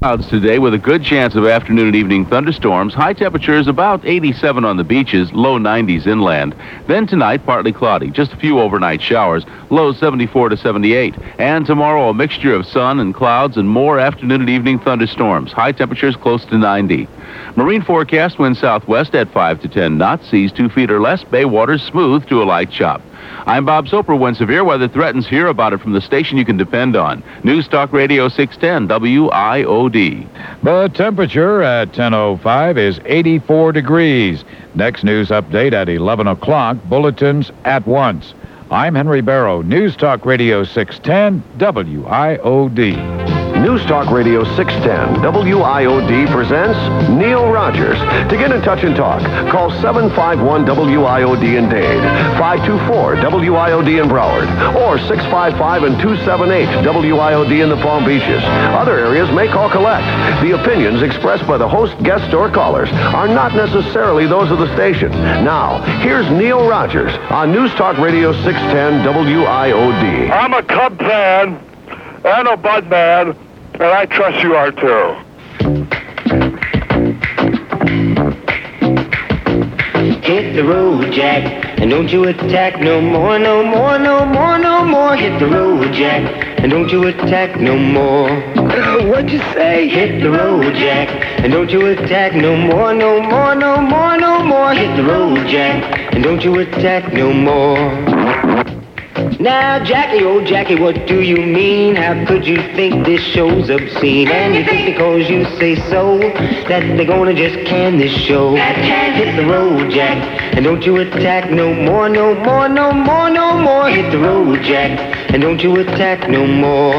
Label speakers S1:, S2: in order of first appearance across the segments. S1: Clouds today with a good chance of afternoon and evening thunderstorms. High temperatures about 87 on the beaches, low 90s inland. Then tonight, partly cloudy, just a few overnight showers, low 74 to 78. And tomorrow, a mixture of sun and clouds and more afternoon and evening thunderstorms. High temperatures close to 90. Marine forecast wind southwest at 5 to 10 knots, seas 2 feet or less, bay waters smooth to a light chop. I'm Bob Soper. When severe weather threatens, hear about it from the station you can depend on. News Talk Radio 610 WIOD.
S2: The temperature at 10.05 is 84 degrees. Next news update at 11 o'clock. Bulletins at once. I'm Henry Barrow, News Talk Radio 610 WIOD.
S3: News Talk Radio 610 WIOD presents Neil Rogers. To get in touch and talk, call 751 WIOD in Dade, 524 WIOD in Broward, or 655 and 278 WIOD in the Palm Beaches. Other areas may call collect. The opinions expressed by the host, guests, or callers are not necessarily those of the station. Now, here's Neil Rogers on News Talk Radio 610 WIOD.
S4: I'm a Cub fan and a Bud man, and I trust you are too.
S5: Hit the road, Jack, and don't you attack no more, no more, no more, no more. Hit the road, Jack, and don't you attack no more.
S6: What'd you say?
S5: Hit the road, Jack, and don't you attack no more, no more, no more, no more. Hit the road, Jack, and don't you attack no more. Now, Jackie, oh Jackie, what do you mean? How could you think this show's obscene? And you think because you say so that they're gonna just can this show? Hit the road, Jack, and don't you attack no more, no more, no more, no more. Hit the road, Jack, and don't you attack no more.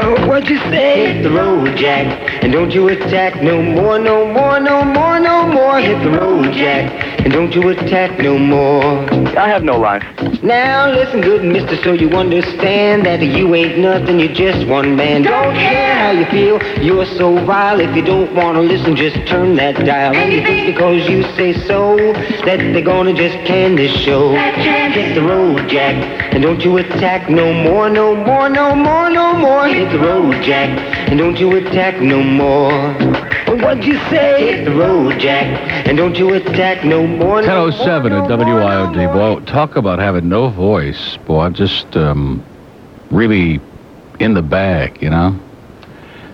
S6: Oh, what'd you say?
S5: Hit the road, Jack, and don't you attack no more, no more, no more, no more. Hit the road, Jack, and don't you attack no more.
S7: I have no life.
S5: Now listen, good mister, so you understand that you ain't nothing, you're just one man. Don't care how you feel, you're so vile. If you don't wanna listen, just turn that dial. And you think because you say so that they're gonna just can this show. Hit the road, Jack, and don't you attack no more, no more, no more, no more. Hit the road, Jack, and don't you attack no more.
S6: What'd you say?
S5: Hit the road, Jack, and don't you attack no more. no more,
S8: 1007
S5: no
S8: at
S5: more, no more.
S8: WIOD. Boy, talk about having no voice. Boy, I'm just um, really in the bag, you know?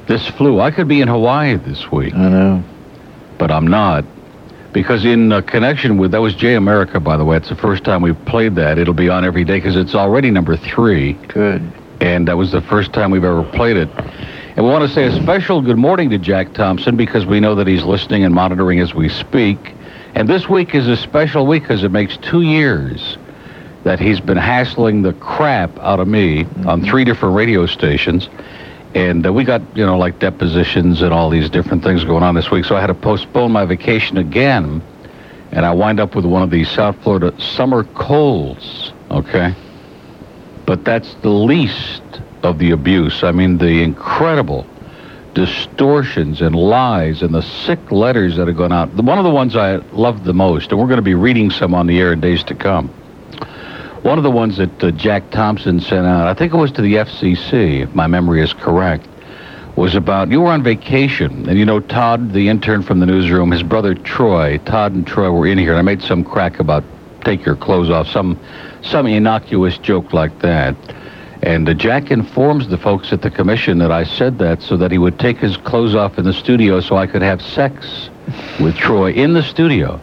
S8: This flu, I could be in Hawaii this week,
S9: I know.
S8: but I'm not. Because in uh, connection with, that was J America, by the way. It's the first time we've played that. It'll be on every day because it's already number three.
S9: Good.
S8: and that was the first time we've ever played it. And we want to say a special good morning to Jack Thompson because we know that he's listening and monitoring as we speak. And this week is a special week because it makes two years that he's been hassling the crap out of me on three different radio stations. And uh, we got, you know, like depositions and all these different things going on this week. So I had to postpone my vacation again. And I wind up with one of these South Florida summer colds, okay? But that's the least of the abuse. I mean, the incredible distortions and lies and the sick letters that are going out. The- One of the ones I loved the most, and we're going to be reading some on the air in days to come. One of the ones that uh, Jack Thompson sent out, I think it was to the FCC, if my memory is correct, was about you were on vacation, and you know Todd, the intern from the newsroom, his brother Troy, Todd and Troy were in here, and I made some crack about take your clothes off, some some innocuous joke like that. And uh, Jack informs the folks at the commission that I said that so that he would take his clothes off in the studio so I could have sex with Troy in the studio.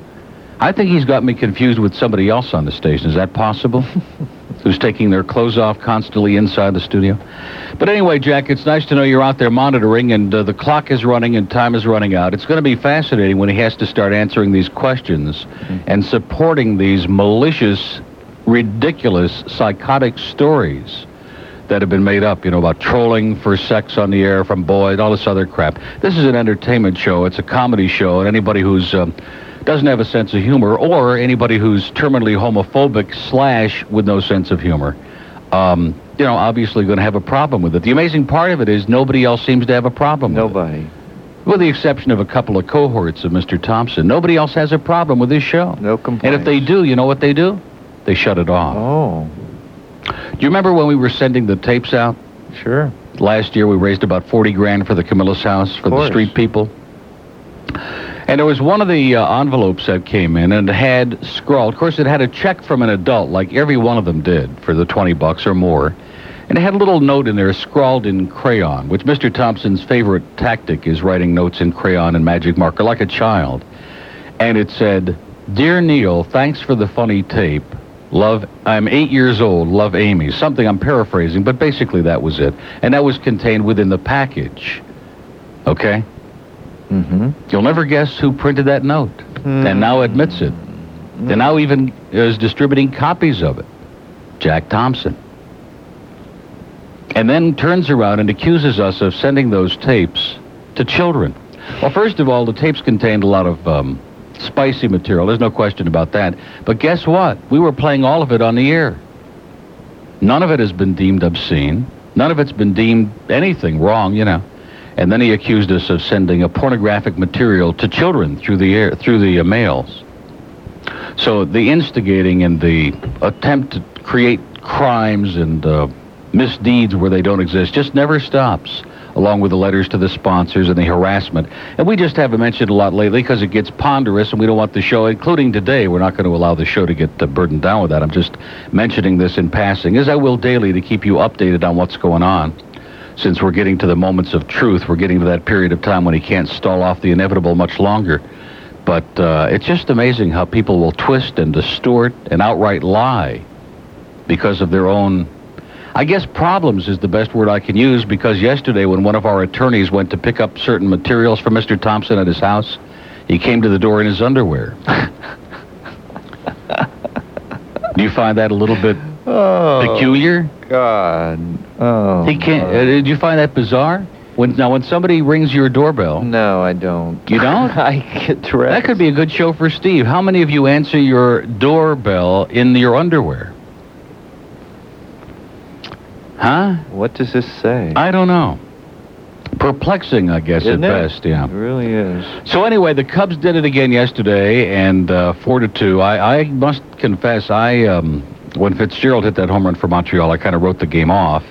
S8: I think he's got me confused with somebody else on the station. Is that possible? Who's taking their clothes off constantly inside the studio? But anyway, Jack, it's nice to know you're out there monitoring, and uh, the clock is running and time is running out. It's going to be fascinating when he has to start answering these questions and supporting these malicious, ridiculous, psychotic stories that have been made up, you know, about trolling for sex on the air from Boyd, all this other crap. This is an entertainment show. It's a comedy show, and anybody who's um, doesn't have a sense of humor, or anybody who's terminally homophobic slash with no sense of humor, um, you know, obviously going to have a problem with it. The amazing part of it is nobody else seems to have a problem. with it.
S9: Nobody.
S8: With the exception of a couple of cohorts of Mr. Thompson, nobody else has a problem with this show.
S9: No
S8: And if
S9: complaints.
S8: they do, you know what they do? They shut it off.
S9: Oh,
S8: Do you remember when we were sending the tapes out?
S9: sure.
S8: Last year we raised about 40 grand for the Camillus House for the
S10: course.
S8: street people. And there was one of the uh, envelopes that came in and it had scrawled. Of course, it had a check from an adult, like every one of them did, for the 20 bucks or more. And it had a little note in there scrawled in crayon, which Mr. Thompson's favorite tactic is writing notes in crayon and magic marker like a child. And it said, Dear Neil, thanks for the funny tape. Love, I'm eight years old. Love Amy. Something I'm paraphrasing, but basically that was it. And that was contained within the package. Okay?
S10: Mm-hmm.
S8: You'll never guess who printed that note and now admits it. And now even is distributing copies of it. Jack Thompson. And then turns around and accuses us of sending those tapes to children. Well, first of all, the tapes contained a lot of um, spicy material. There's no question about that. But guess what? We were playing all of it on the air. None of it has been deemed obscene. None of it's been deemed anything wrong, you know. And then he accused us of sending a pornographic material to children through the air, through the uh, mails. So the instigating and the attempt to create crimes and uh, misdeeds where they don't exist just never stops, along with the letters to the sponsors and the harassment. And we just haven't mentioned a lot lately because it gets ponderous and we don't want the show, including today, we're not going to allow the show to get uh, burdened down with that. I'm just mentioning this in passing, as I will daily to keep you updated on what's going on. Since we're getting to the moments of truth, we're getting to that period of time when he can't stall off the inevitable much longer. But uh, it's just amazing how people will twist and distort and outright lie because of their own. I guess problems is the best word I can use because yesterday, when one of our attorneys went to pick up certain materials for Mr. Thompson at his house, he came to the door in his underwear. Do you find that a little bit
S10: Oh,
S8: peculiar?
S10: God. Oh.
S8: He can't. Uh, did you find that bizarre? When now, when somebody rings your doorbell,
S10: No, I don't.
S8: You don't?
S10: I get dressed.
S8: That could be a good show for Steve. How many of you answer your doorbell in your underwear? Huh?
S10: What does this say?
S8: I don't know. Perplexing, I guess,
S10: Isn't
S8: at
S10: it?
S8: best, yeah.
S10: It really is.
S8: So anyway, the Cubs did it again yesterday, and uh, four to two. I, I must confess, I um, when Fitzgerald hit that home run for Montreal, I kind of wrote the game off.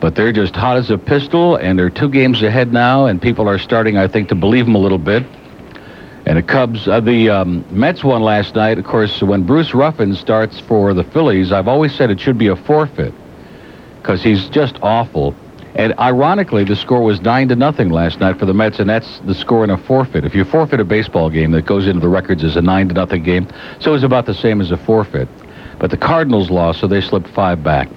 S8: But they're just hot as a pistol, and they're two games ahead now, and people are starting, I think, to believe them a little bit. And the Cubs, uh, the um, Mets won last night. Of course, when Bruce Ruffin starts for the Phillies, I've always said it should be a forfeit because he's just awful. And ironically, the score was nine to nothing last night for the Mets, and that's the score in a forfeit. If you forfeit a baseball game, that goes into the records as a nine to nothing game, so it's about the same as a forfeit. But the Cardinals lost, so they slipped five back.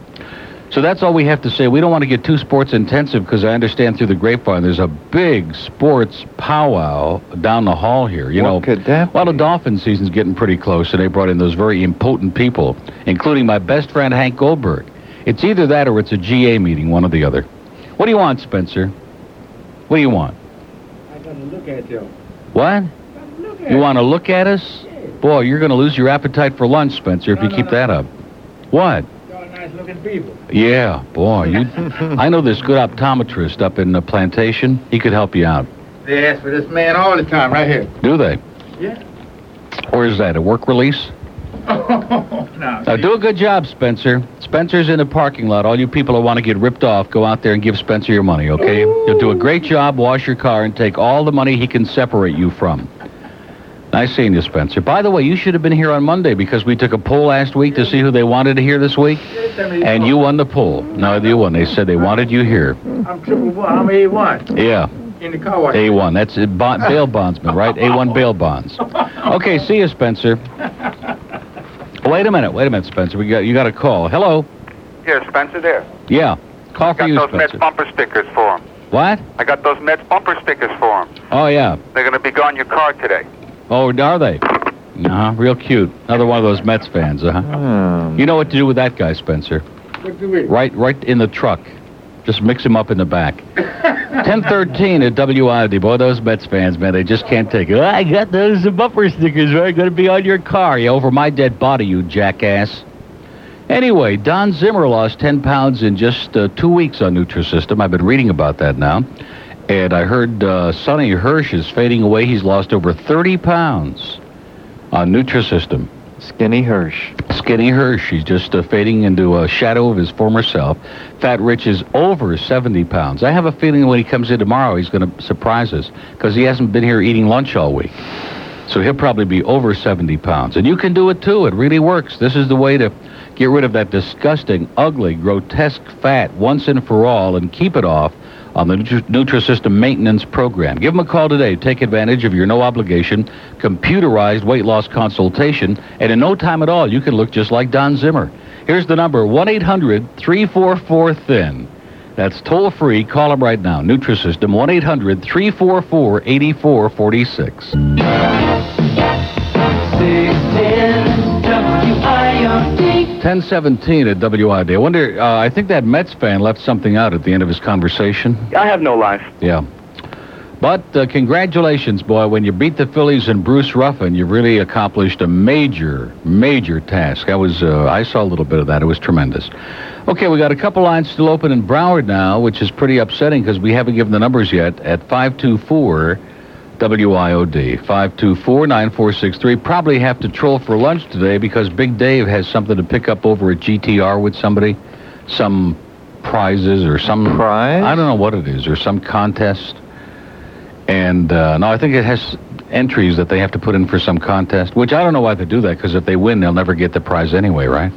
S8: So that's all we have to say. We don't want to get too sports intensive because I understand through the grapevine there's a big sports powwow down the hall here. You
S10: What
S8: know,
S10: could that
S8: well, the
S10: be?
S8: dolphin season's getting pretty close, so they brought in those very impotent people, including my best friend Hank Goldberg. It's either that or it's a GA meeting, one or the other. What do you want, Spencer? What do you want?
S4: I gotta look at you.
S8: What? You want to look at us? Boy, you're going to lose your appetite for lunch, Spencer, if
S4: No,
S8: you
S4: no,
S8: keep
S4: no.
S8: that up. What?
S4: You're nice looking people.
S8: Yeah, boy, you. I know this good optometrist up in the plantation. He could help you out.
S4: They ask for this man all the time, right here.
S8: Do they?
S4: Yeah.
S8: Or is that a work release?
S4: no.
S8: Now, do a good job, Spencer. Spencer's in the parking lot. All you people who want to get ripped off, go out there and give Spencer your money, okay? You'll do a great job, wash your car, and take all the money he can separate you from. Nice seeing you, Spencer. By the way, you should have been here on Monday because we took a poll last week to see who they wanted to hear this week, and you won the poll. No, you won. They said they wanted you here.
S4: I'm triple one. I'm A1
S8: Yeah.
S4: in the car wash.
S8: A1. That's it, bond, bail bondsman, right? A1 bail bonds. Okay, see you, Spencer. Wait a minute, wait a minute, Spencer. We got you got a call. Hello.
S11: Here, Spencer, there.
S8: Yeah, call for
S11: Got
S8: you,
S11: those Mets
S8: Spencer.
S11: bumper stickers for him.
S8: What?
S11: I got those Mets bumper stickers for him.
S8: Oh yeah.
S11: They're going to be gone your car today.
S8: Oh, are they? Uh huh. Real cute. Another one of those Mets fans. Uh huh.
S10: Um,
S8: You know what to do with that guy, Spencer.
S4: What do we?
S8: Right, right in the truck. Just mix him up in the back. 1013 at WID. Boy, those Mets fans, man, they just can't take it. "Oh, I got those bumper stickers. They're going to be on your car. You over my dead body, you jackass. Anyway, Don Zimmer lost 10 pounds in just uh, two weeks on Nutrisystem. I've been reading about that now. And I heard uh, Sonny Hirsch is fading away. He's lost over 30 pounds on Nutrisystem.
S10: Skinny Hirsch.
S8: Skinny Hirsch. He's just uh, fading into a shadow of his former self. Fat Rich is over 70 pounds. I have a feeling when he comes in tomorrow, he's going to surprise us because he hasn't been here eating lunch all week. So he'll probably be over 70 pounds. And you can do it too. It really works. This is the way to get rid of that disgusting, ugly, grotesque fat once and for all and keep it off on the Nutri- Nutrisystem Maintenance Program. Give them a call today. Take advantage of your no obligation, computerized weight loss consultation, and in no time at all, you can look just like Don Zimmer. Here's the number 1 800 344 THIN. That's toll free. Call them right now. Nutrisystem 1 800 344 8446.
S7: W-I-O-D.
S8: 1017 at WID. I wonder, uh, I think that Mets fan left something out at the end of his conversation.
S12: I have no life.
S8: Yeah. But uh, congratulations, boy. When you beat the Phillies and Bruce Ruffin, you really accomplished a major, major task. I was, uh, I saw a little bit of that. It was tremendous. Okay, we got a couple lines still open in Broward now, which is pretty upsetting because we haven't given the numbers yet. At 524 WIOD, 524 9463. Probably have to troll for lunch today because Big Dave has something to pick up over at GTR with somebody. Some prizes or some. Prize? I don't know what it is, or some contest. And uh, no, I think it has entries that they have to put in for some contest, which I don't know why they do that because if they win, they'll never get the prize anyway, right?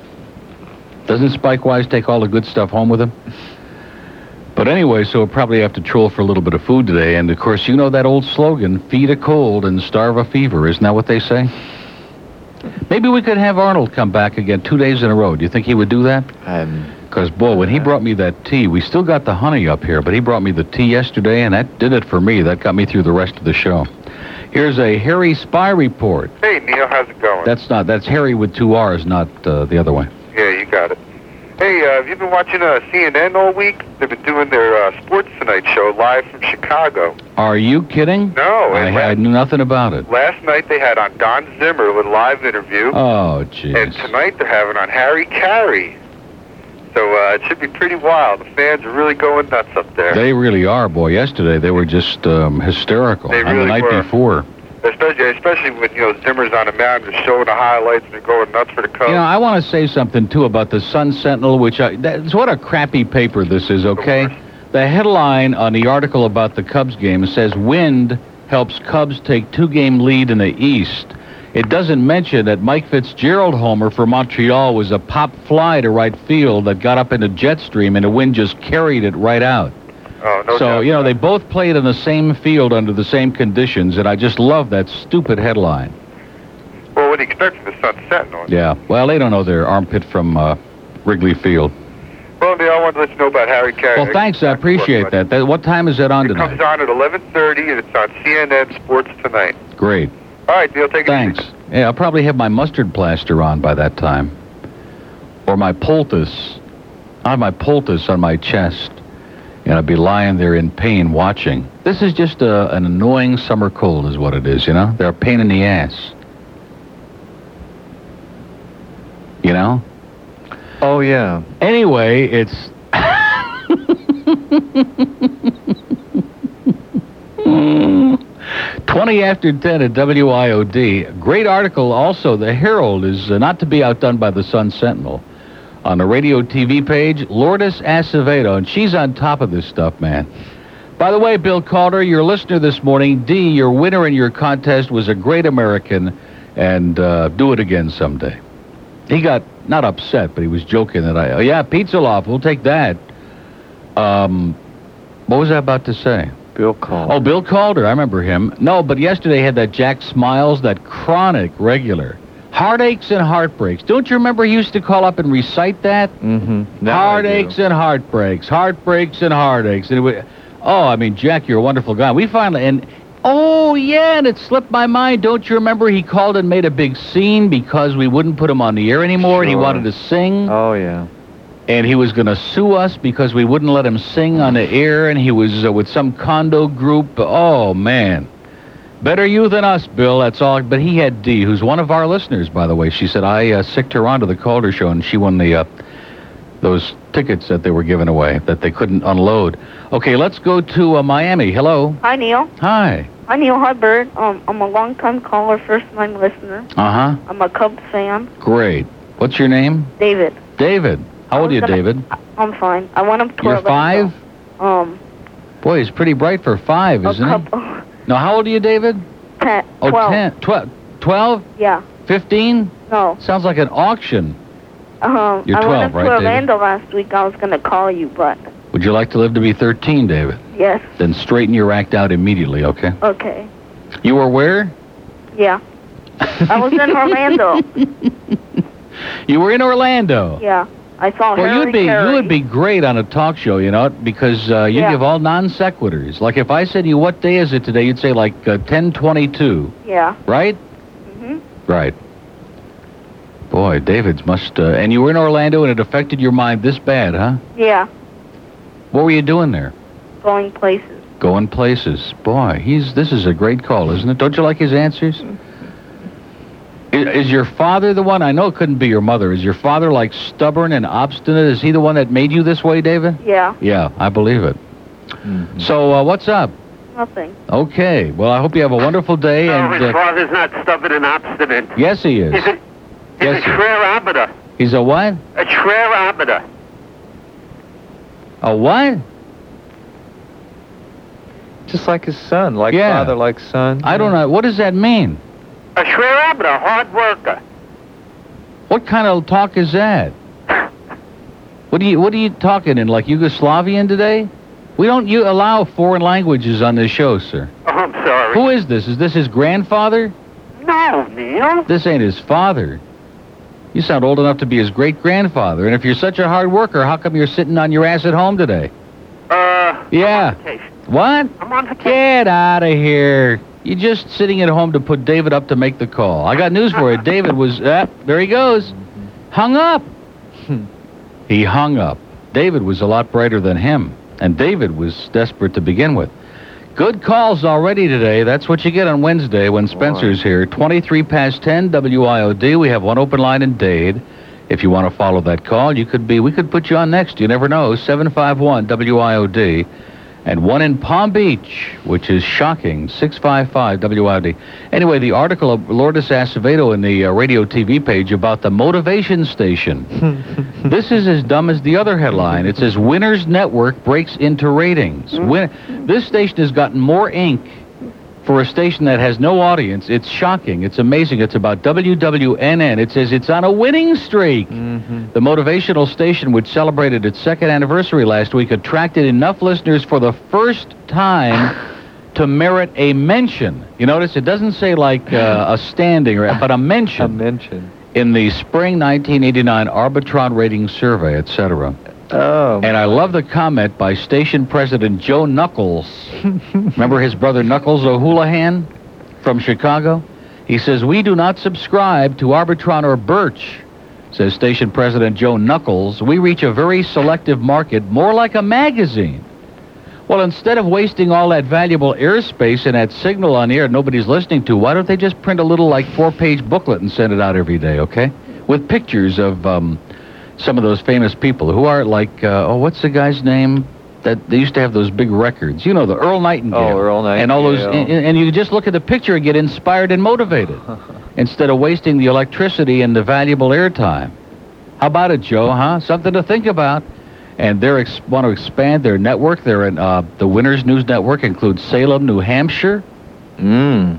S8: Doesn't Spike Wise take all the good stuff home with him? But anyway, so we'll probably have to troll for a little bit of food today. And of course, you know that old slogan, feed a cold and starve a fever. Isn't that what they say? Maybe we could have Arnold come back again two days in a row. Do you think he would do that? Because, boy, when he brought me that tea, we still got the honey up here, but he brought me the tea yesterday, and that did it for me. That got me through the rest of the show. Here's a Harry Spy report.
S4: Hey, Neil, how's it going?
S8: That's not, that's Harry with two R's, not uh, the other way.
S4: Yeah, you got it. Hey, uh, have you been watching uh, CNN all week? They've been doing their uh, Sports Tonight show live from Chicago.
S8: Are you kidding?
S4: No,
S8: I,
S4: and
S8: I knew nothing about it.
S4: Last night they had on Don Zimmer with a live interview,
S8: Oh, gee.
S4: and tonight they're having on Harry Carey. So uh, it should be pretty wild. The fans are really going nuts up there,
S8: They really are, boy. Yesterday they were just um, hysterical.
S4: They
S8: and the
S4: really
S8: night
S4: were.
S8: before.
S4: especially especially when you know Zimmer's on the mound just showing the highlights and they're going nuts for the Cubs.
S8: You know, I want to say something too about the Sun Sentinel, which I, that's what a crappy paper this is. Okay, the headline on the article about the Cubs game says wind helps Cubs take two-game lead in the East. It doesn't mention that Mike Fitzgerald homer for Montreal was a pop fly to right field that got up into jet stream, and the wind just carried it right out.
S4: Oh, no
S8: so, you know, they both played on the same field under the same conditions, and I just love that stupid headline.
S4: Well, what do you expect from the Sun Sentinel?
S8: Yeah. Well, they don't know their armpit from uh, Wrigley Field.
S4: Well, Neil, I wanted to let you know about Harry Carey.
S8: Well, thanks. I appreciate that. that. What time is that on
S4: It
S8: tonight?
S4: comes on at 11:30, and it's on CNN Sports Tonight.
S8: Great.
S4: All right, Neil, take it
S8: Thanks. Yeah, I'll probably have my mustard plaster on by that time, or my poultice. I have my poultice on my chest, and I'd be lying there in pain watching. This is just a, an annoying summer cold, is what it is. You know, they're a pain in the ass. You know.
S10: Oh, yeah.
S8: Anyway, it's. Twenty after ten at WIOD. Great article. Also, the Herald is uh, not to be outdone by the Sun Sentinel. On the radio TV page, Lourdes Acevedo, and she's on top of this stuff, man. By the way, Bill Calder, your listener this morning, D, your winner in your contest was a great American, and uh, do it again someday. He got not upset, but he was joking that I, oh, yeah, pizza loft, we'll take that. Um, what was I about to say?
S10: Bill Calder.
S8: Oh, Bill Calder, I remember him. No, but yesterday had that Jack Smiles, that chronic regular. Heartaches and heartbreaks. Don't you remember he used to call up and recite that?
S10: Mm-hmm.
S8: heartaches and heartbreaks, heartbreaks and heartaches. And it wa- oh, I mean, Jack, you're a wonderful guy. We finally and oh yeah, and it slipped my mind. Don't you remember he called and made a big scene because we wouldn't put him on the air anymore, and he
S10: Sure.
S8: wanted to sing,
S10: Oh, yeah.
S8: and he was going to sue us because we wouldn't let him sing on the air, and he was uh, with some condo group. Oh man. Better you than us, Bill. That's all. But he had D, who's one of our listeners, by the way. She said I uh, sicked her onto the Calder show, and she won the uh, those tickets that they were giving away that they couldn't unload. Okay, let's go to uh, Miami. Hello.
S13: Hi, Neil.
S8: Hi.
S13: Hi, Neil. Hi, Bert. Um, I'm a long-time caller, first-time listener.
S8: Uh huh.
S13: I'm a Cubs fan.
S8: Great. What's your name?
S13: David,
S8: David. How old are you,
S13: gonna-
S8: David?
S13: I'm fine. I want him to
S8: You're five.
S13: Um,
S8: Boy, he's pretty bright for five, isn't
S13: Oh,
S8: he? No, how old are you, David?
S13: ten,
S8: Oh,
S13: twelve.
S8: 10, 12, 12,
S13: Yeah.
S8: 15?
S13: No.
S8: Sounds like an auction.
S13: Um,
S8: You're
S13: I
S8: 12,
S13: went up
S8: right,
S13: to
S8: David?
S13: Orlando last week. I was gonna call you, but
S8: Would you like to live to be 13, David?
S13: yes.
S8: Then straighten your act out immediately, okay?
S13: Okay.
S8: You were where?
S13: Yeah. I was in Orlando.
S8: You were in Orlando.
S13: Yeah. I saw
S8: Oh. well,
S13: Oh, Harry
S8: you'd be
S13: Carey.
S8: you would be great on a talk show, you know, because uh, you
S13: Yeah.
S8: give all non sequiturs. Like if I said to you, "What day is it today?" You'd say like uh, ten twenty two,
S13: Yeah.
S8: right?
S13: hmm
S8: Right. Boy, David's must. Uh, and you were in Orlando, and it affected your mind this bad, huh?
S13: Yeah.
S8: What were you doing there?
S13: Going places.
S8: Going places. Boy, he's this is a great call, isn't it? Don't you like his answers? I- Is your father the one? I know it couldn't be your mother. Is your father like stubborn and obstinate? Is he the one that made you this way, David?
S13: Yeah.
S8: Yeah, I believe it.
S14: Mm-hmm.
S8: So, uh, what's up?
S13: Nothing.
S8: Okay. Well, I hope you have a wonderful day. and uh,
S4: father's not stubborn and obstinate.
S8: yes, he is.
S4: He's a, he's
S8: Yes,
S4: a
S8: sir.
S4: traerometer.
S8: He's a what?
S4: A traerometer.
S8: A what?
S14: Just like his son, like
S8: Yeah.
S14: father, like son.
S8: I don't know. What does that mean?
S4: A traerometer, a hard worker.
S8: What kind of talk is that? What do you What are you talking in like Yugoslavian today? We don't you allow foreign languages on this show, sir.
S4: Oh, I'm sorry.
S8: Who is this? Is this his grandfather?
S4: No, Neil.
S8: This ain't his father. You sound old enough to be his great grandfather, and if you're such a hard worker, how come you're sitting on your ass at home today?
S4: Uh,
S8: Yeah. What?
S4: I'm on
S8: Get out of here. You're just sitting at home to put David up to make the call. I got news for you. David was, ah, there he goes. Hung up. he hung up. David was a lot brighter than him, and David was desperate to begin with. Good calls already today. That's what you get on Wednesday when Spencer's here. 23 past 10 WIOD. We have one open line in Dade. If you want to follow that call, you could be, we could put you on next. You never know. 751 WIOD. And one in Palm Beach, which is shocking. 655 WIOD. Anyway, the article of Lourdes Acevedo in the uh, radio TV page about the motivation station. this is as dumb as the other headline. It says Winners Network breaks into ratings. Win- this station has gotten more ink for a station that has no audience. It's shocking. It's amazing. It's about WWNN. It says it's on a winning streak. The motivational station, which celebrated its second anniversary last week, attracted enough listeners for the first time to merit a mention. You notice it doesn't say like uh, a standing, or, but a mention. A mention. In the spring 1989 Arbitron rating survey, etc. Oh. And I love the comment by station president Joe Knuckles. Remember his brother Knuckles O'Houlihan from Chicago? He says, We do not subscribe to Arbitron or Birch, says station president Joe Knuckles. We reach a very selective market, more like a magazine. Well, instead of wasting all that valuable airspace and that signal on air nobody's listening to, why don't they just print a little, like, four page booklet and send it out every day, okay? With pictures of um, some of those famous people who are, like, uh, oh, what's the guy's name? That they used to have those big records, you know, the Earl Nightingale.
S14: Oh, Earl
S8: And all those,
S14: Nightingale.
S8: and, and you just look at the picture and get inspired and motivated instead of wasting the electricity and the valuable airtime. How about it, Joe? Huh? Something to think about. And they ex- want to expand their network. They're in uh, the Winners News Network includes Salem, New Hampshire. Mmm,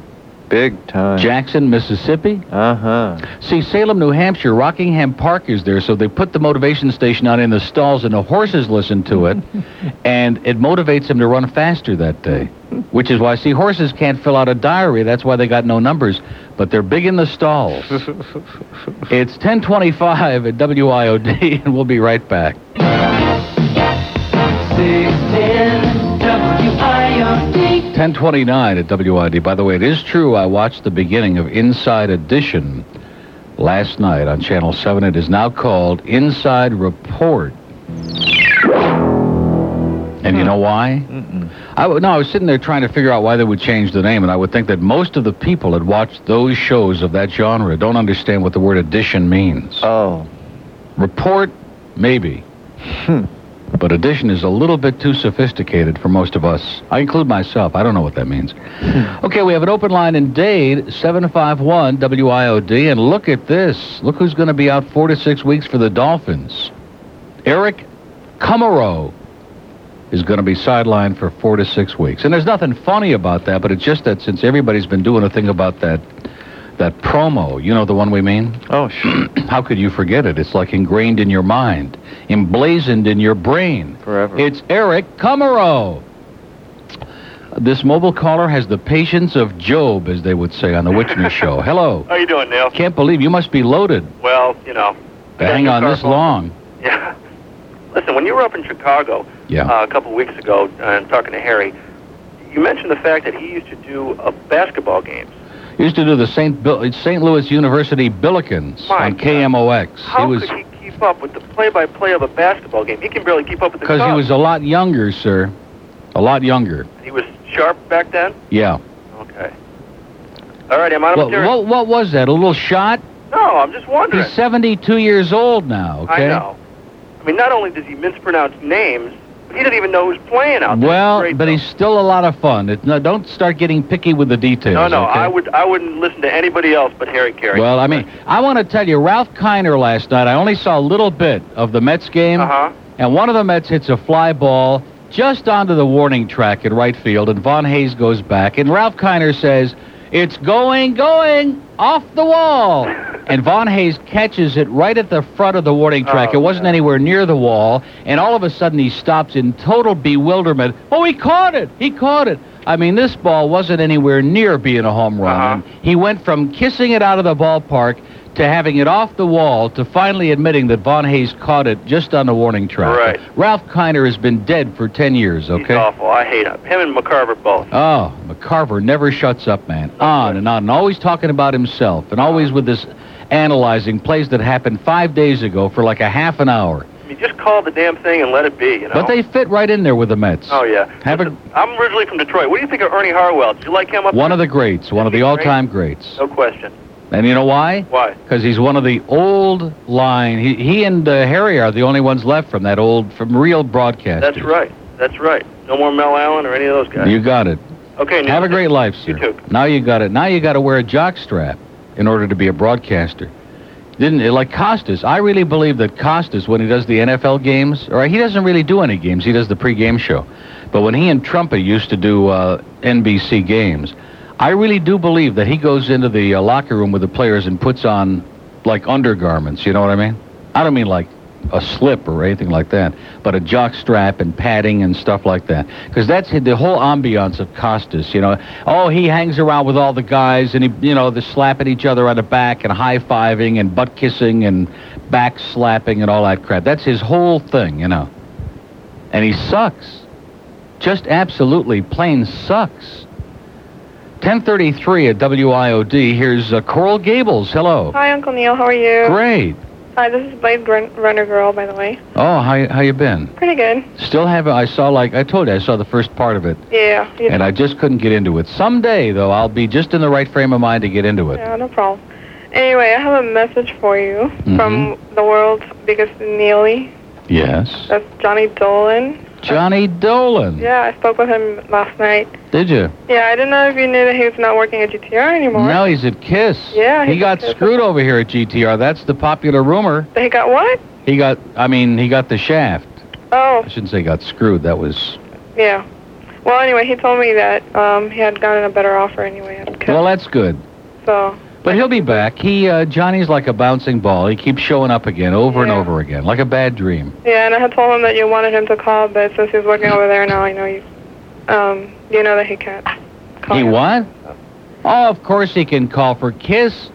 S8: big time. Jackson, Mississippi. Uh huh. See, Salem, New Hampshire, Rockingham Park is there, so they put the motivation station out in the stalls, and the horses listen to it, and it motivates them to run faster that day. Which is why, see, horses can't fill out a diary. That's why they got no numbers. But they're big in the stalls. it's 1025 at WIOD, and we'll be right back.
S7: 610 WIOD.
S8: 1029 at WID. By the way, it is true I watched the beginning of Inside Edition last night on Channel 7. It is now called Inside Report. And you know why? I w- no, I was sitting there trying to figure out why they would change the name, and I would think that most of the people that watch those shows of that genre don't understand what the word edition means. Oh. Report, maybe. But addition is a little bit too sophisticated for most of us. I include myself. I don't know what that means. okay, we have an open line in Dade, 751 WIOD. And look at this. Look who's going to be out four to six weeks for the Dolphins. Eric Cumero is going to be sidelined for four to six weeks. And there's nothing funny about that, but it's just that since everybody's been doing a thing about that that promo, you know the one we mean? Oh, sure. How could you forget it? It's like ingrained in your mind, emblazoned in your brain. Forever. It's Eric Cumero. This mobile caller has the patience of Job, as they would say on the Witchner show. Hello.
S4: How you doing, Neil?
S8: Can't believe you must be loaded
S4: Well, you know.
S8: to hang on this long.
S4: Yeah. Listen, when you were up in Chicago
S8: Yeah.
S4: uh, a couple of weeks ago and talking to Harry, you mentioned the fact that he used to do uh, basketball games.
S8: Used to do the St. Bill- St. Louis University Billikens on KMOX.
S4: How
S8: he was
S4: could he keep up with the play-by-play of a basketball game? He can barely keep up with the
S8: because he
S4: Cubs.
S8: was a lot younger, sir. A lot younger.
S4: He was sharp back then?
S8: Yeah.
S4: Okay. All right, I'm out of
S8: What,
S4: material.
S8: what, what was that? A little shot?
S4: No, I'm just wondering.
S8: He's 72 years old now. Okay.
S4: I know. I mean, not only does he mispronounce names, but he doesn't even know who's playing out there.
S8: Well,
S4: Great.
S8: but he's still a lot of fun. It, no, don't start getting picky with the details.
S4: No, no,
S8: okay?
S4: I would, I wouldn't listen to anybody else but Harry Carey.
S8: Well, I mean, I want to tell you, Ralph Kiner last night, I only saw a little bit of the Mets game, uh-huh. and one of the Mets hits a fly ball just onto the warning track in right field, and Von Hayes goes back, and Ralph Kiner says, it's going, going, off the wall. And Von Hayes catches it right at the front of the warning track.
S4: Oh,
S8: it wasn't anywhere near the wall. And all of a sudden, he stops in total bewilderment. Oh, he caught it! He caught it! I mean, this ball wasn't anywhere near being a home run.
S4: Uh-huh.
S8: He went from kissing it out of the ballpark to having it off the wall to finally admitting that Von Hayes caught it just on the warning track.
S4: Right.
S8: Ralph Kiner has been dead for 10 years, okay?
S4: He's awful. I hate him. Him and McCarver both.
S8: Oh, McCarver never shuts up, man. On and on, and always talking about himself, and always with this analyzing plays that happened five days ago for like a half an hour.
S4: I mean, just call the damn thing and let it be, you know?
S8: But they fit right in there with the Mets.
S4: Oh, yeah.
S8: Have a,
S4: I'm originally from Detroit. What do you think of Ernie Harwell? Do you like him up
S8: one
S4: there?
S8: of the greats, one of the all-time greats.
S4: No question.
S8: And you know why?
S4: Why?
S8: Because he's one of the old line. He, he and uh, Harry are the only ones left from that old, from real broadcast.
S4: That's right. That's right. No more Mel Allen or any of those guys.
S8: You got it.
S4: Okay, now,
S8: Have a great life, sir. Now you got it. Now you got to wear a jock strap in order to be a broadcaster. Didn't it like Costas? I really believe that Costas, when he does the NFL games, or he doesn't really do any games. He does the pregame show. But when he and Trumpet used to do uh, NBC games, I really do believe that he goes into the uh, locker room with the players and puts on like undergarments. You know what I mean? I don't mean like a slip or anything like that, but a jock strap and padding and stuff like that. Because that's the whole ambiance of Costas, you know. Oh, he hangs around with all the guys and, he, you know, they're slapping each other on the back and high-fiving and butt-kissing and back slapping and all that crap. That's his whole thing, you know. And he sucks. Just absolutely plain sucks. 1033 at WIOD. Here's uh, Coral Gables. Hello.
S15: Hi, Uncle Neil. How are you?
S8: Oh. Great.
S15: Hi, this is Blade Run- Runner Girl, by the way.
S8: Oh, how, how you been?
S15: Pretty good.
S8: Still have I saw like I told you I saw the first part of it
S15: Yeah. you-
S8: and I just couldn't get into it. Someday though I'll be just in the right frame of mind to get into it.
S15: Yeah, no problem. Anyway, I have a message for you
S8: Mm-hmm.
S15: from the world's biggest Neely.
S8: Yes.
S15: That's Johnny Dolan.
S8: Johnny Dolan.
S15: Yeah, I spoke with him last night.
S8: Did you?
S15: Yeah, I didn't know if you knew that he was not working at GTR anymore.
S8: Now he's at Kiss.
S15: Yeah,
S8: He
S15: he's
S8: got
S15: at Kiss.
S8: screwed over here at GTR. That's the popular rumor.
S15: But he got what?
S8: He got I mean he got the shaft.
S15: Oh,
S8: I shouldn't say got screwed. That was
S15: yeah. Well, anyway, he told me that um, he had gotten a better offer anyway.
S8: Well, that's good.
S15: So,
S8: But he'll be back. He uh, Johnny's like a bouncing ball. He keeps showing up again over and over again like a bad dream.
S15: yeah, and I had told him that you wanted him to call, but since he's working over there now, I know you, um, you know that he can't.
S8: He what? Oh, of course he can call for Kiss.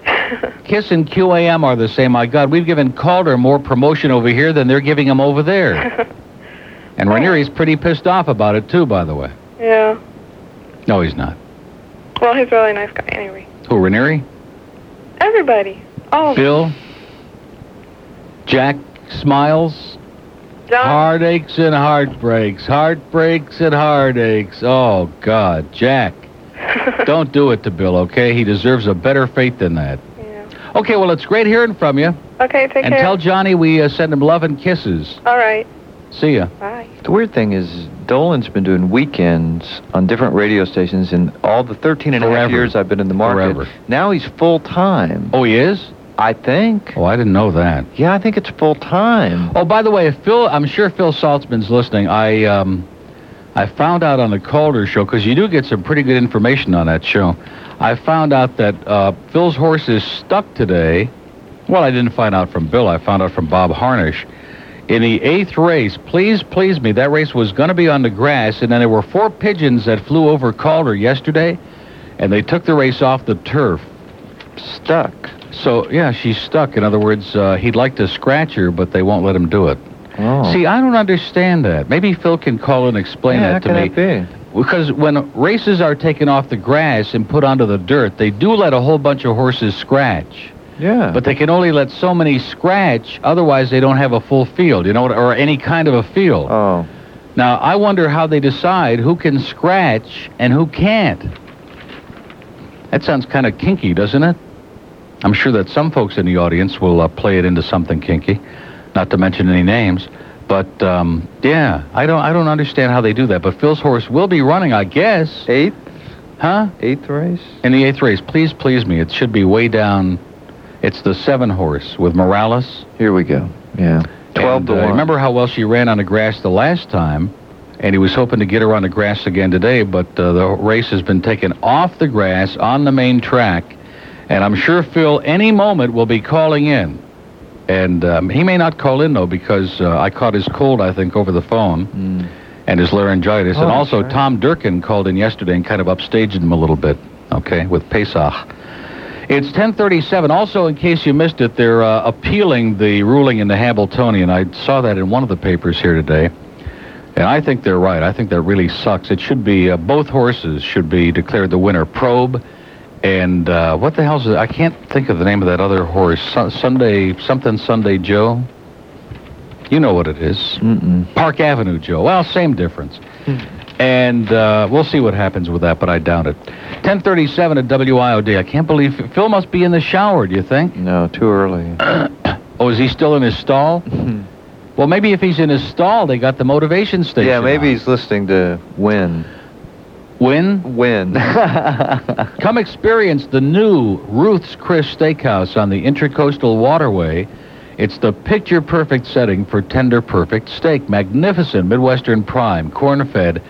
S8: Kiss and QAM are the same. My God, we've given Calder more promotion over here than they're giving him over there. and Ranieri's pretty pissed off about it too, by the way.
S15: Yeah.
S8: No, he's not.
S15: Well, he's a really nice guy anyway.
S8: Who, Ranieri?
S15: Everybody. Oh,
S8: Bill? Jack Smiles? Heartaches and heartbreaks, heartbreaks and heartaches. Oh God, Jack, don't do it to Bill, okay? He deserves a better fate than that. Okay, well, it's great hearing from you.
S15: okay, take
S8: and
S15: care.
S8: tell Johnny we uh, send him love and kisses.
S15: All right.
S8: See ya.
S16: Bye.
S10: The weird thing is, Dolan's been doing weekends on different radio stations in all the 13 and a half years I've been in the market.
S8: Forever.
S10: Now he's full time.
S8: Oh, he is?
S10: I think.
S8: Oh, I didn't know that.
S10: Yeah, I think it's full time.
S8: Oh, by the way, if Phil, I'm sure Phil Saltzman's listening. I um, I found out on the Calder show because you do get some pretty good information on that show. I found out that uh, Phil's horse is stuck today. Well, I didn't find out from Bill. I found out from Bob Harnish. In the eighth race, please, please me, that race was going to be on the grass, and then there were four pigeons that flew over Calder yesterday, and they took the race off the turf.
S10: Stuck.
S8: So, yeah, she's stuck. In other words, uh, he'd like to scratch her, but they won't let him do it.
S10: Oh.
S8: See, I don't understand that. Maybe Phil can call and explain
S10: Yeah,
S8: that to
S10: how
S8: me.
S10: can that
S8: Because when races are taken off the grass and put onto the dirt, they do let a whole bunch of horses scratch.
S10: Yeah.
S8: But they can only let so many scratch, otherwise they don't have a full field, you know, or any kind of a field.
S10: Oh.
S8: Now, I wonder how they decide who can scratch and who can't. That sounds kind of kinky, doesn't it? I'm sure that some folks in the audience will uh, play it into something kinky, not to mention any names. But um, yeah, I don't, I don't understand how they do that. But Phil's horse will be running, I guess.
S10: Eighth,
S8: huh?
S10: Eighth race.
S8: In the eighth race, please, please me. It should be way down. It's the seven horse with Morales.
S10: Here we go. Yeah.
S8: 12 to 1. uh, remember how well she ran on the grass the last time, and he was hoping to get her on the grass again today, but uh, the race has been taken off the grass on the main track, and I'm sure Phil any moment will be calling in. And um, he may not call in, though, because uh, I caught his cold, I think, over the phone and his laryngitis.
S10: Hmm. Oh,
S8: and
S10: that's
S8: also, Tom Durkin called in yesterday and kind of upstaged him a little bit, okay, with Pesach. It's 10:37. Also, in case you missed it, they're uh, appealing the ruling in the Hamiltonian. I saw that in one of the papers here today, and I think they're right. I think that really sucks. It should be uh, both horses should be declared the winner. Probe and uh, what the hell's it? I can't think of the name of that other horse. Su- Sunday something Sunday Joe. You know what it is.
S10: Mm-mm.
S8: Park Avenue Joe. Well, same difference. And uh, we'll see what happens with that, but I doubt it. 1037 at WIOD. I can't believe Phil must be in the shower, do you think?
S10: No, too early.
S8: oh, is he still in his stall? well, maybe if he's in his stall, they got the motivation station.
S10: yeah, maybe he's listening to Win.
S8: Win?
S10: Win.
S8: Come experience the new Ruth's Chris Steakhouse on the Intracoastal Waterway. It's the picture perfect setting for tender perfect steak. Magnificent Midwestern prime, corn fed,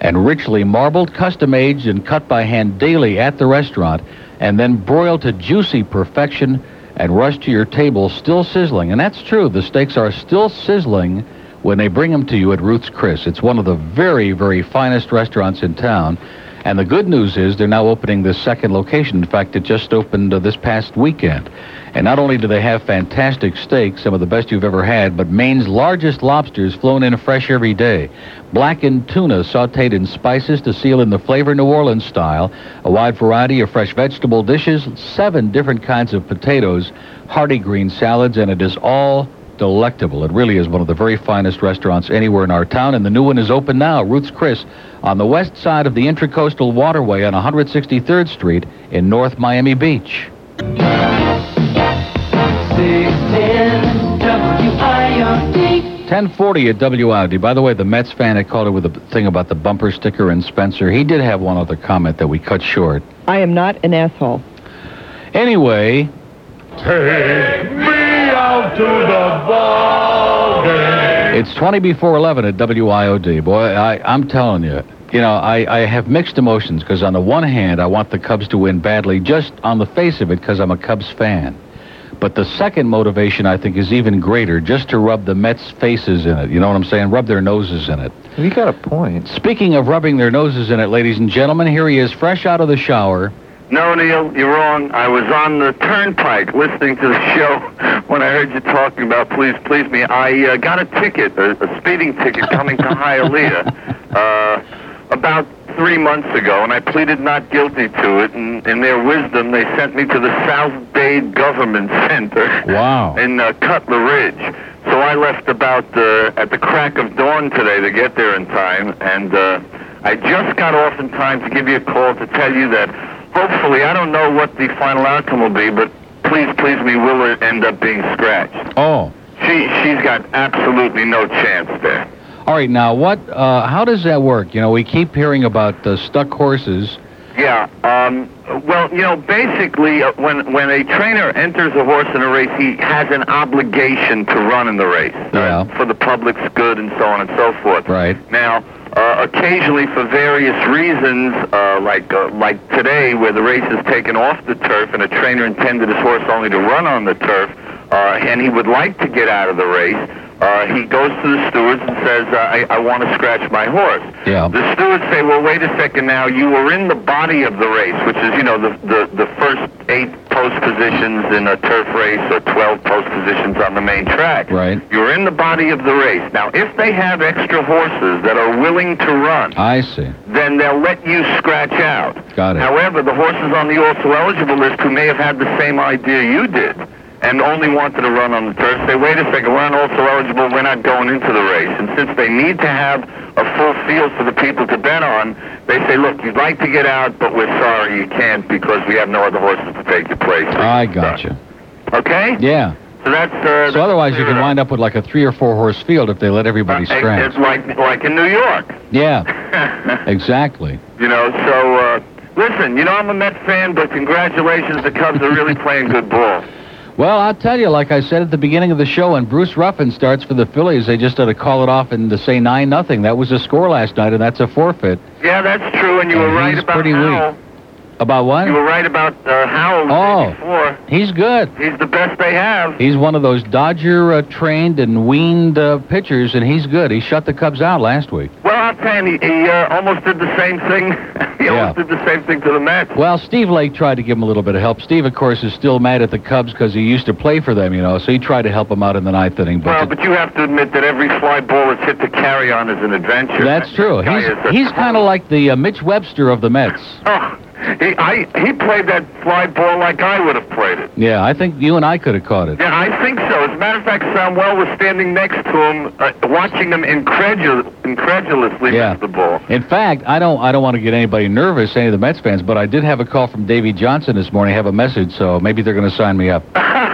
S8: and richly marbled, custom aged, and cut by hand daily at the restaurant, and then broiled to juicy perfection and rushed to your table still sizzling. And that's true, the steaks are still sizzling when they bring them to you at Ruth's Chris. It's one of the very, very finest restaurants in town. And the good news is they're now opening this second location. In fact, it just opened uh, this past weekend. And not only do they have fantastic steaks, some of the best you've ever had, but Maine's largest lobsters flown in fresh every day. Blackened tuna sauteed in spices to seal in the flavor New Orleans style. A wide variety of fresh vegetable dishes, seven different kinds of potatoes, hearty green salads, and it is all delectable. It really is one of the very finest restaurants anywhere in our town, and the new one is open now, Ruth's Chris, on the west side of the Intracoastal Waterway on 163rd Street in North Miami Beach.
S7: 610 WIOD.
S8: 1040 at WIOD. By the way, the Mets fan had called it with a thing about the bumper sticker and Spencer. He did have one other comment that we cut short.
S17: I am not an asshole.
S8: Anyway,
S7: Take me out to the ball game.
S8: It's 20 before 11 at WIOD. Boy, I, I'm telling you, you know, I, I have mixed emotions because on the one hand, I want the Cubs to win badly just on the face of it because I'm a Cubs fan. But the second motivation, I think, is even greater just to rub the Mets' faces in it. You know what I'm saying? Rub their noses in it.
S10: You got a point.
S8: Speaking of rubbing their noses in it, ladies and gentlemen, here he is fresh out of the shower.
S4: No, Neil, you're wrong. I was on the turnpike listening to the show when I heard you talking about Please Please Me. I uh, got a ticket, a, a speeding ticket coming to Hialeah uh, about three months ago, and I pleaded not guilty to it. And in their wisdom, they sent me to the South Dade Government Center
S7: Oh.
S8: Wow.
S4: in uh, Cutler Ridge. So I left about uh, at the crack of dawn today to get there in time, and uh, I just got off in time to give you a call to tell you that hopefully I don't know what the final outcome will be, but please, please me will it end up being scratched.
S8: Oh.
S4: She she's got absolutely no chance there.
S8: All right, now what? Uh, how does that work? You know, we keep hearing about the stuck horses.
S4: Yeah. Um, well, you know, basically, uh, when when a trainer enters a horse in a race, he has an obligation to run in the race uh,
S8: Yeah.
S4: for the public's good and so on and so forth.
S8: Right.
S4: Now, uh, occasionally, for various reasons, uh, like uh, like today, where the race is taken off the turf and a trainer intended his horse only to run on the turf, uh, and he would like to get out of the race, uh, he goes to the stewards and says, uh, "I, I want to scratch my horse."
S8: Yeah.
S4: The stewards say, "Well, wait a second. Now you were in the body of the race, which is you know the the, the first eight post positions in a turf race or twelve post positions on the main track.
S8: Right.
S4: You're in the body of the race. Now, if they have extra horses that are willing to run,
S8: I see.
S4: then they'll let you scratch out.
S8: Got it.
S4: However, the horses on the also eligible list who may have had the same idea you did and only wanted to run on the turf say, wait a second, we're not also eligible, we're not going into the race. And since they need to have a full field for the people to bet on, they say, look, you'd like to get out, but we're sorry you can't because we have no other horses to take your place.
S8: I gotcha.
S4: Okay?
S8: Yeah.
S4: So that's... Uh,
S8: So otherwise, you can wind up with like a three or four horse field if they let everybody scratch.
S4: it's like, like in New York.
S8: Yeah. exactly.
S4: You know, so uh, listen, you know I'm a Met fan, but congratulations, the Cubs are really playing good ball.
S8: Well, I'll tell you, like I said at the beginning of the show, when Bruce Ruffin starts for the Phillies, they just had to call it off and to say nine nothing. That was the score last night, and that's a forfeit.
S4: Yeah, that's true, and you were right
S8: he's
S4: about
S8: pretty
S4: Howell.
S8: About what?
S4: You were right about uh, Howell the
S8: Oh.
S4: day before.
S8: He's good.
S4: He's the best they have.
S8: He's one of those Dodger uh, trained and weaned uh, pitchers, and he's good. He shut the Cubs out last week.
S4: Well, I'm saying he, he uh, almost did the same thing. he almost did the same thing to the Mets.
S8: Well, Steve Lake tried to give him a little bit of help. Steve, of course, is still mad at the Cubs because he used to play for them, you know, so he tried to help him out in the ninth inning. But
S4: Well, but you have to admit that every fly ball that's hit to carry on is an adventure.
S8: that's true.
S4: That guy
S8: He's,
S4: is a-
S8: he's kind of like the uh, Mitch Webster of the Mets.
S4: Oh, he, I, he played that fly ball like I would have played it.
S8: Yeah, I think you and I could have caught it.
S4: Yeah, I think so. As a matter of fact, Samuel was standing next to him, uh, watching him incredul- incredulously
S8: Yeah.
S4: miss the ball.
S8: In fact, I don't I don't want to get anybody nervous, any of the Mets fans, but I did have a call from Davey Johnson this morning. I have a message, so maybe they're going to sign me up.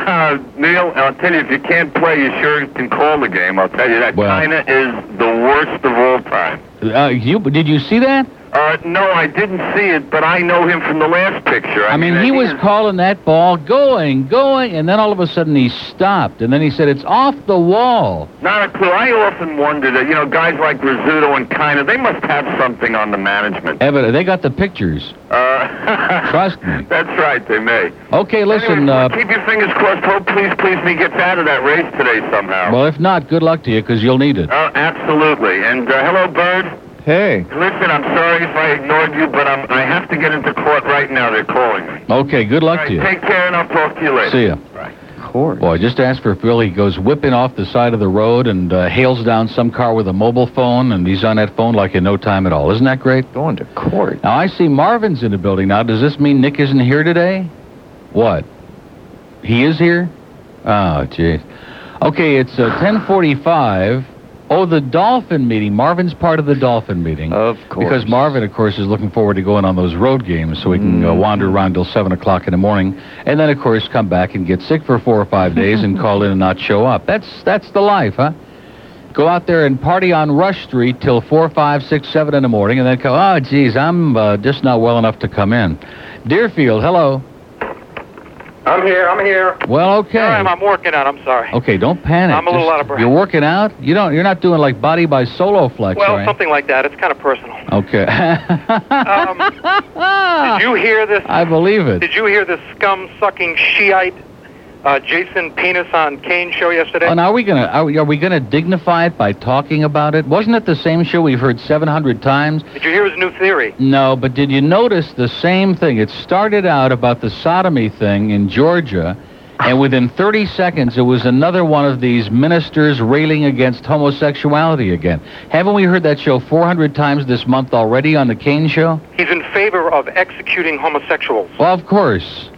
S4: Neil, I'll tell you, if you can't play, you sure can call the game. I'll tell you that.
S8: Well-
S4: China is the worst of all time.
S8: Uh, you did you see that?
S4: Uh, no, I didn't see it, but I know him from the last picture. I,
S8: I mean, he was calling that ball going, going, and then all of a sudden he stopped, and then he said it's off the wall.
S4: not a clue. I often wonder that, you know, guys like Rizzuto and Kiner, they must have something on the management.
S8: Evident. They got the pictures.
S4: Uh,
S8: Trust me.
S4: That's right, they may.
S8: Okay, listen. Uh,
S4: Keep your fingers crossed. Hope, please, please, me gets out of that race today somehow.
S8: uh, well, if not, good luck to you because you'll need it.
S4: Oh, absolutely. And uh, hello, Bird.
S10: Hey.
S4: Listen, I'm sorry if I ignored you, but I'm, I have to get into court right now. They're calling me.
S8: Okay, good
S4: All
S8: luck to
S4: right,
S8: you.
S4: Take care, and I'll talk to you later.
S8: See ya.
S10: Of course.
S8: Boy, just ask for Phil. He goes whipping off the side of the road and uh, hails down some car with a mobile phone, and he's on that phone like in no time at all. Isn't that great?
S10: Going to court.
S8: Now, I see Marvin's in the building now. Does this mean Nick isn't here today? What? He is here? Oh, jeez. Okay, it's uh, 1045. Oh, the Dolphin meeting. Marvin's part of the Dolphin meeting.
S10: Of course.
S8: Because Marvin, of course, is looking forward to going on those road games so we can
S10: Hmm.
S8: uh, wander around till 7 o'clock in the morning. And then, of course, come back and get sick for four or five days and call in and not show up. That's, that's the life, huh? Go out there and party on Rush Street till 4, 5, 6, 7 in the morning and then go, oh, geez, I'm uh, just not well enough to come in. Deerfield, hello.
S18: I'm here. I'm here.
S8: Well, okay. Oh,
S18: I'm, I'm working out. I'm sorry.
S8: Okay, don't panic.
S18: I'm a little
S8: Just-
S18: out of breath.
S8: You're working out? You don't you're not doing like body by solo flex,
S18: well,
S8: right?
S18: something like that. It's kind of personal.
S8: Okay.
S18: um, did you hear this?
S8: I believe it.
S18: Did you hear this scum-sucking Shiite uh, Jason Penis on Kane show yesterday?
S8: Oh, now are we gonna are we, are we gonna dignify it by talking about it? Wasn't it the same show we've heard 700 times?
S18: Did you hear his new theory?
S8: No, but did you notice the same thing? It started out about the sodomy thing in Georgia, and within 30 seconds, it was another one of these ministers railing against homosexuality again. Haven't we heard that show 400 times this month already on the Kane Show?
S18: He's in favor of executing homosexuals.
S8: Well, of course.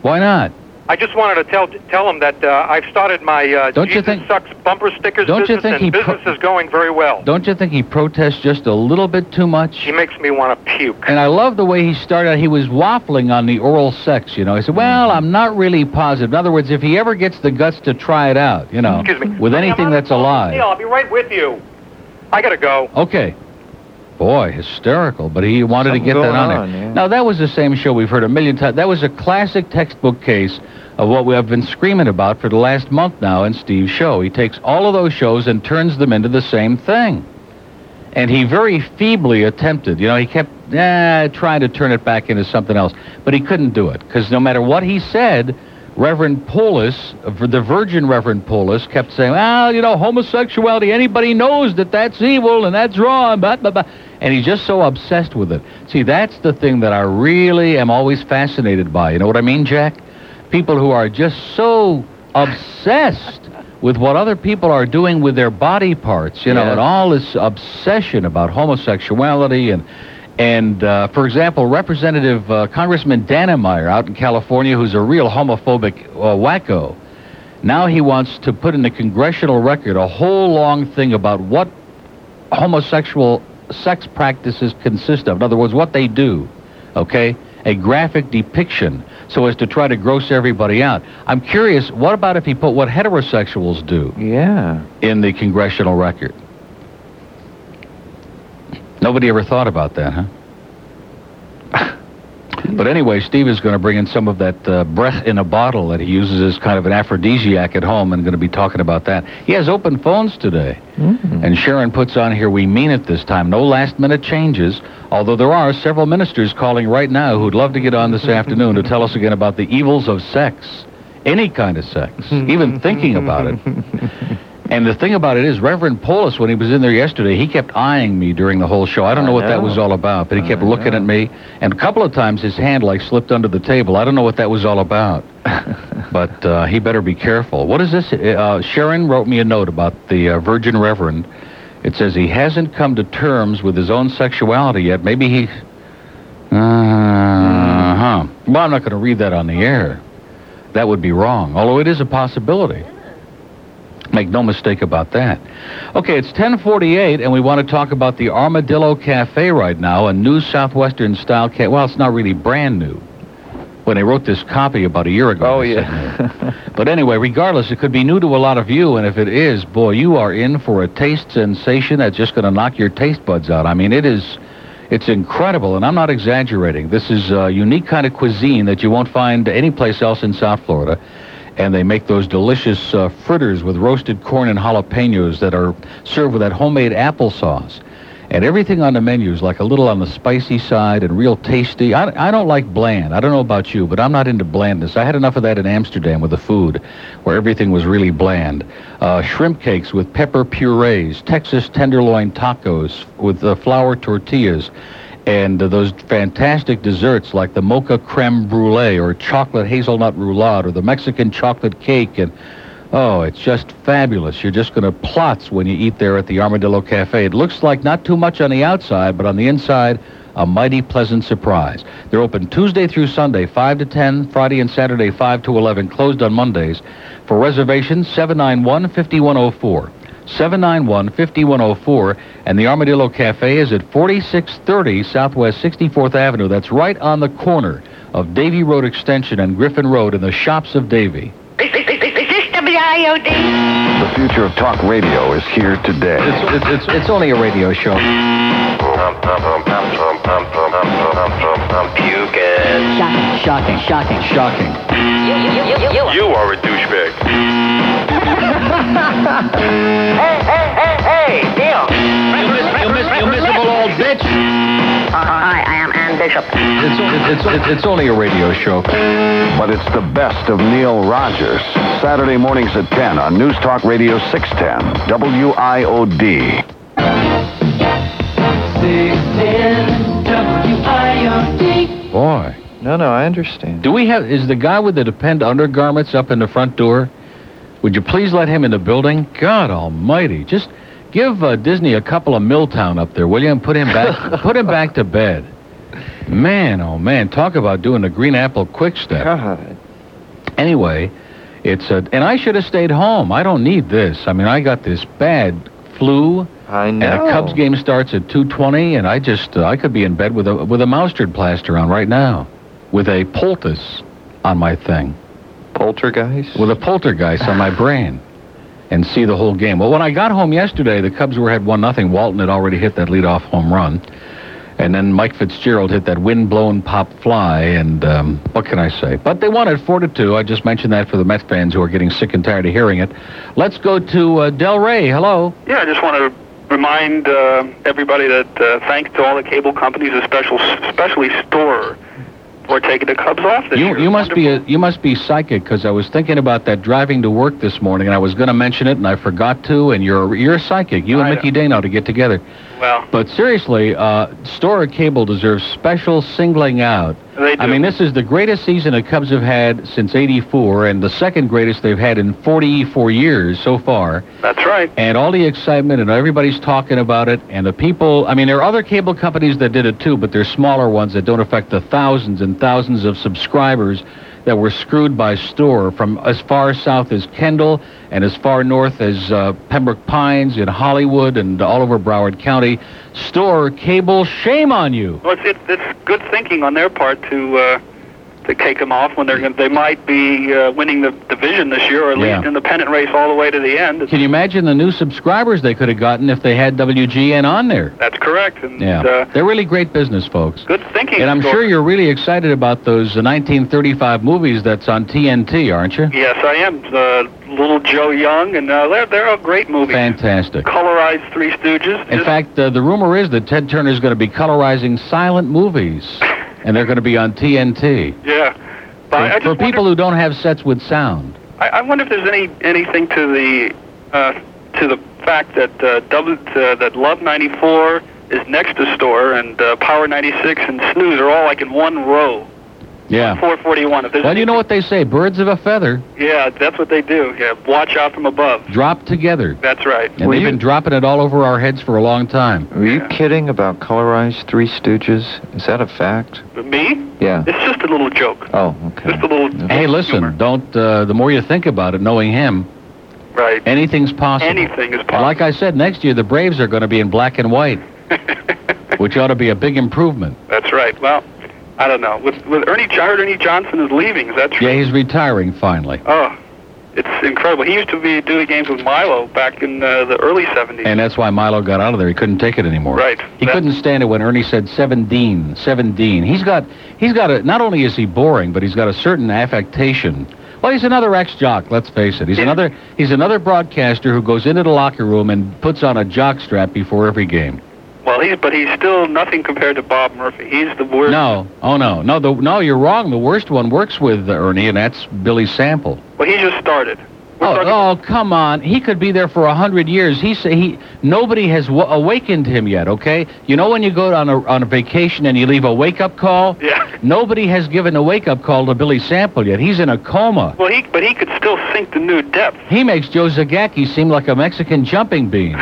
S8: Why not?
S4: I just wanted to tell tell him that uh, I've started my uh,
S19: Don't you
S4: Jesus
S19: think-
S4: sucks bumper stickers
S19: don't you
S4: business,
S19: think
S4: and
S19: he pro-
S4: business is going very well.
S19: Don't you think he protests just a little bit too much?
S4: He makes me want to puke.
S8: And I love the way he started. He was waffling on the oral sex, you know. He said, "Well, I'm not really positive." In other words, if he ever gets the guts to try it out, you know,
S4: Excuse me.
S8: with anything that's alive.
S4: Neil, I'll be right with you. I gotta go.
S8: Okay. Boy, hysterical, but he wanted
S19: Something
S8: to get that
S19: going
S8: on,
S19: on,
S8: there.
S19: yeah.
S8: Now, that was the same show we've heard a million times. That was a classic textbook case of what we have been screaming about for the last month now in Steve's show. He takes all of those shows and turns them into the same thing. And he very feebly attempted, you know, he kept eh, trying to turn it back into something else, but he couldn't do it because no matter what he said, Reverend Poulos, uh, the Virgin Reverend Poulos, kept saying, well, you know, homosexuality, anybody knows that that's evil and that's wrong, blah, blah, blah. And he's just so obsessed with it. See, that's the thing that I really am always fascinated by. You know what I mean, Jack? People who are just so obsessed with what other people are doing with their body parts, you know,
S19: Yeah.
S8: and all this obsession about homosexuality and and uh, for example, Representative uh, Congressman Dannemeyer out in California, who's a real homophobic uh, wacko, now he wants to put in the congressional record a whole long thing about what homosexual sex practices consist of. In other words, what they do, okay? A graphic depiction so as to try to gross everybody out. I'm curious, what about if he put what heterosexuals do? Yeah. In the congressional record? Nobody ever thought about that, huh? But anyway, Steve is going to bring in some of that uh, breath in a bottle that he uses as kind of an aphrodisiac at home and going to be talking about that. He has open phones today. And Sharon puts on here, we mean it this time. No last minute changes, although there are several ministers calling right now who'd love to get on this afternoon to tell us again about the evils of sex, any kind of sex, even thinking about it. And the thing about it is, Reverend Polis, when he was in there yesterday, he kept eyeing me during the whole show. I don't know what that was all about, but he kept looking at me. And a couple of times his hand like slipped under the table. I don't know what that was all about. but uh, he better be careful. What is this? Uh, Sharon wrote me a note about the uh, Virgin Reverend. It says he hasn't come to terms with his own sexuality yet. Maybe he. Uh huh. Well, I'm not going to read that on the air. That would be wrong, although it is a possibility. Make no mistake about that. Okay, it's 1048, and we want to talk about the Armadillo Cafe right now, a new Southwestern style cafe. Well, it's not really brand new. When they wrote this copy about a year ago. Oh, yeah. but anyway, regardless, it could be new to a lot of you, and if it is, boy, you are in for a taste sensation that's just going to knock your taste buds out. I mean, it is. It's incredible, and I'm not exaggerating. This is a unique kind of cuisine that you won't find anyplace else in South Florida. And they make those delicious uh, fritters with roasted corn and jalapenos that are served with that homemade applesauce. And everything on the menu is like a little on the spicy side and real tasty. I, I don't like bland. I don't know about you, but I'm not into blandness. I had enough of that in Amsterdam with the food, where everything was really bland. Uh, shrimp cakes with pepper purees, Texas tenderloin tacos with uh, flour tortillas, and uh, those fantastic desserts like the mocha creme brulee or chocolate hazelnut roulade or the Mexican chocolate cake and Oh, it's just fabulous. You're just going to plots when you eat there at the Armadillo Cafe. It looks like not too much on the outside, but on the inside, a mighty pleasant surprise. They're open Tuesday through Sunday, 5 to 10, Friday and Saturday, 5 to 11, closed on Mondays. For reservations, 791 5104. 791 5104. And the Armadillo Cafe is at 4630 Southwest 64th Avenue. That's right on the corner of Davy Road Extension and Griffin Road in the shops of Davy.
S7: Is, is, is, is this WIOD?
S20: The future of talk radio is here today.
S19: It's, it's, it's only a radio show.
S7: Shocking, shocking, shocking, shocking. You, you, you, you, you.
S1: You are a douchebag.
S7: hey, hey, hey, hey, Neil. You miss, you miss, you missable old bitch. Uh, hi, I am Ann Bishop.
S19: It's, it's, it's only a radio show.
S20: But it's the best of Neil Rogers. Saturday mornings at 10 on News Talk Radio 610, WIOD.
S7: 610 WIOD.
S19: Boy. No, no, I understand. Do we have, is the guy with the depend undergarments up in the front door? Would you please let him in the building? God almighty, just give uh, Disney a couple of Milltown up there, will you, and put him back, put him back to bed. Man, oh man, talk about doing the green apple quick step. God.
S8: Anyway, it's a, and I should have stayed home. I don't need this. I mean, I got this bad flu.
S10: I
S8: know. And a Cubs game starts at 2:20, and I just, uh, I could be in bed with a with a mustard plaster on right now, with a poultice on my thing.
S10: Poltergeist.
S8: With a poltergeist on my brain, and see the whole game. Well, when I got home yesterday, the Cubs were had one nothing. Walton had already hit that leadoff home run. And then Mike Fitzgerald hit that wind-blown pop fly, and um, what can I say? But they won at four to two. I just mentioned that for the Met fans who are getting sick and tired of hearing it. Let's go to uh, Del Rey. Hello.
S4: Yeah, I just want to remind uh, everybody that uh, thanks to all the cable companies, especially especially Store, for taking the Cubs off this
S8: you
S4: year.
S8: you must be a, you must be psychic because I was thinking about that driving to work this morning, and I was going to mention it, and I forgot to. And you're you're psychic. You and Mickey Dano to get together.
S4: Well,
S8: But seriously, uh, Stora Cable deserves special singling out.
S4: They
S8: I mean, this is the greatest season the Cubs have had since '84, and the second greatest they've had in 44 years so far.
S4: That's right.
S8: And all the excitement, and everybody's talking about it, and the people. I mean, there are other cable companies that did it too, but they're smaller ones that don't affect the thousands and thousands of subscribers that were screwed by Store from as far south as Kendall and as far north as uh, Pembroke Pines in Hollywood and all over Broward County. Store cable, shame on you.
S4: Well, it's, it's, it's good thinking on their part to uh, to take them off when they're gonna, they might be uh, winning the division this year, or at
S8: Yeah.
S4: least in the pennant race all the way to the end.
S8: Can you imagine the new subscribers they could have gotten if they had WGN on there?
S4: That's correct. And
S8: Yeah.
S4: uh,
S8: They're really great business folks.
S4: good thinking.
S8: And I'm
S4: Store.
S8: sure you're really excited about those uh, 1935 movies that's on TNT, aren't you?
S4: Yes, I am. Uh, Little Joe Young, and uh, they're they're a great movie.
S8: Fantastic.
S4: Colorized Three Stooges.
S8: In fact, uh, the rumor is that Ted Turner is going to be colorizing silent movies, and they're going to be on TNT.
S4: Yeah.
S8: For,
S4: But I- I
S8: for
S4: just
S8: people who don't have sets with sound.
S4: I, I wonder if there's any anything to the uh, to the fact that uh, w, uh, that Love 94 is next to Store and uh, Power 96 and Snooze are all like in one row.
S8: Yeah.
S4: 441. If there's
S8: Well, you know what they say: birds of a feather
S4: yeah, that's what they do. Yeah, watch out from above.
S8: drop together.
S4: That's right.
S8: And they've been dropping it all over our heads for a long time.
S10: Were you kidding about colorized Three Stooges? Is that a fact?
S4: Me?
S10: Yeah.
S4: It's just a little joke.
S10: Oh, okay.
S4: Just a little.
S8: Hey, listen, don't. Uh, the more you think about it, knowing him,
S4: right?
S8: Anything's possible.
S4: Anything is
S8: And like I said, next year the Braves are going to be in black and white, which ought to be a big improvement.
S4: That's right. Well, I don't know. With with Ernie, I heard Ernie Johnson is leaving. Is that true?
S8: Yeah, he's retiring finally,
S4: Oh, it's incredible. He used to be doing games with Milo back in uh, the early 70s.
S8: and that's why Milo got out of there. He couldn't take it anymore.
S4: Right.
S8: He couldn't stand it when Ernie said 17, 17. He's got, he's got a. Not only is he boring, but he's got a certain affectation. Well, he's another ex-jock. Let's face it. He's another, he's another broadcaster who goes into the locker room and puts on a jock strap before every game.
S4: Well, he's but he's still nothing compared to Bob Murphy. He's the worst.
S8: No, oh no, no, the, no. You're wrong. The worst one works with uh, Ernie, and that's Billy Sample.
S4: Well, he just started.
S8: Oh, oh, come on. He could be there for a hundred years. He say he nobody has w- awakened him yet. Okay, you know when you go on a on a vacation and you leave a wake up call.
S4: Yeah.
S8: Nobody has given a wake up call to Billy Sample yet. He's in a coma.
S4: Well, he but he could still sink to new depth.
S8: He makes Joe Zagacki seem like a Mexican jumping bean,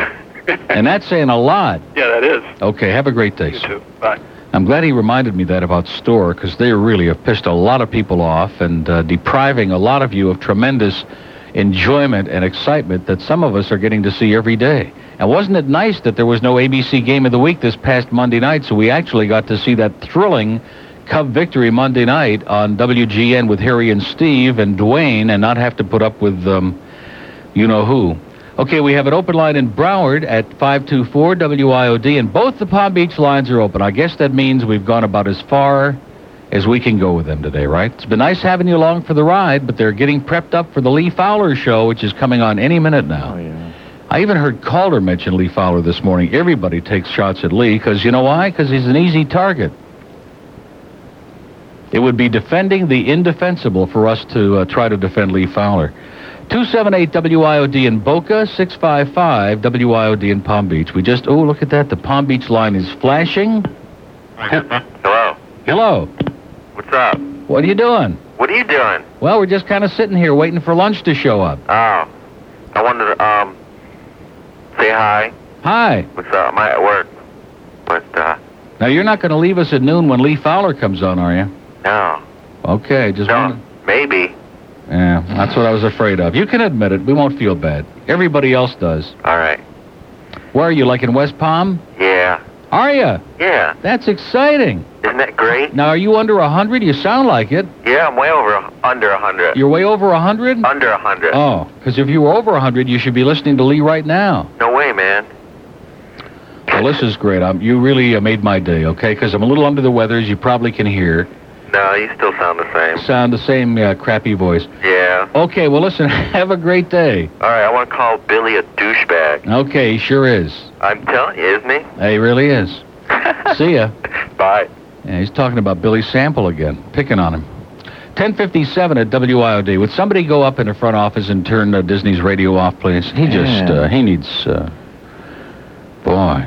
S8: and that's saying a lot.
S4: Yeah, that is.
S8: Okay, have a great day.
S4: You
S8: sir.
S4: too. Bye.
S8: I'm glad he reminded me that about Store because they really have pissed a lot of people off and uh, depriving a lot of you of tremendous enjoyment and excitement that some of us are getting to see every day. And wasn't it nice that there was no ABC Game of the Week this past Monday night, so we actually got to see that thrilling Cub victory Monday night on WGN with Harry and Steve and Dwayne and not have to put up with um, you know who. Okay, we have an open line in Broward at 524 WIOD, and both the Palm Beach lines are open. I guess that means we've gone about as far as we can go with them today, right? It's been nice having you along for the ride, but they're getting prepped up for the Lee Fowler show, which is coming on any minute now. I even heard Calder mention Lee Fowler this morning. Everybody takes shots at Lee because you know why? Because he's an easy target. It would be defending the indefensible for us to uh, try to defend Lee Fowler. 278 WIOD in Boca, 655 WIOD in Palm Beach. We just, oh, look at that. The Palm Beach line is flashing.
S21: Hello.
S8: Hello.
S21: What's up?
S8: What are you doing?
S21: What are you doing?
S8: Well, we're just kind of sitting here waiting for lunch to show up.
S21: Oh, I wanted to um say hi.
S8: Hi.
S21: What's up? I'm at work, but uh,
S8: Now, you're not going to leave us at noon when Lee Fowler comes on, are you?
S21: no,
S8: Okay, just wanted-
S21: maybe
S8: Yeah, that's what I was afraid of. You can admit it. We won't feel bad. Everybody else does.
S17: All right.
S8: Where are you? Like in West Palm?
S17: Yeah.
S8: Are you?
S17: Yeah.
S8: That's exciting.
S17: Isn't that great?
S8: Now, are you under a hundred? You sound like it.
S17: Yeah, I'm way over a- under a hundred.
S8: You're way over a hundred.
S17: Under a hundred.
S8: Oh, because if you were over a hundred, you should be listening to Lee right now.
S17: No way, man.
S8: Well, this is great. Um, you really uh, made my day, okay? Because I'm a little under the weather, as you probably can hear.
S17: No, you still sound the same.
S8: Sound the same uh, crappy voice.
S17: Yeah.
S8: Okay, well, listen, have a great day.
S17: All right, I want to call Billy a douchebag.
S8: Okay, he sure is.
S17: I'm telling you, isn't he?
S8: Hey, he really is. See ya.
S17: Bye.
S8: Yeah, he's talking about Billy Sample again, picking on him. 1057 at WIOD. Would somebody go up in the front office and turn uh, Disney's radio off, please? He just,
S13: Yeah.
S8: uh, he needs, uh, boy.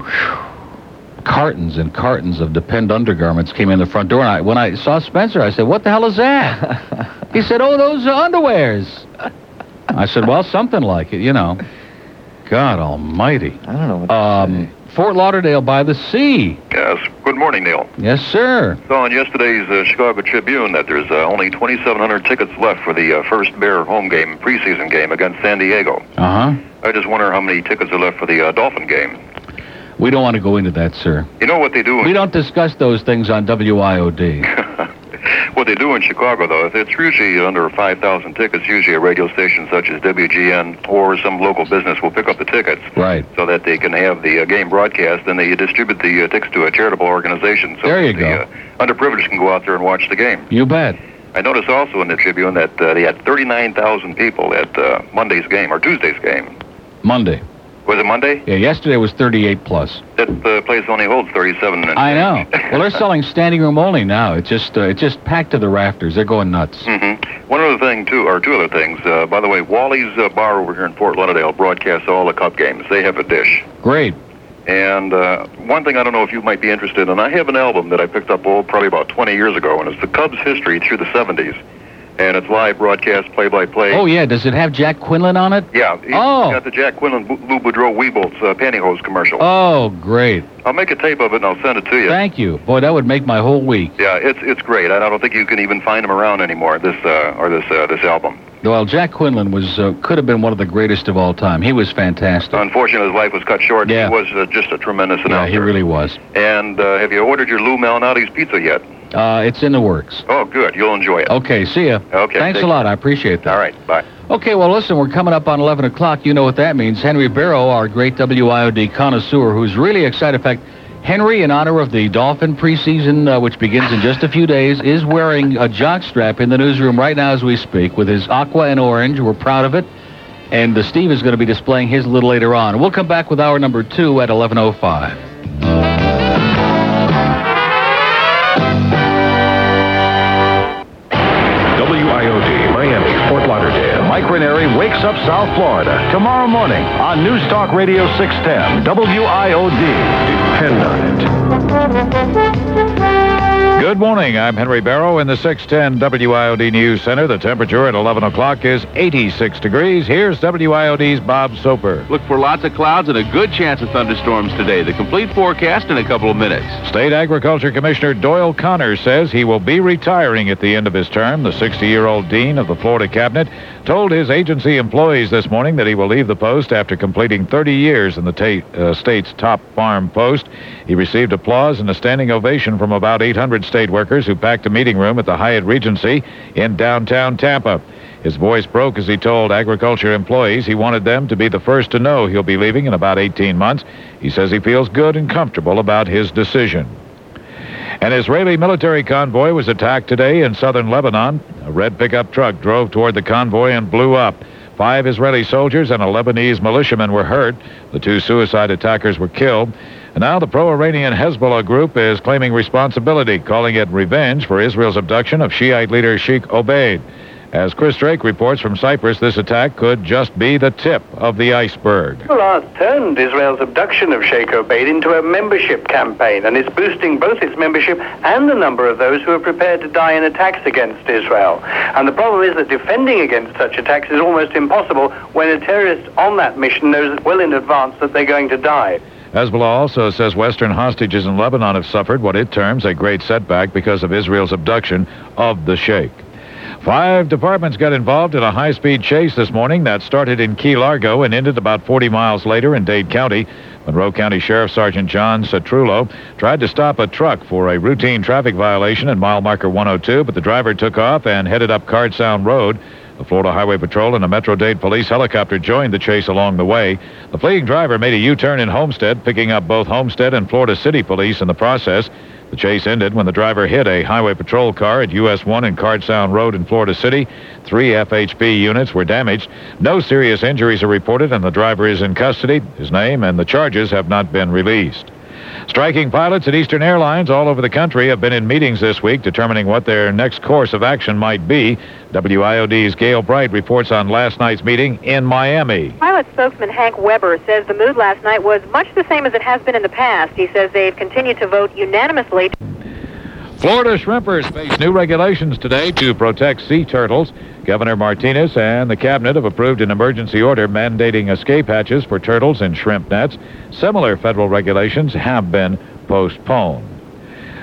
S8: Cartons and cartons of Depend undergarments came in the front door, and I, when I saw Spencer, I said, what the hell is that? he said, oh, those are underwears. I said, well, something like it, you know. God almighty. I don't know what um, Fort Lauderdale by the sea.
S22: Yes. Good morning, Neil.
S8: Yes, sir.
S22: Saw in yesterday's uh, Chicago Tribune that there's uh, only 2,700 tickets left for the uh, first Bear home game, preseason game against San Diego.
S8: Uh huh.
S22: I just wonder how many tickets are left for the uh, Dolphin game.
S8: We don't want to go into that, sir.
S22: You know what they do?
S8: We don't discuss those things on WIOD.
S22: What they do in Chicago, though, is it's usually under 5,000 tickets. Usually, a radio station such as WGN or some local business will pick up the tickets
S8: right.
S22: so that they can have the uh, game broadcast, and they distribute the uh, tickets to a charitable organization. So
S8: There you
S22: that
S8: go.
S22: the uh, underprivileged can go out there and watch the game.
S8: You bet.
S22: I noticed also in the Tribune that uh, they had 39,000 people at uh, Monday's game or Tuesday's game.
S8: Monday.
S22: Was it Monday?
S8: Yeah, yesterday was 38 plus.
S22: That uh, place only holds 37. And
S8: I know. Well, they're selling standing room only now. It's just uh, it's just packed to the rafters. They're going nuts.
S22: Mhm. One other thing, too, or two other things. Uh, by the way, Wally's uh, Bar over here in Fort Lauderdale broadcasts all the Cup games. They have a dish.
S8: Great.
S22: And uh, one thing I don't know if you might be interested in, I have an album that I picked up oh, probably about 20 years ago, and it's the Cubs' history through the 70s. And it's live broadcast, play by play.
S8: Oh yeah, does it have Jack Quinlan on it?
S22: Yeah, he
S8: Oh.
S22: got the Jack Quinlan Bu- Lou Boudreau Weebolt's uh, pantyhose commercial.
S8: Oh, great.
S22: I'll make a tape of it and I'll send it to you.
S8: Thank you. Boy, that would make my whole week.
S22: yeah, it's it's great. I don't think you can even find him around anymore. This uh, or this uh, this album.
S8: Well, Jack Quinlan was uh, could have been one of the greatest of all time. He was fantastic.
S22: Unfortunately, his life was cut short.
S8: Yeah.
S22: He was uh, just a tremendous
S8: Yeah, he
S22: announcer.
S8: really was.
S22: And uh, have you ordered your Lou Malnati's pizza yet?
S8: Uh, it's in the works.
S22: Oh, good. You'll enjoy it.
S8: Okay, see ya.
S22: Okay,
S8: Thanks
S22: take
S8: a lot. I appreciate that.
S22: All right. Bye.
S8: Okay, well, listen, we're coming up on 11 o'clock. You know what that means. Henry Barrow, our great WIOD connoisseur, who's really excited. In fact, Henry, in honor of the Dolphin preseason, uh, which begins in just a few days, is wearing a jockstrap in the newsroom right now as we speak with his aqua and orange. We're proud of it. And uh, Steve is going to be displaying his a little later on. We'll come back with hour number two at 11.05.
S3: WIOD, Miami, Fort Lauderdale. Mike Ranieri wakes up South Florida tomorrow morning on News Talk Radio 610, WIOD. Depend on it.
S2: Good morning. I'm Henry Barrow in the 610 WIOD News Center. The temperature at 11 o'clock is 86 degrees. Here's WIOD's Bob Soper.
S1: Look for lots of clouds and a good chance of thunderstorms today. The complete forecast in a couple of minutes.
S2: State Agriculture Commissioner Doyle Connor says he will be retiring at the end of his term. The 60-year-old dean of the Florida Cabinet told his agency employees this morning that he will leave the post after completing 30 years in the ta- uh, state's top farm post. He received applause and a standing ovation from about 800 state workers who packed a meeting room at the Hyatt Regency in downtown Tampa. His voice broke as he told agriculture employees he wanted them to be the first to know he'll be leaving in about 18 months. He says he feels good and comfortable about his decision. An Israeli military convoy was attacked today in southern Lebanon. A red pickup truck drove toward the convoy and blew up. Five Israeli soldiers and a Lebanese militiaman were hurt. The two suicide attackers were killed. And now the pro-Iranian Hezbollah group is claiming responsibility, calling it revenge for Israel's abduction of Shiite leader Sheikh Obaid. As Chris Drake reports from Cyprus, this attack could just be the tip of the iceberg.
S23: Hezbollah turned Israel's abduction of Sheikh Obaid into a membership campaign and is boosting both its membership and the number of those who are prepared to die in attacks against Israel. And the problem is that defending against such attacks is almost impossible when a terrorist on that mission knows well in advance that they're going to die.
S2: Hezbollah also says Western hostages in Lebanon have suffered what it terms a great setback because of Israel's abduction of the sheikh. Five departments got involved in a high speed chase this morning that started in Key Largo and ended about 40 miles later in Dade County. Monroe County Sheriff Sergeant John Satrullo tried to stop a truck for a routine traffic violation at mile marker 102, but the driver took off and headed up Cardsound Road. The Florida Highway Patrol and a Metro Dade police helicopter joined the chase along the way. The fleeing driver made a U turn in Homestead, picking up both Homestead and Florida City police in the process. The chase ended when the driver hit a highway patrol car at US 1 and Cardsound Road in Florida City. Three FHP units were damaged. No serious injuries are reported, and the driver is in custody. His name and the charges have not been released. Striking pilots at Eastern Airlines all over the country have been in meetings this week determining what their next course of action might be. WIOD's Gail Bright reports on last night's meeting in Miami.
S24: Pilot spokesman Hank Weber says the mood last night was much the same as it has been in the past. He says they've continued to vote unanimously.
S2: Florida shrimpers face new regulations today to protect sea turtles. Governor Martinez and the cabinet have approved an emergency order mandating escape hatches for turtles in shrimp nets. Similar federal regulations have been postponed.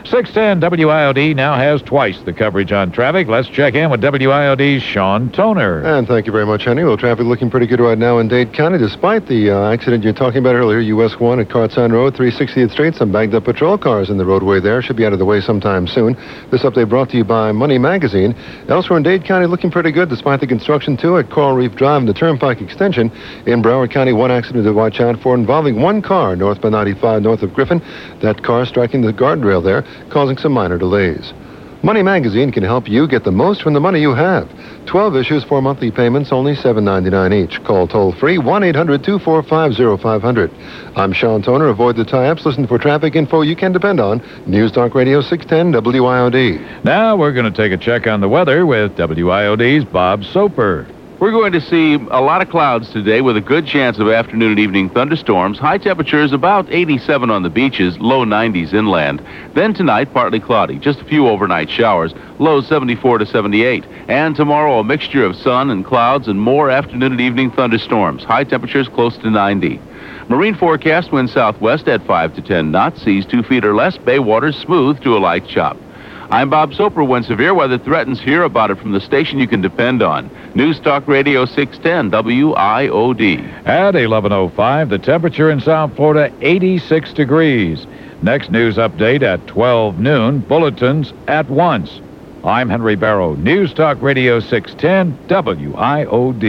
S2: 610 WIOD now has twice the coverage on traffic. Let's check in with WIOD's Sean Toner.
S25: And thank you very much, Henry. Well, traffic looking pretty good right now in Dade County, despite the uh, accident you're talking about earlier, US 1 at Cartson Road, 360th Street. Some bagged up patrol cars in the roadway there. Should be out of the way sometime soon. This update brought to you by Money Magazine. Elsewhere in Dade County, looking pretty good, despite the construction, too, at Coral Reef Drive and the Turnpike Extension. In Broward County, one accident to watch out for involving one car north by 95 north of Griffin. That car striking the guardrail there causing some minor delays. Money Magazine can help you get the most from the money you have. 12 issues for monthly payments, only $7.99 each. Call toll free 1 800 245 0500. I'm Sean Toner. Avoid the tie ups. Listen for traffic info you can depend on. News Talk Radio 610 WIOD.
S2: Now we're going to take a check on the weather with WIOD's Bob Soper.
S1: We're going to see a lot of clouds today with a good chance of afternoon and evening thunderstorms. High temperatures about 87 on the beaches, low 90s inland. Then tonight, partly cloudy, just a few overnight showers, low 74 to 78. And tomorrow, a mixture of sun and clouds and more afternoon and evening thunderstorms. High temperatures close to 90. Marine forecast wind southwest at 5 to 10 knots, seas 2 feet or less, bay waters smooth to a light chop. I'm Bob Soper. When severe weather threatens, hear about it from the station you can depend on. News Talk Radio 610 WIOD.
S2: At 11.05, the temperature in South Florida, 86 degrees. Next news update at 12 noon, bulletins at once. I'm Henry Barrow, News Talk Radio 610 WIOD.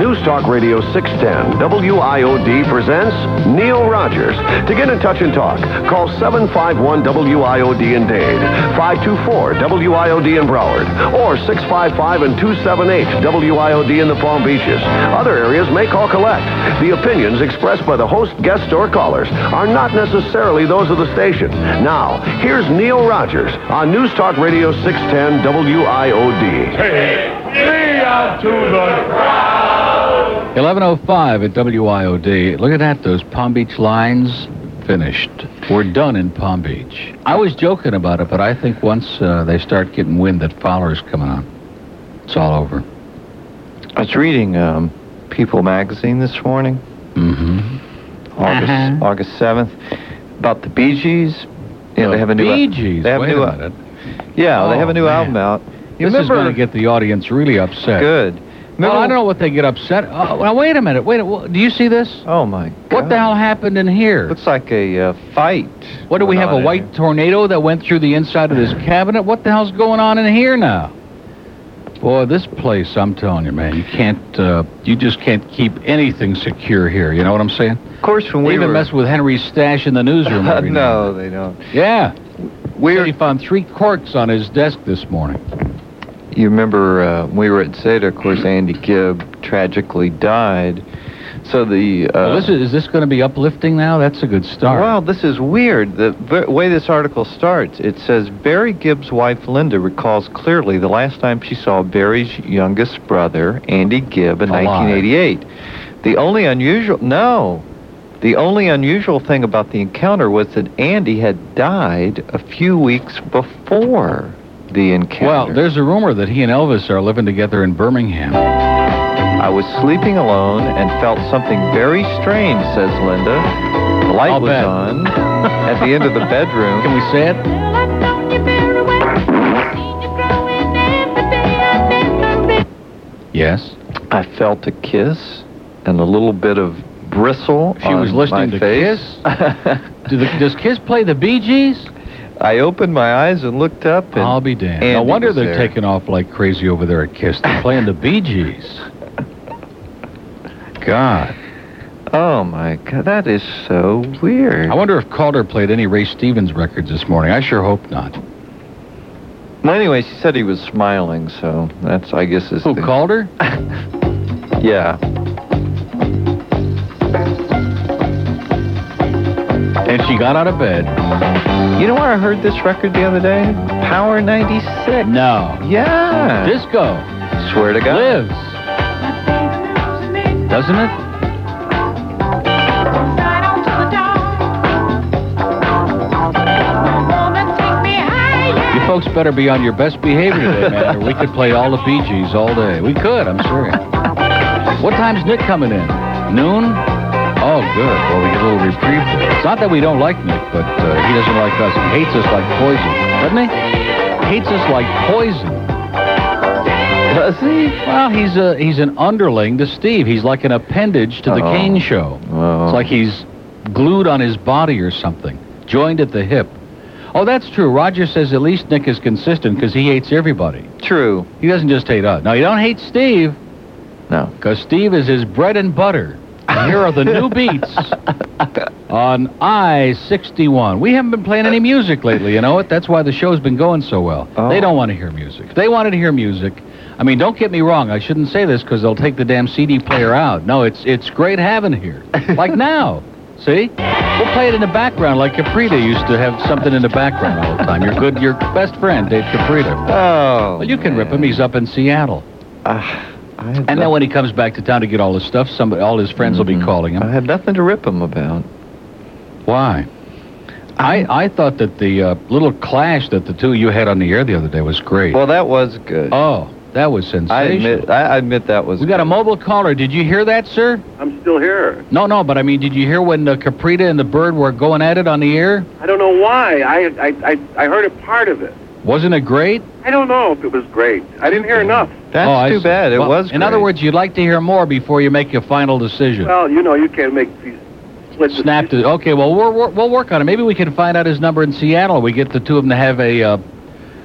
S3: News Talk Radio 610 WIOD presents Neil Rogers. To get in touch and talk, call 751 WIOD in Dade, 524 WIOD in Broward, or 655 and 278 WIOD in the Palm Beaches. Other areas may call collect. The opinions expressed by the host, guest, or callers are not necessarily those of the station. Now, here's Neil Rogers on News Talk Radio 610 WIOD.
S26: Me out to the crowd.
S8: 1105 at WIOD. Look at that, those Palm Beach lines finished. We're done in Palm Beach. I was joking about it, but I think once uh, they start getting wind that Fowler's coming on, it's all over.
S10: I was reading um, People magazine this morning. Mm-hmm. August
S8: Uh-huh.
S10: August seventh about the Bee Gees. Yeah, they have a new
S8: Bee
S10: al-
S8: Gees.
S10: They have
S8: Wait
S10: a new
S8: a
S10: al-
S8: minute.
S10: Yeah, they have a new
S8: Oh, man.
S10: album out. You
S8: this
S10: remember
S8: is going to get the audience really upset.
S10: good.
S8: well, I don't know what they get upset. Oh, well, wait a minute. Wait. A, wha- do you see this?
S10: Oh my!
S8: What the hell happened in here? Looks
S10: like a uh, fight.
S8: What do we
S10: went
S8: have?
S10: on
S8: A
S10: in
S8: white tornado that went through the inside of this cabinet? What the hell's going on in here now? Boy, this place, I'm telling you, man, you can't, uh, you just can't keep anything secure here. You know what I'm saying?
S10: Of course, when
S8: they
S10: we
S8: even
S10: were
S8: mess with Henry's stash in the newsroom. Every now
S10: no, they don't.
S8: and then. Yeah. We he found three corks on his desk this morning.
S10: You remember uh, we were at Zeta, of course, Andy Gibb tragically died. So the uh,
S8: Well, this is, is this going to be uplifting now? That's a good start.
S10: Well, this is weird. The v- way this article starts, it says Barry Gibb's wife Linda recalls clearly the last time she saw Barry's youngest brother, Andy Gibb, in
S8: Alive.
S10: 1988. The only unusual no, the only unusual thing about the encounter was that Andy had died a few weeks before the encounter.
S8: Well, there's a rumor that he and Elvis are living together in Birmingham.
S10: I was sleeping alone and felt something very strange, says Linda. The light was on at the end of the bedroom.
S8: Can we say it?
S10: I felt a kiss and a little bit of bristle
S8: She was
S10: on
S8: listening to
S10: my face.
S8: Kiss. Do the- does Kiss play the Bee Gees?
S10: I opened my eyes and looked up. And
S8: I'll be damned.
S10: Andy
S8: no wonder
S10: was
S8: they're
S10: there.
S8: taking off like crazy over there at Kiss. They're playing the Bee Gees. God.
S10: Oh my God, that is so weird.
S8: I wonder if Calder played any Ray Stevens records this morning. I sure hope not.
S10: Well, anyway, she said he was smiling, so that's I guess is
S8: Who
S10: the,
S8: called her?
S10: Yeah.
S8: And she got out of bed.
S10: You know where I heard this record the other day? Power 96.
S8: No.
S10: Yeah.
S8: Disco.
S10: Swear to God.
S8: Lives. Doesn't it? You folks better be on your best behavior today, man, or we could play all the Bee Gees all day. We could, I'm sure. What time's Nick coming in? Noon? Oh, good. Well, we get a little reprieve there. It's not that we don't like Nick, but uh, he doesn't like us. He hates us like poison, doesn't he? Hates us like poison.
S10: Does he?
S8: Well, he's a he's an underling to Steve. He's like an appendage to the
S10: Oh.
S8: Kane show.
S10: Well,
S8: It's like he's glued on his body or something, joined at the hip. Oh, that's true. Roger says at least Nick is consistent because he hates everybody.
S10: True.
S8: He doesn't just hate us. No, you don't hate Steve.
S10: No.
S8: Because Steve is his bread and butter. And here are the new beats on I-61. We haven't been playing any music lately, you know what? That's why the show's been going so well. They don't want to hear music. If they wanted to hear music, I mean, don't get me wrong. I shouldn't say this because they'll take the damn CD player out. No, it's it's great having it here. Like now. See? We'll play it in the background like Caprita used to have something in the background all the time. Your good, your best friend, Dave Caprita.
S10: Oh.
S8: Well, you can rip him. He's up in Seattle. and then when he comes back to town to get all his stuff, somebody, all his friends will be calling him.
S10: I have nothing to rip him about.
S8: Why? I, I thought that the uh, little clash that the two of you had on the air the other day was great.
S10: Well, that was good.
S8: Oh, that was sensational.
S10: I admit, I admit that was.
S8: we got a mobile caller. Did you hear that, sir?
S4: I'm still here.
S8: No, no, but I mean, did you hear when uh, Caprita and the bird were going at it on the air?
S4: I don't know why. I, I, I, I heard a part of it.
S8: Wasn't it great?
S4: I don't know if it was great. I didn't hear enough.
S10: That's
S8: Oh, I
S10: too
S8: see.
S10: bad. It
S8: Well,
S10: was.
S8: In other
S10: great.
S8: words, you'd like to hear more before you make your final decision.
S4: Well, you know, you can't make these.
S8: Snapped it. Okay, well, we're, we're, we'll work on it. Maybe we can find out his number in Seattle. We get the two of them to have a uh,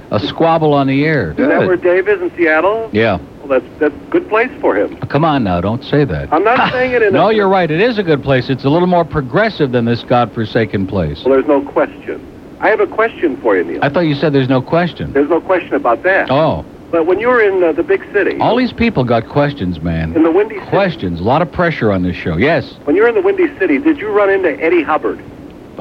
S8: a squabble on the air.
S4: Is that where Dave is in Seattle?
S8: Yeah.
S4: Well, that's that's a good place for him.
S8: Come on now, don't say that.
S4: I'm not saying it in.
S8: Ah, No,
S4: a,
S8: you're right. It is a good place. It's a little more progressive than this godforsaken place.
S4: Well, there's no question. I have a question for you, Neil.
S8: I thought you said there's no question.
S4: There's no question about that.
S8: Oh,
S4: But when you were in uh, the big city,
S8: all these people got questions, man.
S4: in the windy,
S8: Questions. A lot of pressure on this show. Yes.
S4: when you were in the windy city, did you run into Eddie Hubbard?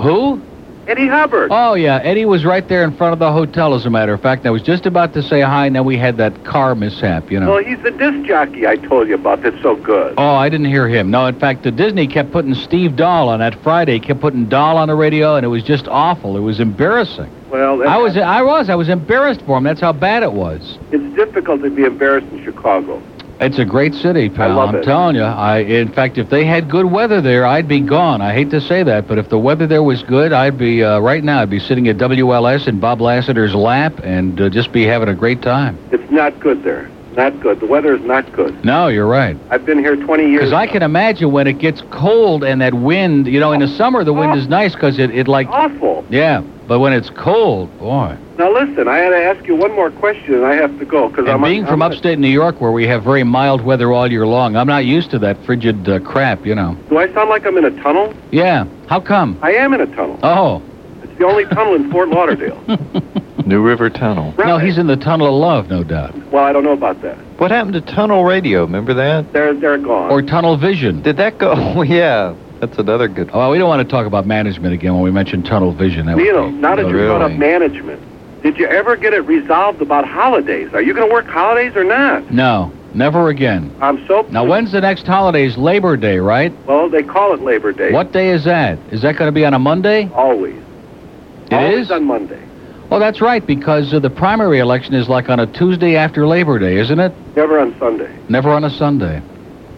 S8: Who?
S4: Eddie Hubbard.
S8: Oh, yeah. Eddie was right there in front of the hotel, as a matter of fact. I was just about to say hi, and then we had that car mishap, you know.
S4: Well, he's the disc jockey I told you about. That's so good.
S8: Oh, I didn't hear him. No, in fact, the Disney kept putting Steve Dahl on that Friday, kept putting Dahl on the radio, and it was just awful. It was embarrassing.
S4: Well, that-
S8: I was, I was, I was embarrassed for him. That's how bad it was.
S4: it's difficult to be embarrassed in Chicago.
S8: It's a great city, pal.
S4: love
S8: I'm
S4: it.
S8: telling you. I, in fact, if they had good weather there, I'd be gone. I hate to say that, but if the weather there was good, I'd be uh, right now. I'd be sitting at WLS in Bob Lassiter's lap and uh, just be having a great time.
S4: It's not good there. Not good. The weather is not good.
S8: No, you're right.
S4: I've been here 20 years.
S8: Because I can imagine when it gets cold and that wind, you know, in the summer the wind is nice because it, it like,
S4: Awful.
S8: yeah, but when it's cold, boy.
S4: Now listen, I had to ask you one more question, and I have to go because I'm
S8: And being
S4: I'm
S8: from upstate New York where we have very mild weather all year long, I'm not used to that frigid uh, crap, you know.
S4: Do I sound like I'm in a tunnel?
S8: Yeah, how come?
S4: I am in a tunnel.
S8: Oh,
S4: It's the only tunnel in Fort Lauderdale.
S10: New River Tunnel.
S8: no, he's in the tunnel of love, no doubt.
S4: Well, I don't know about that.
S10: What happened to Tunnel Radio? Remember that?
S4: They're they're gone.
S8: Or tunnel vision.
S10: Did that go? Oh, yeah. That's another good.
S8: Well, Oh, we don't want to talk about management again when we mention tunnel vision. That would
S4: Neil,
S8: be-
S4: now that you brought up
S8: Really?
S4: management, did you ever get it resolved about holidays? Are you going to work holidays or not?
S8: No, never again.
S4: I'm so.
S8: Now, when's the next holiday? Is Labor Day, right?
S4: Well, they call it Labor Day.
S8: What day is that? Is that going to be on a Monday?
S4: Always.
S8: It
S4: Always
S8: is?
S4: on Monday.
S8: Oh, that's right, because uh, the primary election is like on a Tuesday after Labor Day, isn't it?
S4: Never on Sunday.
S8: Never on a Sunday.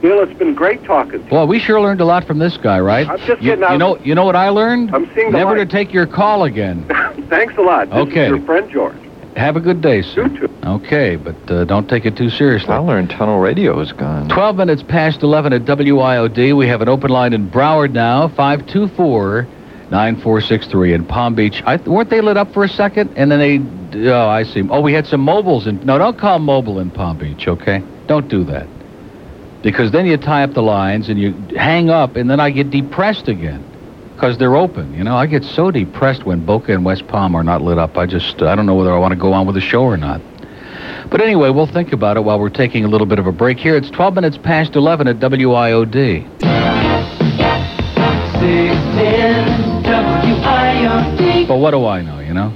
S4: Neil, it's been great talking.
S8: Well, we sure learned a lot from this guy, right?
S4: I'm just
S8: you,
S4: getting out
S8: you
S4: of-
S8: know, you know what I learned?
S4: I'm seeing the
S8: Never
S4: light.
S8: to take your call again.
S4: Thanks a lot. This is
S8: Okay.
S4: your friend George.
S8: Have a good day, sir. Okay, but uh, don't take it too seriously. I
S10: learned tunnel radio is gone.
S8: 12 minutes past 11 at WIOD. We have an open line in Broward now, 524 9463 in Palm Beach. I, weren't they lit up for a second? And then they. Oh, I see. Oh, we had some mobiles in. No, don't call mobile in Palm Beach, okay? Don't do that. Because then you tie up the lines and you hang up, and then I get depressed again because they're open. You know, I get so depressed when Boca and West Palm are not lit up. I just, uh, I don't know whether I want to go on with the show or not. But anyway, we'll think about it while we're taking a little bit of a break here. It's 12 minutes past 11 at WIOD.
S7: 610 WIOD.
S8: But what do I know, you know?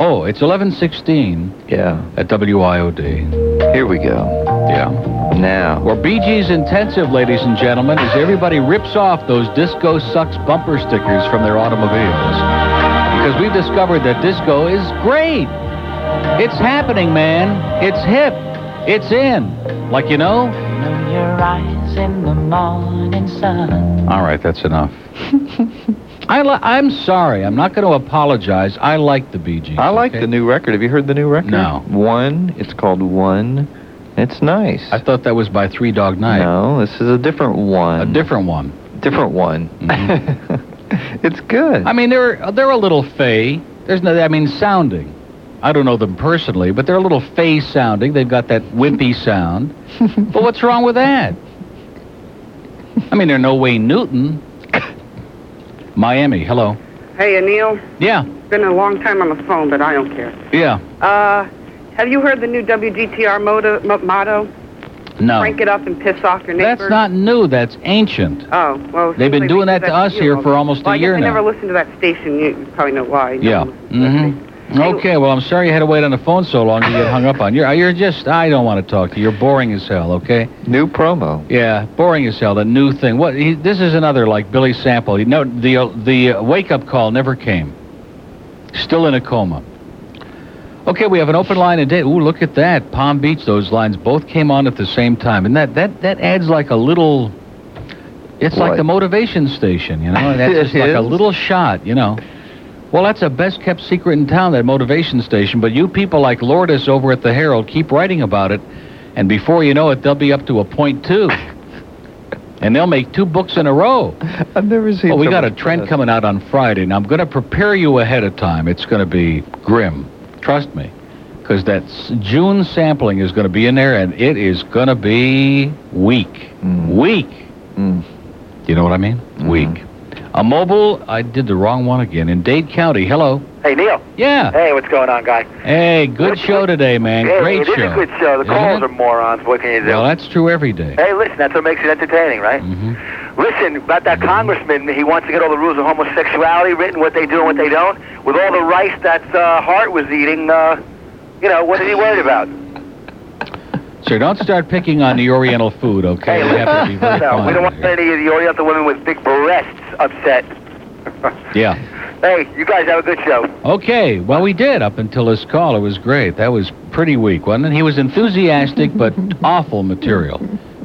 S8: Oh, it's 11:16.
S10: Yeah.
S8: At WIOD.
S10: Here we go.
S8: Yeah.
S10: Now.
S8: Where BG's intensive, ladies and gentlemen, is everybody rips off those disco sucks bumper stickers from their automobiles because we've discovered that disco is great. It's happening, man. It's hip. It's in. Like you know.
S7: Your eyes in the morning sun.
S8: All right, that's enough. I li- I'm sorry. I'm not going to apologize. I like the BG's.
S10: I like the new record. Have you heard the new record?
S8: No.
S10: One. It's called One. It's nice.
S8: I thought that was by Three Dog Night.
S10: No, this is a different one.
S8: A different one. Mm-hmm.
S10: Different one. it's good.
S8: I mean, they're they're a little fey. There's no. I mean, sounding. I don't know them personally, but they're a little fey sounding. They've got that wimpy sound. but what's wrong with that? I mean, they're no way Newton. Miami. Hello.
S27: Hey, Anil.
S8: Yeah.
S27: It's been a long time on the phone, but I don't care.
S8: Yeah.
S27: Uh, have you heard the new WGTR moto, mo- motto?
S8: No.
S27: Crank it up and piss off your neighbor.
S8: That's not new. That's ancient.
S27: Oh well.
S8: They've been
S27: since
S8: doing
S27: they
S8: that to us
S27: you,
S8: here for almost
S27: well,
S8: a year
S27: I guess I
S8: now.
S27: never listened to that station. You probably know why. You
S8: Yeah.
S27: know.
S8: Mm-hmm. Okay. Well, I'm sorry you had to wait on the phone so long to get hung up on. You're you're just I don't want to talk to you. You're boring as hell. Okay.
S10: New promo.
S8: Yeah, boring as hell. The new thing. What? He, this is another like Billy Sample. You know, the uh, the uh, wake up call never came. Still in a coma. Okay, we have an open line today. Ooh, look at that. Palm Beach, those lines both came on at the same time. And that, that, that adds like a little, it's like
S10: What?
S8: the motivation station, you know? Oh, That's
S10: It
S8: just like a
S10: is?
S8: little shot, you know? Well, that's the best kept secret in town, that motivation station. But you people like Lourdes over at the Herald keep writing about it. And before you know it, they'll be up to a point two. and they'll make two books in a row.
S10: I've never seen.
S8: Well, we
S10: so
S8: got a
S10: much
S8: trend
S10: fun.
S8: coming out on Friday, and I'm going to prepare you ahead of time. It's going to be grim, trust me, because that s- June sampling is going to be in there, and it is going to be weak, weak.
S10: Mm. Mm-hmm.
S8: You know what I mean? Weak. A mobile. I did the wrong one again in Dade County. Hello.
S17: Hey, Neil.
S8: Yeah.
S17: Hey, what's going on, guy?
S8: Hey, good show today, man.
S17: hey,
S8: Great
S17: it is
S8: show.
S17: a good show. The
S8: Isn't
S17: calls
S8: it?
S17: are morons. What can you do?
S8: Well, that's true every day.
S17: Hey, listen, that's what makes it entertaining, right? Listen, about that congressman, he wants to get all the rules of homosexuality written, what they do and what they don't. With all the rice that uh, Hart was eating, uh, you know, what is he worried about?
S8: Sir, don't start picking on the Oriental food, okay? We have to be very
S17: no, we
S8: fine.
S17: don't want any of the Oriental women with big breasts upset.
S8: Yeah.
S17: Hey, you guys have a good show.
S8: Okay, well, we did up until his call. It was great. That was pretty weak, wasn't it? He was enthusiastic, but awful material.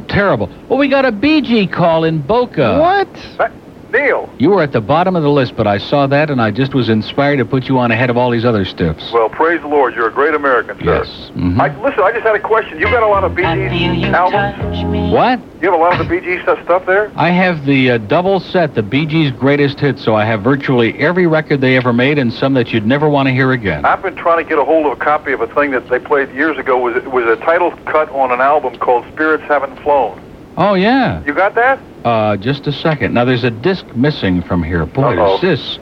S8: Terrible. Well, we got a BG call in Boca.
S10: What?
S17: Neil.
S8: You were at the bottom of the list, but I saw that, and I just was inspired to put you on ahead of all these other stiffs.
S28: Well, praise the Lord, you're a great American, sir.
S8: Yes. Mhm.
S28: I, listen, I just had a question. You got a lot of Bee Gees albums?
S8: What?
S28: You have a lot of the Bee Gees stuff- stuff there?
S8: I have the uh, double set, the BG's greatest hits, so I have virtually every record they ever made and some that you'd never want to hear again.
S28: I've been trying to get a hold of a copy of a thing that they played years ago. Was was a title cut on an album called Spirits Haven't Flown.
S8: Oh, yeah.
S28: You got that?
S8: Uh, just a second. Now there's a disc missing from here. Boy,
S28: Uh-oh.
S8: does this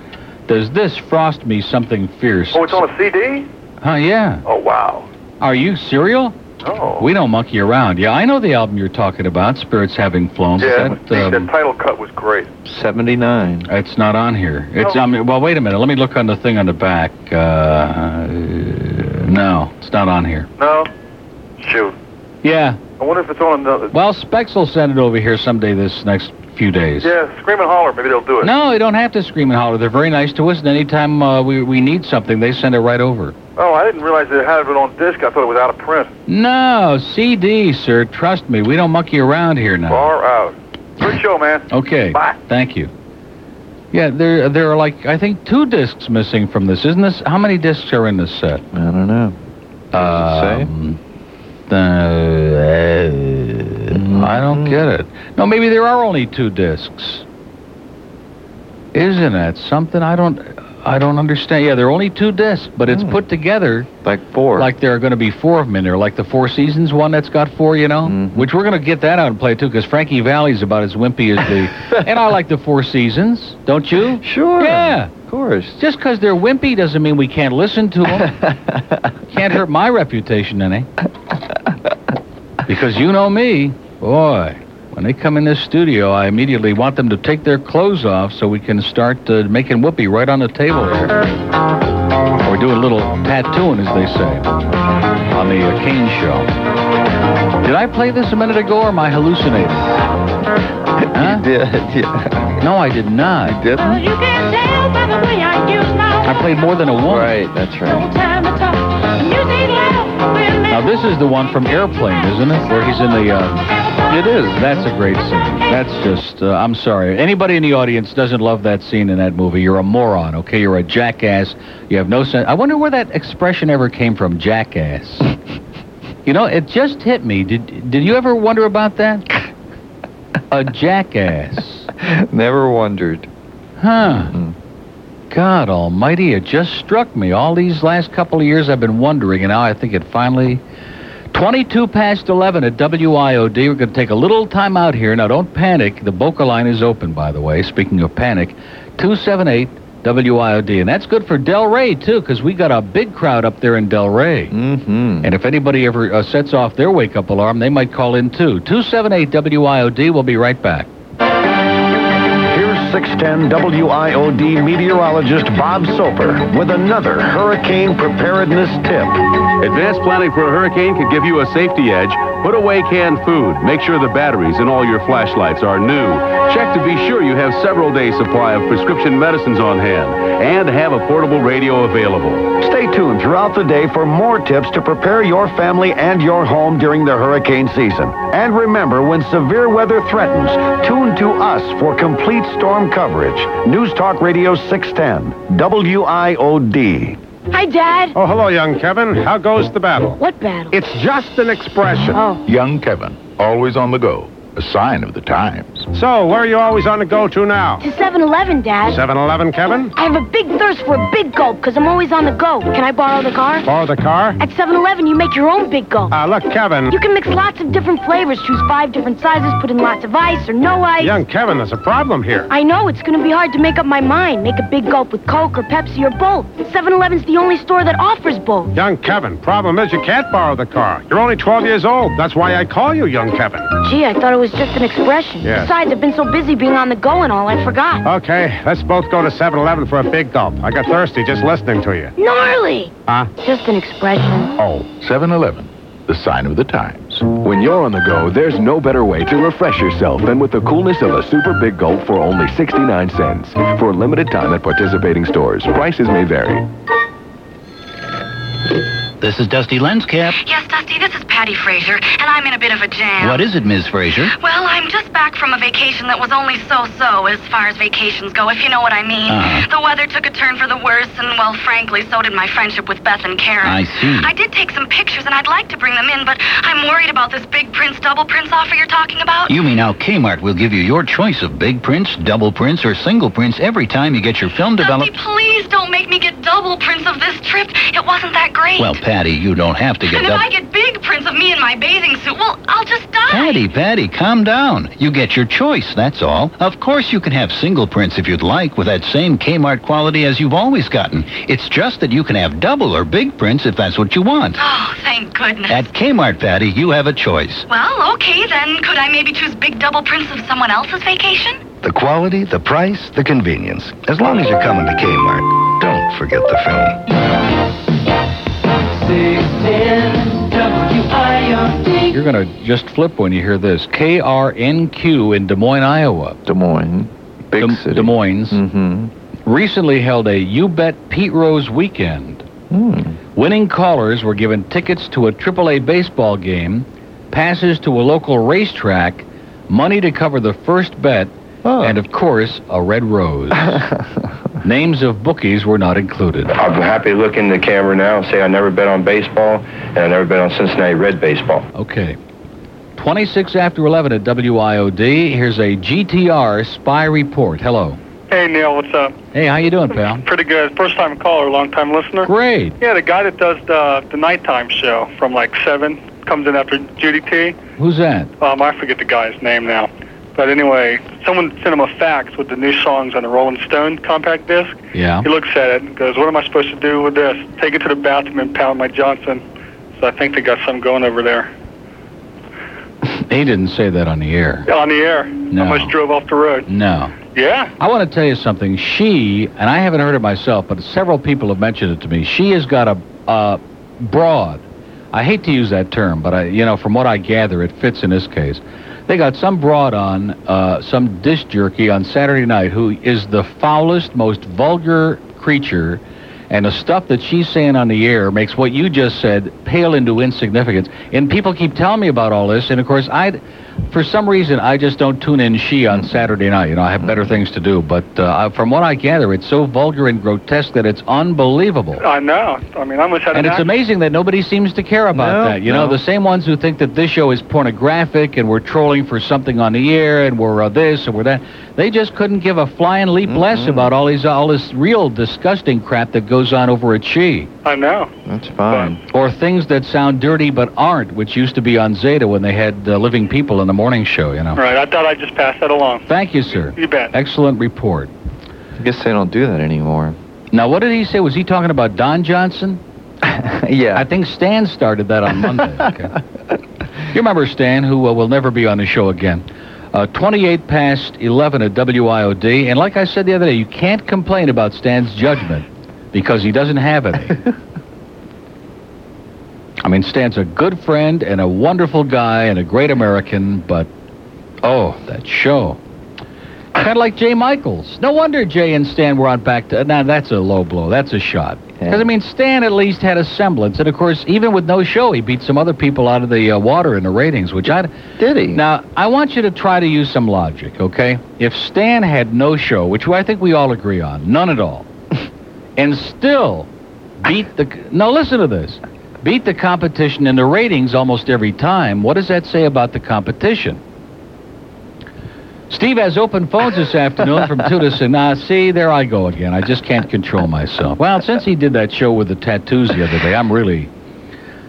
S8: does this frost me something fierce?
S28: Oh, it's on a CD.
S8: Huh? Yeah.
S28: Oh, wow.
S8: Are you serial?
S28: Oh.
S8: We don't monkey around. Yeah, I know the album you're talking about, Spirits Having Flown. but
S28: Yeah,
S8: that,
S28: that,
S8: um,
S28: title cut was great.
S10: 79.
S8: it's not on here. It's I mean, well, wait a minute. Let me look on the thing on the back. Uh, uh, no, it's not on here.
S28: No, shoot.
S8: Yeah.
S28: I wonder if it's on uh, another.
S8: Well, Specs will send it over here someday this next few days.
S28: Yeah, scream and holler. Maybe they'll do it.
S8: No, they don't have to scream and holler. They're very nice to us, and anytime uh, we, we need something, they send it right over.
S28: Oh, I didn't realize they had it on disc. I thought it was out of print.
S8: No, CD, sir. Trust me, we don't monkey around here now.
S28: Far out. Good show, man.
S8: Okay.
S28: Bye.
S8: Thank you. Yeah, there there are like I think two discs missing from this, isn't this? How many discs are in this set?
S10: I don't know.
S8: Um, uh, I don't get it. No, maybe there are only two discs. Isn't that something? I don't. I don't understand. Yeah, there are only two discs, but it's put together
S29: Hmm. like four.
S8: Like there are going to be four of them in there, like the Four Seasons one that's got four, you know.
S29: Mm-hmm.
S8: Which we're going to get that out and play too, because Frankie Valley's about as wimpy as the. and I like the Four Seasons, don't you?
S29: Sure.
S8: Yeah.
S29: Of course.
S8: Just because they're wimpy doesn't mean we can't listen to them. can't hurt my reputation any. Because you know me, boy. When they come in this studio, I immediately want them to take their clothes off so we can start uh, making whoopee right on the table there. Or do a little tattooing, as they say, on the uh, Kane Show. Did I play this a minute ago, or am I hallucinating? Huh?
S29: You did, yeah.
S8: No, I did not.
S29: You didn't?
S8: I played more than a woman.
S29: Right, that's right.
S8: Now this is the one from Airplane, isn't it? Where he's in the. Uh... It is. That's a great scene. That's just. Uh, I'm sorry. Anybody in the audience doesn't love that scene in that movie. You're a moron. Okay, you're a jackass. You have no sense. I wonder where that expression ever came from, jackass. you know, it just hit me. Did Did you ever wonder about that? a jackass.
S29: Never wondered.
S8: Huh. God almighty, it just struck me. All these last couple of years I've been wondering, and now I think it finally. 22 past 11 at WIOD. We're going to take a little time out here. Now, don't panic. The Boca line is open, by the way. Speaking of panic, 278 WIOD. And that's good for Del Rey, too, because we got a big crowd up there in Del Rey. Mm-hmm. And if anybody ever uh, sets off their wake up alarm, they might call in, too. 278 WIOD. We'll be right back.
S20: Here's 610 WIOD meteorologist Bob Soper with another hurricane preparedness tip.
S1: Advanced planning for a hurricane could give you a safety edge. Put away canned food. Make sure the batteries in all your flashlights are new. Check to be sure you have several days' supply of prescription medicines on hand and have a portable radio available.
S20: Stay tuned throughout the day for more tips to prepare your family and your home during the hurricane season. And remember, when severe weather threatens, tune to us for complete storm coverage. News Talk Radio 610, WIOD.
S30: Hi, Dad.
S31: Oh, hello, young Kevin. How goes the battle?
S30: What battle?
S31: It's just an expression.
S30: Oh.
S32: Young Kevin, always on the go, a sign of the times.
S31: So, where are you always on the go to now?
S30: To 7-Eleven, Dad.
S31: 7-Eleven, Kevin?
S30: I have a big thirst for a big gulp because I'm always on the go. Can I borrow the car?
S31: Borrow the car?
S30: At 7-Eleven, you make your own big gulp.
S31: Ah, look, Kevin.
S30: you can mix lots of different flavors, choose five different sizes, put in lots of ice or no ice.
S31: Young Kevin, there's a problem here.
S30: I know it's going to be hard to make up my mind. Make a big gulp with Coke or Pepsi or both. 7-Eleven's the only store that offers both.
S31: Young Kevin, problem is you can't borrow the car. You're only 12 years old. That's why I call you young Kevin.
S30: Gee, I thought it was just an expression.
S31: Yes.
S30: Besides, I've been so busy being on the go and all, I forgot.
S31: Okay, let's both go to 7-Eleven for a big gulp. I got thirsty just listening to you.
S30: Gnarly!
S31: Huh?
S30: Just an expression.
S32: Oh, 7 Eleven, the sign of the times.
S4: When you're on the go, there's no better way to refresh yourself than with the coolness of a Super Big Gulp for only 69 cents. For a limited time at participating stores, prices may vary.
S10: This is Dusty Lenscap.
S33: Yes, Dusty, this is Patty Frazier, and I'm in a bit of a jam.
S10: What is it, Ms. Frazier?
S33: Well, I'm just back from a vacation that was only so-so as far as vacations go, if you know what I mean.
S10: Uh-huh.
S33: The weather took a turn for the worse, and, well, frankly, so did my friendship with Beth and Karen.
S10: I see.
S33: I did take some pictures, and I'd like to bring them in, but I'm worried about this big prince, double prince offer you're talking about.
S10: You mean how Kmart will give you your choice of big prints, double prints, or single prints every time you get your film developed?
S33: Please don't make me get double prints of this trip. It wasn't that great.
S10: Well, Patty, you don't have to get
S33: and if I
S10: double.
S33: get big prints of me in my bathing suit, well, I'll just die.
S10: Patty, Patty, calm down. You get your choice, that's all. Of course, you can have single prints if you'd like with that same Kmart quality as you've always gotten. It's just that you can have double or big prints if that's what you want.
S33: Oh, thank goodness.
S10: At Kmart, Patty, you have a choice.
S33: Well, okay, then could I maybe choose big double prints of someone else's vacation?
S4: The quality, the price, the convenience. As long as you're coming to Kmart, don't forget the film.
S7: 610 WIOD.
S8: You're going to just flip when you hear this. KRNQ in Des Moines, Iowa.
S29: Des Moines. Big city.
S8: Des Moines.
S4: Mm-hmm.
S8: Recently held a You Bet Pete Rose weekend.
S7: Mm-hmm.
S8: Winning callers were given tickets to a AAA baseball game, passes to a local racetrack, money to cover the first bet, and of course, a red rose. Names of bookies were not included.
S34: I'm happy to look in the camera now and say I never bet on baseball and I never bet on Cincinnati Red baseball.
S8: Okay. 26 after 11 at WIOD. Here's a GTR spy report. Hello.
S4: Hey Neil, what's up?
S8: Hey, how you doing, pal?
S4: Pretty good. First time caller, long time listener.
S8: Great.
S4: Yeah, the guy that does the the nighttime show from like seven comes in after Judy T.
S8: Who's that?
S4: Um, I forget the guy's name now. But anyway, someone sent him a fax with the new songs on the Rolling Stone compact disc.
S8: Yeah.
S4: He looks at it and goes, "What am I supposed to do with this? Take it to the bathroom and pound my Johnson." So I think they got some going over there
S8: He didn't say that on the air.
S4: on the air.
S8: No.
S4: Almost drove off the road.
S8: No.
S4: Yeah.
S8: I want to tell you something. She, and I haven't heard it myself, but several people have mentioned it to me. She has got a, a broad. I hate to use that term, but I, you know, from what I gather, it fits in this case. They got some broad on, uh, some disc jerky on Saturday night, who is the foulest, most vulgar creature, and the stuff that she's saying on the air makes what you just said pale into insignificance. And people keep telling me about all this, and of course, I, for some reason, I just don't tune in she on Saturday night. You know, I have better things to do. But uh, I- from what I gather, it's so vulgar and grotesque that it's unbelievable.
S4: I know. I mean, I almost had
S8: And
S4: an
S8: it's
S4: accident.
S8: amazing that nobody seems to care about
S4: No,
S8: that. You
S4: no.
S8: know, the same ones who think that this show is pornographic and we're trolling for something on the air and we're uh, this and we're that. They just couldn't give a flying leap less about all these all this real disgusting crap that goes on over at She.
S4: I know.
S8: That's fine. Or things that sound dirty but aren't, which used to be on Zeta when they had uh, living people in the morning show. You know.
S4: All right, I thought I'd just pass that along.
S8: Thank you, sir.
S4: You bet.
S8: Excellent report.
S10: I guess they don't do that anymore.
S8: Now, what did he say? Was he talking about Don Johnson? yeah. I think Stan started that on Monday. Okay. you remember Stan, who uh, will never be on the show again. Uh, 28 past 11 at WIOD. And like I said the other day, you can't complain about Stan's judgment because he doesn't have any. I mean, Stan's a good friend and a wonderful guy and a great American, but oh, that show. Kind of like Jay Michaels. No wonder Jay and Stan were on back to. Now, that's a low blow. That's a shot. Because, I mean, Stan at least had a semblance. And, of course, even with no show, he beat some other people out of the uh, water in the ratings, which I. Did he? Now, I want you to try to use some logic, okay? If Stan had no show, which I think we all agree on, none at all, and still beat the. No, listen to this. Beat the competition in the ratings almost every time. What does that say about the competition? Steve has open phones this afternoon from 2 to 6. Now, see, there I go again. I just can't control myself. Well, since he did that show with the tattoos the other day, I'm really,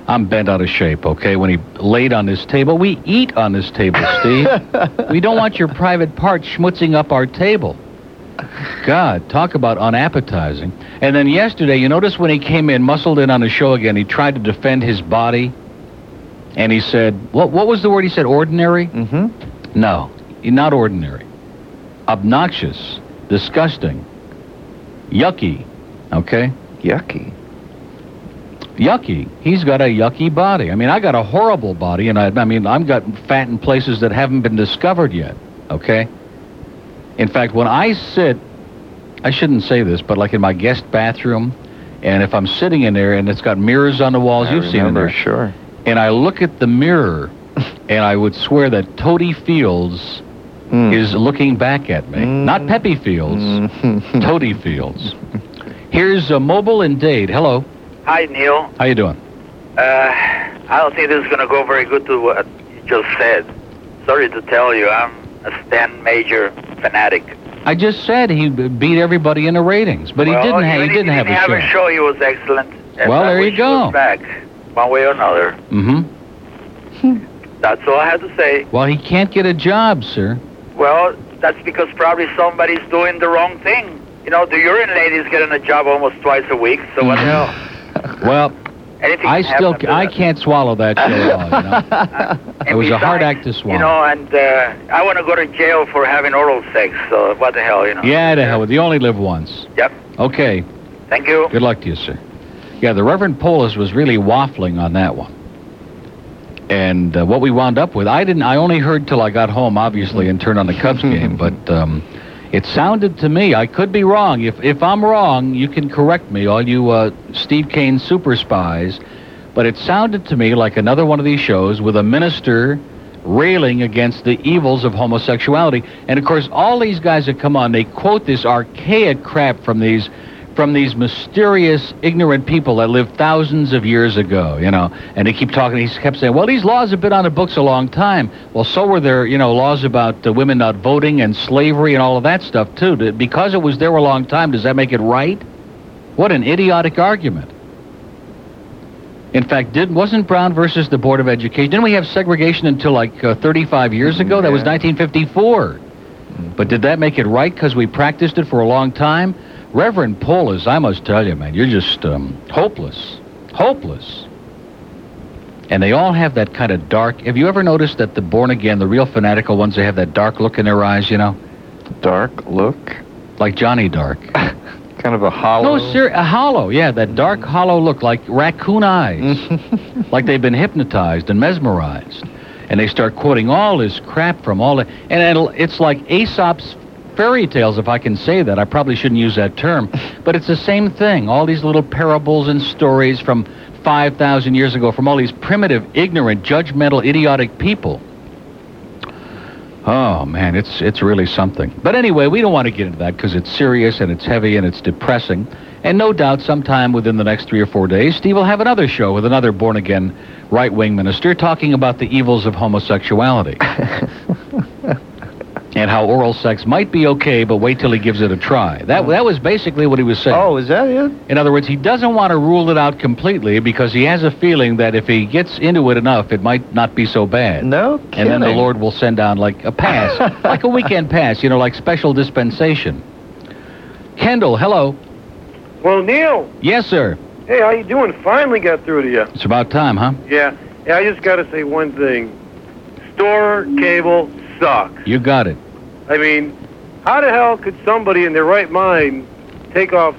S8: I'm bent out of shape, okay? When he laid on this table, we eat on this table, Steve. we don't want your private part schmutzing up our table. God, talk about unappetizing. And then yesterday, you notice when he came in, muscled in on the show again, he tried to defend his body. And he said, what, what was the word he said? Ordinary? Mm-hmm. No, not ordinary. Obnoxious, disgusting, yucky, okay? Yucky. Yucky. He's got a yucky body. I mean, I got a horrible body, and I, I mean, I've got fat in places that haven't been discovered yet, okay? In fact, when I sit, I shouldn't say this, but like in my guest bathroom, and if I'm sitting in there and it's got mirrors on the walls,
S10: I
S8: you've seen it in
S10: remember,
S8: there. Sure. And I look at the mirror, and I would swear that Toady Fields is looking back at me. Not Peppy Fields, Toady Fields. Here's a mobile and Dade. Hello.
S35: Hi, Neil.
S8: How you doing?
S35: Uh, I don't think this is going to go very good to what you just said. Sorry to tell you, I'm a Stan Major fanatic.
S8: I just said he b- beat everybody in the ratings, but he
S35: Well,
S8: didn't. Ha-
S35: even
S8: he
S35: if
S8: didn't have a show.
S35: He was excellent. and
S8: Well,
S35: I
S8: there you
S35: wish he was
S8: go.
S35: Back, one way or another.
S8: Mm-hmm.
S35: That's all I have to say.
S8: Well, he can't get a job, sir.
S35: Well, that's because probably somebody's doing the wrong thing. You know, the urine lady's getting a job almost twice a week. So what the hell?
S8: Well,
S35: Anything
S8: I
S35: can happen
S8: still
S35: after
S8: I
S35: that.
S8: can't swallow that show. at all, you know? It
S35: And
S8: was a hard
S35: besides,
S8: act to swallow.
S35: You know, and uh, I want to go to jail for having oral sex. So what the hell, you know?
S8: Yeah, to hell with you. Only live once.
S35: Yep.
S8: Okay.
S35: Thank you.
S8: Good luck to you, sir. Yeah, the Reverend Polis was really waffling on that one. And uh, what we wound up with, I didn't. I only heard till I got home, obviously, and turned on the Cubs game. But um, it sounded to me, I could be wrong. If if I'm wrong, you can correct me, all you uh, Steve Kane super spies. But it sounded to me like another one of these shows with a minister railing against the evils of homosexuality. And of course, all these guys that come on, they quote this archaic crap from these from these mysterious ignorant people that lived thousands of years ago, you know. And they keep talking. He kept saying, "Well, these laws have been on the books a long time. Well, so were their, you know, laws about uh, women not voting and slavery and all of that stuff too. Th- Because it was there a long time, does that make it right? What an idiotic argument." In fact, did wasn't Brown versus the Board of Education? Didn't we have segregation until like uh, 35 years ago? That was 1954. But did that make it right because we practiced it for a long time? Reverend Polis, I must tell you, man, you're just um, hopeless. Hopeless. And they all have that kind of dark. Have you ever noticed that the born again, the real fanatical ones, they have that dark look in their eyes, you know? Dark look? Like Johnny Dark. kind of a hollow. No, sir, a hollow, yeah, that dark hollow look, like raccoon eyes. like they've been hypnotized and mesmerized. And they start quoting all this crap from all the. And it'll, it's like Aesop's fairy tales, if I can say that. I probably shouldn't use that term. But it's the same thing. All these little parables and stories from 5,000 years ago, from all these primitive, ignorant, judgmental, idiotic people. Oh man, it's it's really something. But anyway, we don't want to get into that because it's serious and it's heavy and it's depressing. And no doubt, sometime within the next three or four days, Steve will have another show with another born again right wing minister talking about the evils of homosexuality and how oral sex might be okay, but wait till he gives it a try. That that was basically what he was saying. Oh, is that it? In other words, he doesn't want to rule it out completely because he has a feeling that if he gets into it enough, it might not be so bad. No, and then the
S10: kidding.
S8: Lord will send down like a pass, like a weekend pass, you know, like special dispensation. Kendall, hello.
S4: Well, Neil,
S8: Yes, sir.
S4: hey, how you doing? Finally got through to you.
S8: It's about time, huh?
S4: Yeah, yeah. I just got to say one thing. Store cable sucks.
S8: You got it.
S4: I mean, how the hell could somebody in their right mind take off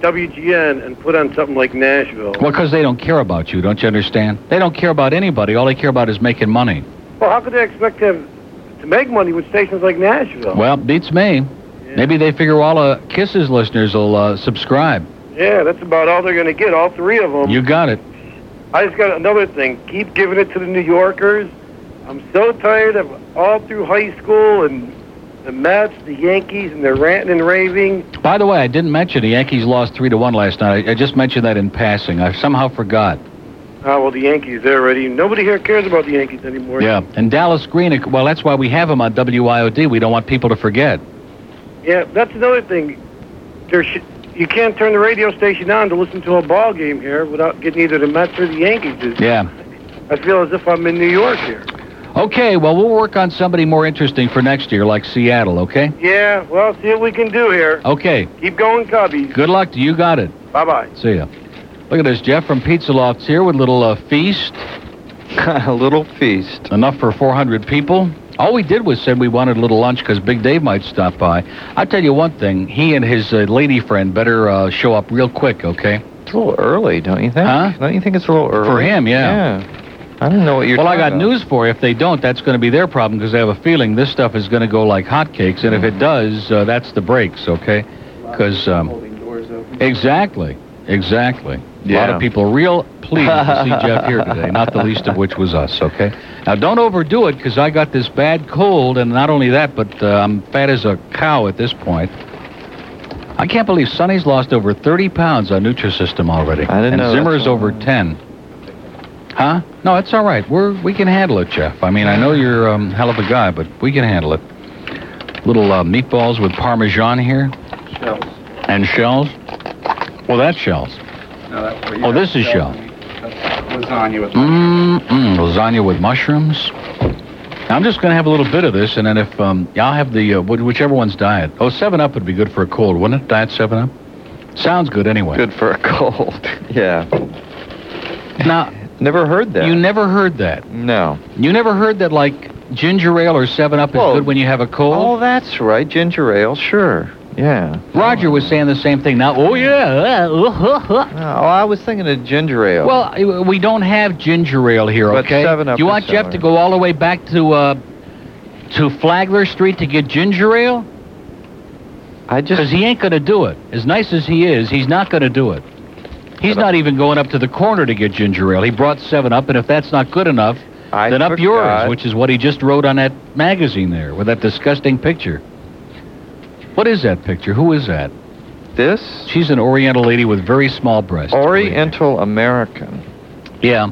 S4: WGN and put on something like Nashville?
S8: Well, because they don't care about you, don't you understand? They don't care about anybody. All they care about is making money.
S4: Well, how could they expect them to make money with stations like Nashville?
S8: Well, beats me. Maybe they figure all uh, Kisses listeners will uh, subscribe.
S4: Yeah, that's about all they're going to get. All three of them.
S8: You got it.
S4: I just got another thing. Keep giving it to the New Yorkers. I'm so tired of all through high school and the Mets, the Yankees, and they're ranting and raving.
S8: By the way, I didn't mention the Yankees lost three to one last night. I, I just mentioned that in passing. I somehow forgot.
S4: Ah, well, the Yankees, they're already. Nobody here cares about the Yankees anymore.
S8: Yeah, and Dallas Green. Well, that's why we have him on WIOD. We don't want people to forget.
S4: Yeah, that's another thing. There sh- you can't turn the radio station on to listen to a ball game here without getting either the Mets or the Yankees.
S8: Yeah.
S4: I feel as if I'm in New York here.
S8: Okay. Well, we'll work on somebody more interesting for next year, like Seattle. Okay.
S4: Yeah, well, see what we can do here.
S8: Okay.
S4: Keep going, Cubbies.
S8: Good luck. to You got it.
S4: Bye bye.
S8: See ya. Look at this, Jeff from Pizza Loft's here with a little uh, feast. a little feast. Enough for 400 people. All we did was said we wanted a little lunch because Big Dave might stop by. I tell you one thing, he and his uh, lady friend better uh, show up real quick, okay? It's a little early, don't you think? Huh? Don't you think it's a little early? For him, yeah. Yeah. I don't know what you're Well, I got news for you. If they don't, that's going to be their problem because they have a feeling this stuff is going to go like hotcakes. And if it does, uh, that's the brakes, okay? Because. Um, Exactly. Exactly. A lot
S15: Yeah.
S8: of people real pleased to see Jeff here today, not the least of which was us, okay? Now, don't overdo it because I got this bad cold, and not only that, but uh, I'm fat as a cow at this point. I can't believe Sonny's lost over 30 pounds on Nutrisystem already. I
S10: didn't
S8: and
S10: know
S8: Zimmer's
S10: that's all
S8: over 10. Huh? No, it's all right. We're, we can handle it, Jeff. I mean, I know you're um, hell of a guy, but we can handle it. Little uh, meatballs with Parmesan here.
S15: Shells.
S8: And shells. Well, that's shells.
S15: No, that's what you
S8: Oh,
S15: have.
S8: this is shell.
S15: Lasagna with
S8: Mm, mm, lasagna with mushrooms. Now, I'm just going to have a little bit of this, and then if um, yeah, I'll have the uh, wh- whichever one's diet. Oh, Seven Up would be good for a cold, wouldn't it? Diet Seven Up. Sounds good anyway. Good for a cold. yeah. Now. Never heard that. You never heard that. No. You never heard that like ginger ale or Seven Up is good when you have a cold. Oh, that's right, ginger ale, sure.
S10: Yeah.
S8: Roger was saying the same thing. Now, oh yeah. uh,
S10: Oh, I was thinking of ginger ale.
S8: Well, I- we don't have ginger ale here,
S10: But
S8: okay?
S10: 7-Up
S8: you
S10: is
S8: want Jeff
S10: selling
S8: to go all the way back to uh, to Flagler Street to get ginger ale? I just because he ain't gonna do it. As nice as he is, he's not gonna do it.
S10: uh,
S8: He's not even going up to the corner to get ginger ale. He brought Seven Up, and if that's not good enough,
S10: I
S8: than up yours,
S10: forgot.
S8: which is what he just wrote on that magazine there with that disgusting picture. What is that picture? Who is that?
S10: This?
S8: She's an Oriental lady with very small breasts.
S10: Oriental American.
S8: Yeah.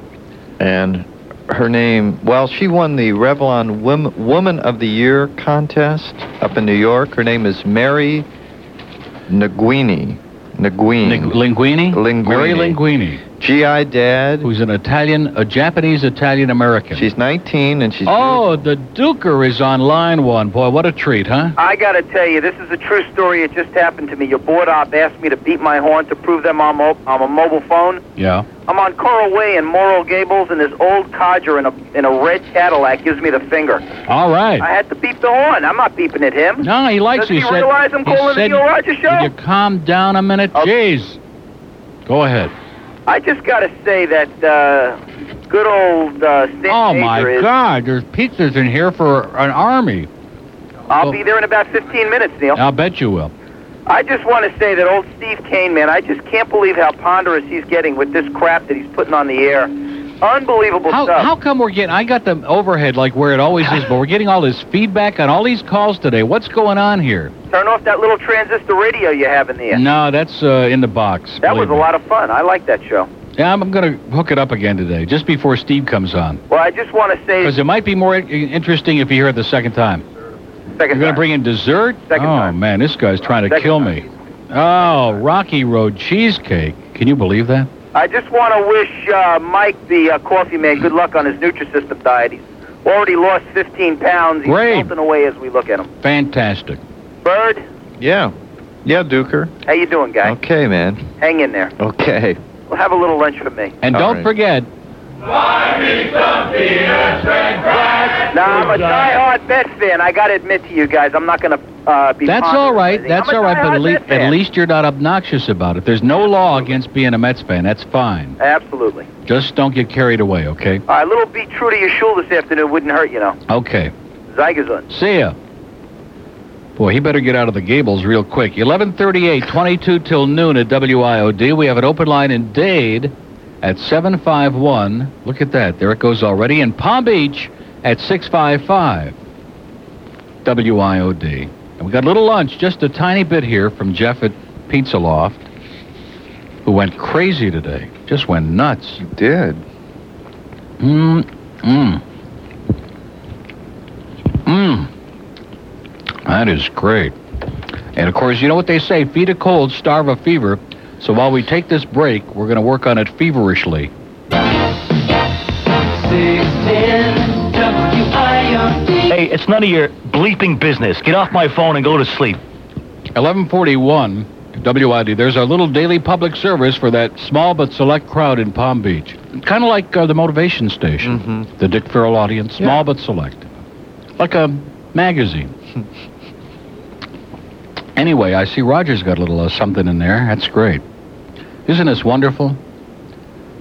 S10: And her name, well, she won the Revlon Wom- Woman of the Year contest up in New York. Her name is Mary Nguini. Nguini.
S8: Linguini?
S10: Linguini.
S8: Mary Linguini.
S10: GI Dad.
S8: Who's an Italian, a Japanese Italian American.
S10: She's 19 and she's.
S8: Oh, the Duker is on line one. Boy, what a treat, huh?
S17: I got to tell you, this is a true story. It just happened to me. Your board op asked me to beat my horn to prove them I'm, op- I'm a mobile phone.
S8: Yeah.
S17: I'm on Coral Way in Morro Gables, and this old codger in a, in a red Cadillac gives me the finger.
S8: All right.
S17: I had to beep the horn. I'm not beeping at him.
S8: No, he likes
S17: Does
S8: you.
S17: he
S8: He said-
S17: realize I'm
S8: he
S17: calling
S8: said-
S17: the Neil Rogers show?
S8: Would you calm down a minute? Jeez. Go ahead.
S17: I just got to say that uh, good old uh, Stan
S8: Oh,
S17: Major
S8: my
S17: is...
S8: God. There's pizzas in here for an army.
S17: I'll be there in about 15 minutes, Neil.
S8: I'll bet you will.
S17: I just want to say that old Steve Kane, man, I just can't believe how ponderous he's getting with this crap that he's putting on the air. Unbelievable
S8: How,
S17: stuff.
S8: how come we're getting, I got the overhead like where it always is, but we're getting all this feedback on all these calls today. What's going on here?
S17: Turn off that little transistor radio you have in the air.
S8: No, that's uh, in the box.
S17: that was
S8: believe
S17: a
S8: me.
S17: lot of fun. I like that show.
S8: Yeah, I'm, I'm going to hook it up again today, just before Steve comes on.
S17: Well, I just want to say
S8: Because it might be more in- interesting if you hear it the second time.
S17: Second
S8: You're going to bring in dessert? Second oh, man, this guy's trying to
S17: Second
S8: kill me. Oh, Rocky Road cheesecake. Can you believe that?
S17: I just want to wish uh, Mike, the uh, coffee man, good luck on his Nutrisystem diet. He's already lost 15 pounds. He's
S8: Great.
S17: melting away as we look at him.
S8: Fantastic.
S17: Bird,
S10: Yeah. Yeah, Duker.
S17: how you doing, guy?
S10: Okay, man.
S17: Hang in there.
S10: Okay.
S17: Well, have a little lunch for me.
S8: And don't forget,
S17: No, I'm a diehard Mets fan. I got to admit to you guys, I'm not going to uh, be.
S8: that's
S17: ponderous
S8: all
S17: or
S8: right.
S17: anything.
S8: That's
S17: I'm a
S8: all right, but
S17: diehard
S8: at, lea-
S17: Mets
S8: at
S17: fan.
S8: least you're not obnoxious about it. There's no law against being a Mets fan. That's fine.
S17: Absolutely.
S8: Just don't get carried away, okay?
S17: All right, little be true to your shul this afternoon wouldn't hurt, you know.
S8: Okay.
S17: Zygazun.
S8: See ya. Boy, he better get out of the Gables real quick. 1138, 22 till noon at WIOD. We have an open line in Dade at 751. Look at that. There it goes already. In Palm Beach at 655. WIOD. And we got a little lunch, just a tiny bit here from Jeff at Pizza Loft, who went crazy today. Just went nuts. He
S10: did.
S8: Mm,
S7: Mm-hmm.
S8: mm. Mmm. Mm. That is great. And of course, you know what they say feed a cold, starve a fever. So while we take this break, we're going to work on it feverishly.
S7: 610 WIOD.
S2: Hey, it's none of your bleeping business. Get off my phone and go to sleep.
S8: 1141 WID. There's our little daily public service for that small but select crowd in Palm Beach. Kind of like uh, the motivation station, the Dick Farrell audience, small but select. Like a magazine. anyway, I see Roger's got a little uh, something in there. That's great. Isn't this wonderful?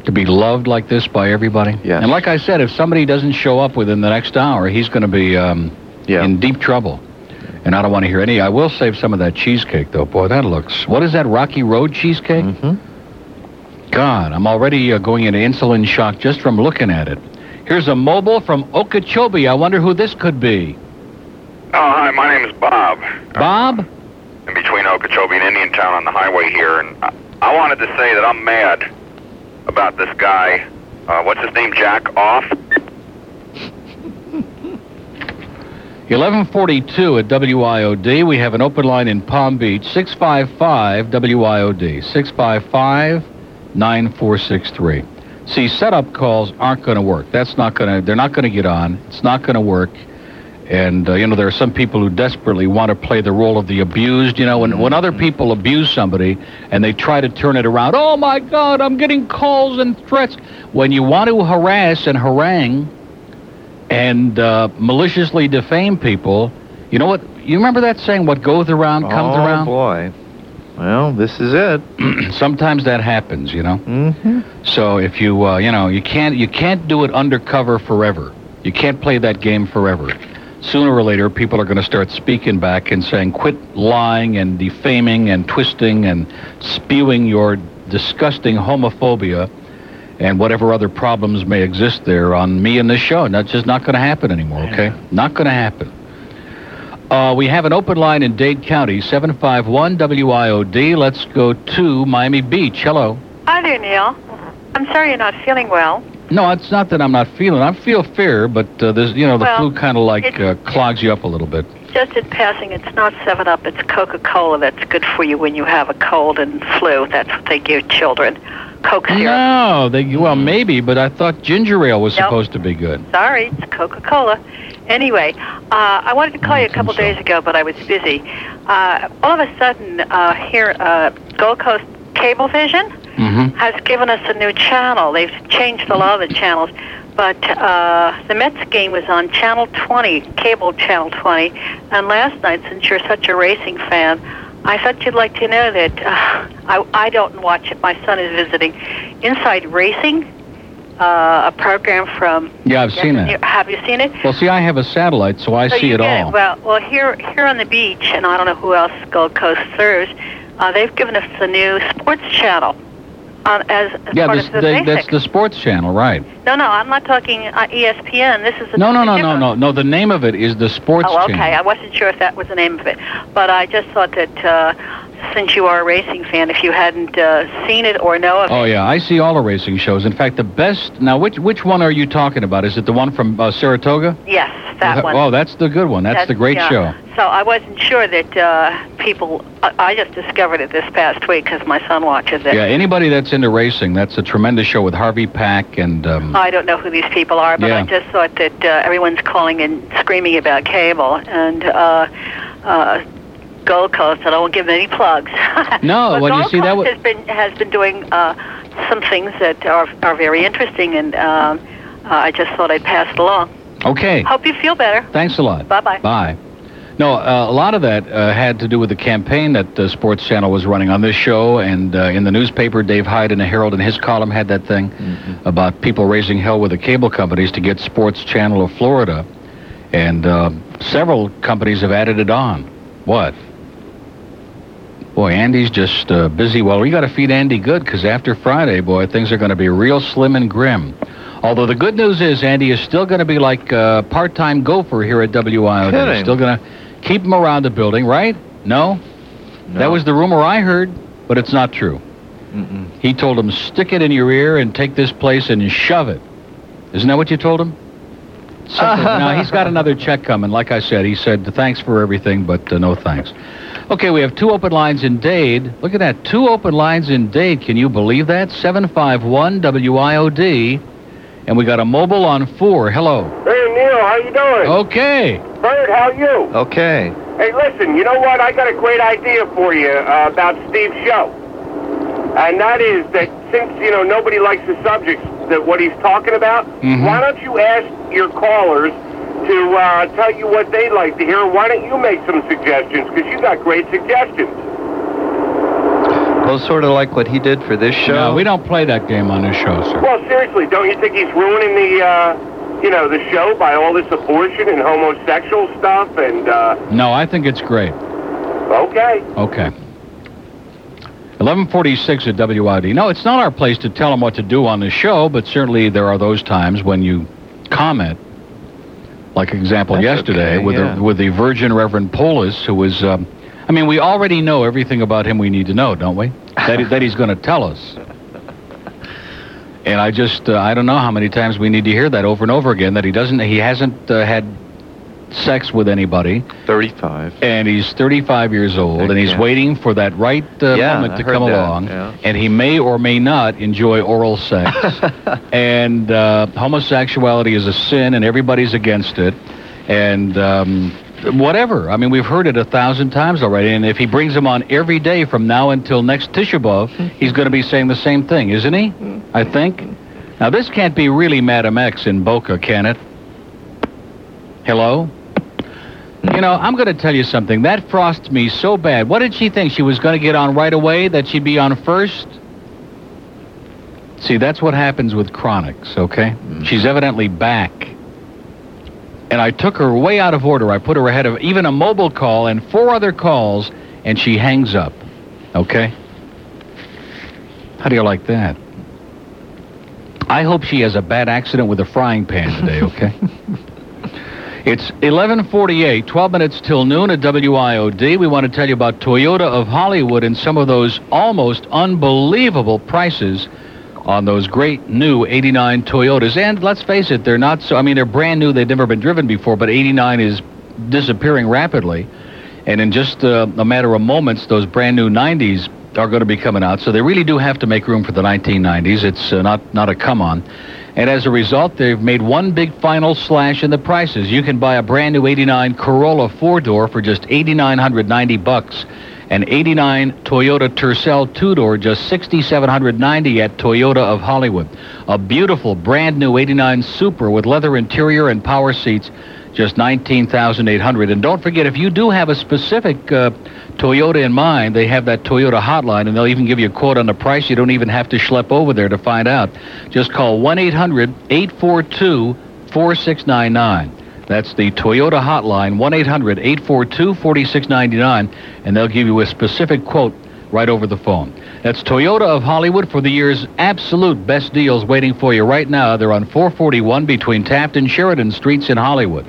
S8: To be loved like this by everybody.
S10: Yes.
S8: And like I said, if somebody doesn't show up within the next hour, he's going to be um, in deep trouble. And I don't want to hear any. I will save some of that cheesecake, though. Boy, that looks. What is that Rocky Road cheesecake? Mm-hmm. God, I'm already uh, going into insulin shock just from looking at it. Here's a mobile from Okeechobee. I wonder who this could be.
S36: Oh, hi, my name is Bob.
S8: Bob?
S36: In between Okeechobee and Indian Town on the highway here, and I, I wanted to say that I'm mad about this guy. Uh, what's his name? Jack Off.
S8: 1142 at WIOD. We have an open line in Palm Beach, 655 WIOD, 655 9463. See, setup calls aren't going to work. That's not going to, they're not going to get on. It's not going to work. And, uh, you know, there are some people who desperately want to play the role of the abused. You know, when, when other people abuse somebody and they try to turn it around, oh my God, I'm getting calls and threats. When you want to harass and harangue, and uh, maliciously defame people. You know what? You remember that saying, what goes around comes
S10: oh,
S8: around?
S10: boy. Well, this is it.
S8: Sometimes that happens, you know.
S10: Mm-hmm.
S8: So if you, uh, you know, you can't, you can't do it undercover forever. You can't play that game forever. Sooner or later, people are going to start speaking back and saying, quit lying and defaming and twisting and spewing your disgusting homophobia and whatever other problems may exist there on me and this show. And that's just not going to happen anymore, okay? Not going to happen. Uh, we have an open line in Dade County, 751 WIOD. Let's go to Miami Beach. Hello.
S26: Hi there, Neil. I'm sorry you're not feeling well.
S8: No, it's not that I'm not feeling. I feel fear, but uh, there's, you know, the
S26: Well,
S8: flu kind of like
S26: it-
S8: uh, clogs you up a little bit.
S26: Just in passing, it's not 7 Up, it's Coca Cola that's good for you when you have a cold and flu. That's what they give children. Coke syrup.
S8: No, they, well,
S26: Mm.
S8: maybe, but I thought ginger ale was
S26: Nope.
S8: supposed to be good.
S26: Sorry, it's Coca Cola. Anyway, uh, I wanted to call you a couple days ago, but I was busy. Uh, all of a sudden, uh, here, uh, Gold Coast Cablevision
S7: Mm-hmm.
S26: has given us a new channel. They've changed a lot of the channels, but uh, the Mets game was on Channel 20, cable Channel 20. And last night, since you're such a racing fan, I thought you'd like to know that uh, I, I don't watch it. My son is visiting Inside Racing, uh, a program from.
S8: Yeah, I've seen that.
S26: Have you seen it?
S8: Well, see, I have a satellite, so I
S26: so
S8: see
S26: you
S8: it
S26: get
S8: all.
S26: Well, well, here here on the beach, and I don't know who else Gold Coast serves. Uh, they've given us the new sports channel. On, as, as
S8: yeah,
S26: part
S8: this,
S26: of the
S8: they,
S26: basic.
S8: that's the sports channel, right?
S26: No, no, I'm not talking uh, ESPN. This is a
S8: No, no, no, no, no, no. The name of it is the sports
S26: Oh, okay.
S8: channel.
S26: I wasn't sure if that was the name of it, but I just thought that uh, since you are a racing fan, if you hadn't uh, seen it or know of
S8: Oh yeah, I see all the racing shows. In fact, the best. Now, which which one are you talking about? Is it the one from uh, Saratoga?
S26: it, yes, that one.
S8: Oh, that's the good one. That's, the great
S26: yeah.
S8: show.
S26: So I wasn't sure that uh, people. I, I just discovered it this past week because my son watches it.
S8: Yeah, anybody that's into racing, that's a tremendous show with Harvey Pack and um,
S26: I don't know who these people are, but
S8: Yeah.
S26: I just thought that uh, everyone's calling and screaming about cable and uh, uh, Gold Coast, and I won't give them any plugs.
S8: No,
S26: but
S8: well, you
S26: Gold
S8: see, that
S26: Coast
S8: wa-
S26: has been has been doing uh, some things that are are very interesting, and um, uh, I just thought I'd pass it along.
S8: okay.
S26: Hope you feel better.
S8: Thanks a lot.
S26: Bye bye.
S8: Bye. No, uh, a lot of that uh, had to do with the campaign that uh, Sports Channel was running on this show and uh, in the newspaper. Dave Hyde in the Herald in his column had that thing about people raising hell with the cable companies to get Sports Channel of Florida, and uh, several companies have added it on. What? Boy, Andy's just uh, busy. Well, we got to feed Andy good because after Friday, boy, things are going to be real slim and grim. Although the good news is Andy is still going to be like a part-time gopher here at WIOD.
S10: Kidding.
S8: Still going to keep him around the building, right? No? That was the rumor I heard, but it's not true. He told him, stick it in your ear and take this place and shove it. Isn't that what you told him? Something- no, he's got another check coming. Like I said, he said, thanks for everything, but uh, no thanks. Okay, we have two open lines in Dade. Look at that. Two open lines in Dade. Can you believe that? 751 WIOD. And we got a mobile on four. Hello.
S5: Hey Neil, how you doing?
S8: Oh. Okay.
S5: Bert, how you?
S10: Okay.
S5: Hey, listen, you know what? I got a great idea for you uh, about Steve's show, and that is that since you know nobody likes the subjects that what he's talking about,
S8: Mm-hmm.
S7: Mhm.
S5: why don't you ask your callers to uh, tell you what they'd like to hear? Why don't you make some suggestions? Because you got great suggestions.
S10: Well, sort of like what he did for this show.
S8: No, we don't play that game on this show, sir.
S5: Well, seriously, don't you think he's ruining the uh, you know the show by all this abortion and homosexual stuff? And uh,
S8: No, I think it's great.
S5: okay.
S8: Okay. 1146 at WID. No, it's not our place to tell them what to do on the show, but certainly there are those times when you comment. Like example
S10: That's
S8: yesterday
S10: okay,
S8: with
S10: yeah.
S8: the with the Virgin Reverend Polis, who was, um, I mean, we already know everything about him we need to know, don't we? That that he's going to tell us. And I just uh, I don't know how many times we need to hear that over and over again that he doesn't he hasn't uh, had sex with anybody.
S10: 35.
S8: And he's 35 years old, and he's
S10: yeah.
S8: waiting for that right uh,
S10: Yeah,
S8: moment
S10: I
S8: to
S10: heard
S8: come
S10: that,
S8: along.
S10: yeah.
S8: And he may or may not enjoy oral sex. and uh, homosexuality is a sin, and everybody's against it. And um, whatever. I mean, we've heard it a thousand times already. And if he brings them on every day from now until next Tisha B'av, he's going to be saying the same thing, isn't he? I think. Now, this can't be really Madam X in Boca, can it? Hello? You know, I'm going to tell you something. That frosted me so bad. What did she think? She was going to get on right away? That she'd be on first? See, that's what happens with chronics, okay? She's evidently back. And I took her way out of order. I put her ahead of even a mobile call and four other calls, and she hangs up, okay? How do you like that? I hope she has a bad accident with a frying pan today, okay? It's 11:48, 12 minutes till noon at WIOD. We want to tell you about Toyota of Hollywood and some of those almost unbelievable prices on those great new 89 Toyotas. And let's face it, they're not so I mean they're brand new, they've never been driven before, but 89 is disappearing rapidly. And in just uh, a matter of moments, those brand new 90s are going to be coming out. So they really do have to make room for the 1990s. It's uh, not not a come on. And as a result, they've made one big final slash in the prices. You can buy a brand new 89 Corolla four-door for just 8990 bucks. An 89 Toyota Tercel two-door just 6790 at Toyota of Hollywood. A beautiful brand new 89 Super with leather interior and power seats just 19,800. And don't forget, if you do have a specific uh, Toyota in mind, they have that Toyota hotline, and they'll even give you a quote on the price. You don't even have to schlep over there to find out. Just call 1 800 842 4699. That's the Toyota hotline, 1 800 842 4699, and they'll give you a specific quote right over the phone. That's Toyota of Hollywood for the year's absolute best deals waiting for you right now. They're on 441 between Taft and Sheridan Streets in Hollywood.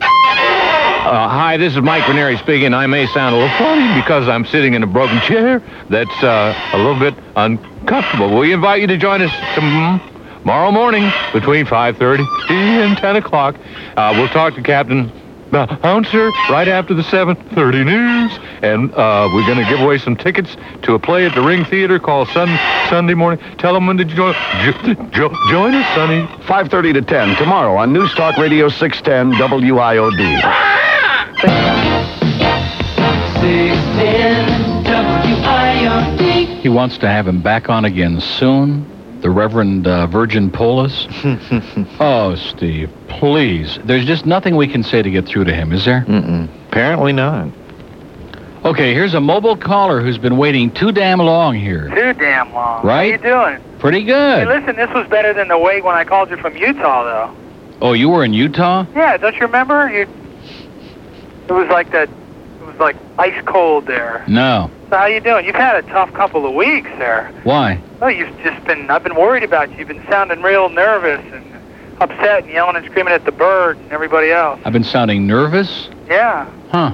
S1: Uh, hi, this is Mike Ranieri speaking. I may sound a little funny because I'm sitting in a broken chair that's uh, a little bit uncomfortable. We invite you to join us tomorrow morning between 5.30 and 10 o'clock. Uh, we'll talk to Captain uh, Houncer right after the 7.30 news. And uh, we're going to give away some tickets to a play at the Ring Theater called Sun- Sunday Morning. Tell them when to join. Jo- jo- join us, Sonny.
S3: 5.30 to 10 tomorrow on News Talk Radio 610 WIOD.
S7: 610 WIOD.
S8: He wants to have him back on again soon. The Reverend uh, Virgin Polis. oh, Steve, please. There's just nothing we can say to get through to him, is there? Mm-mm. Apparently not. Okay, here's a mobile caller who's been waiting too damn long here.
S37: Too damn long.
S8: Right?
S37: How you doing?
S8: Pretty
S37: Hey,
S8: good.
S37: listen, this was better than the wait when I called you from Utah, though.
S8: Oh, you were in Utah?
S37: Yeah, don't you remember? You, it was like that. It was like ice cold there.
S8: No.
S37: So how you doing? You've had a tough couple of weeks there.
S8: Why?
S37: Oh, you've just been. I've been worried about you. You've been sounding real nervous and upset and yelling and screaming at the bird and everybody else.
S8: I've been sounding nervous?
S37: Yeah.
S8: Huh.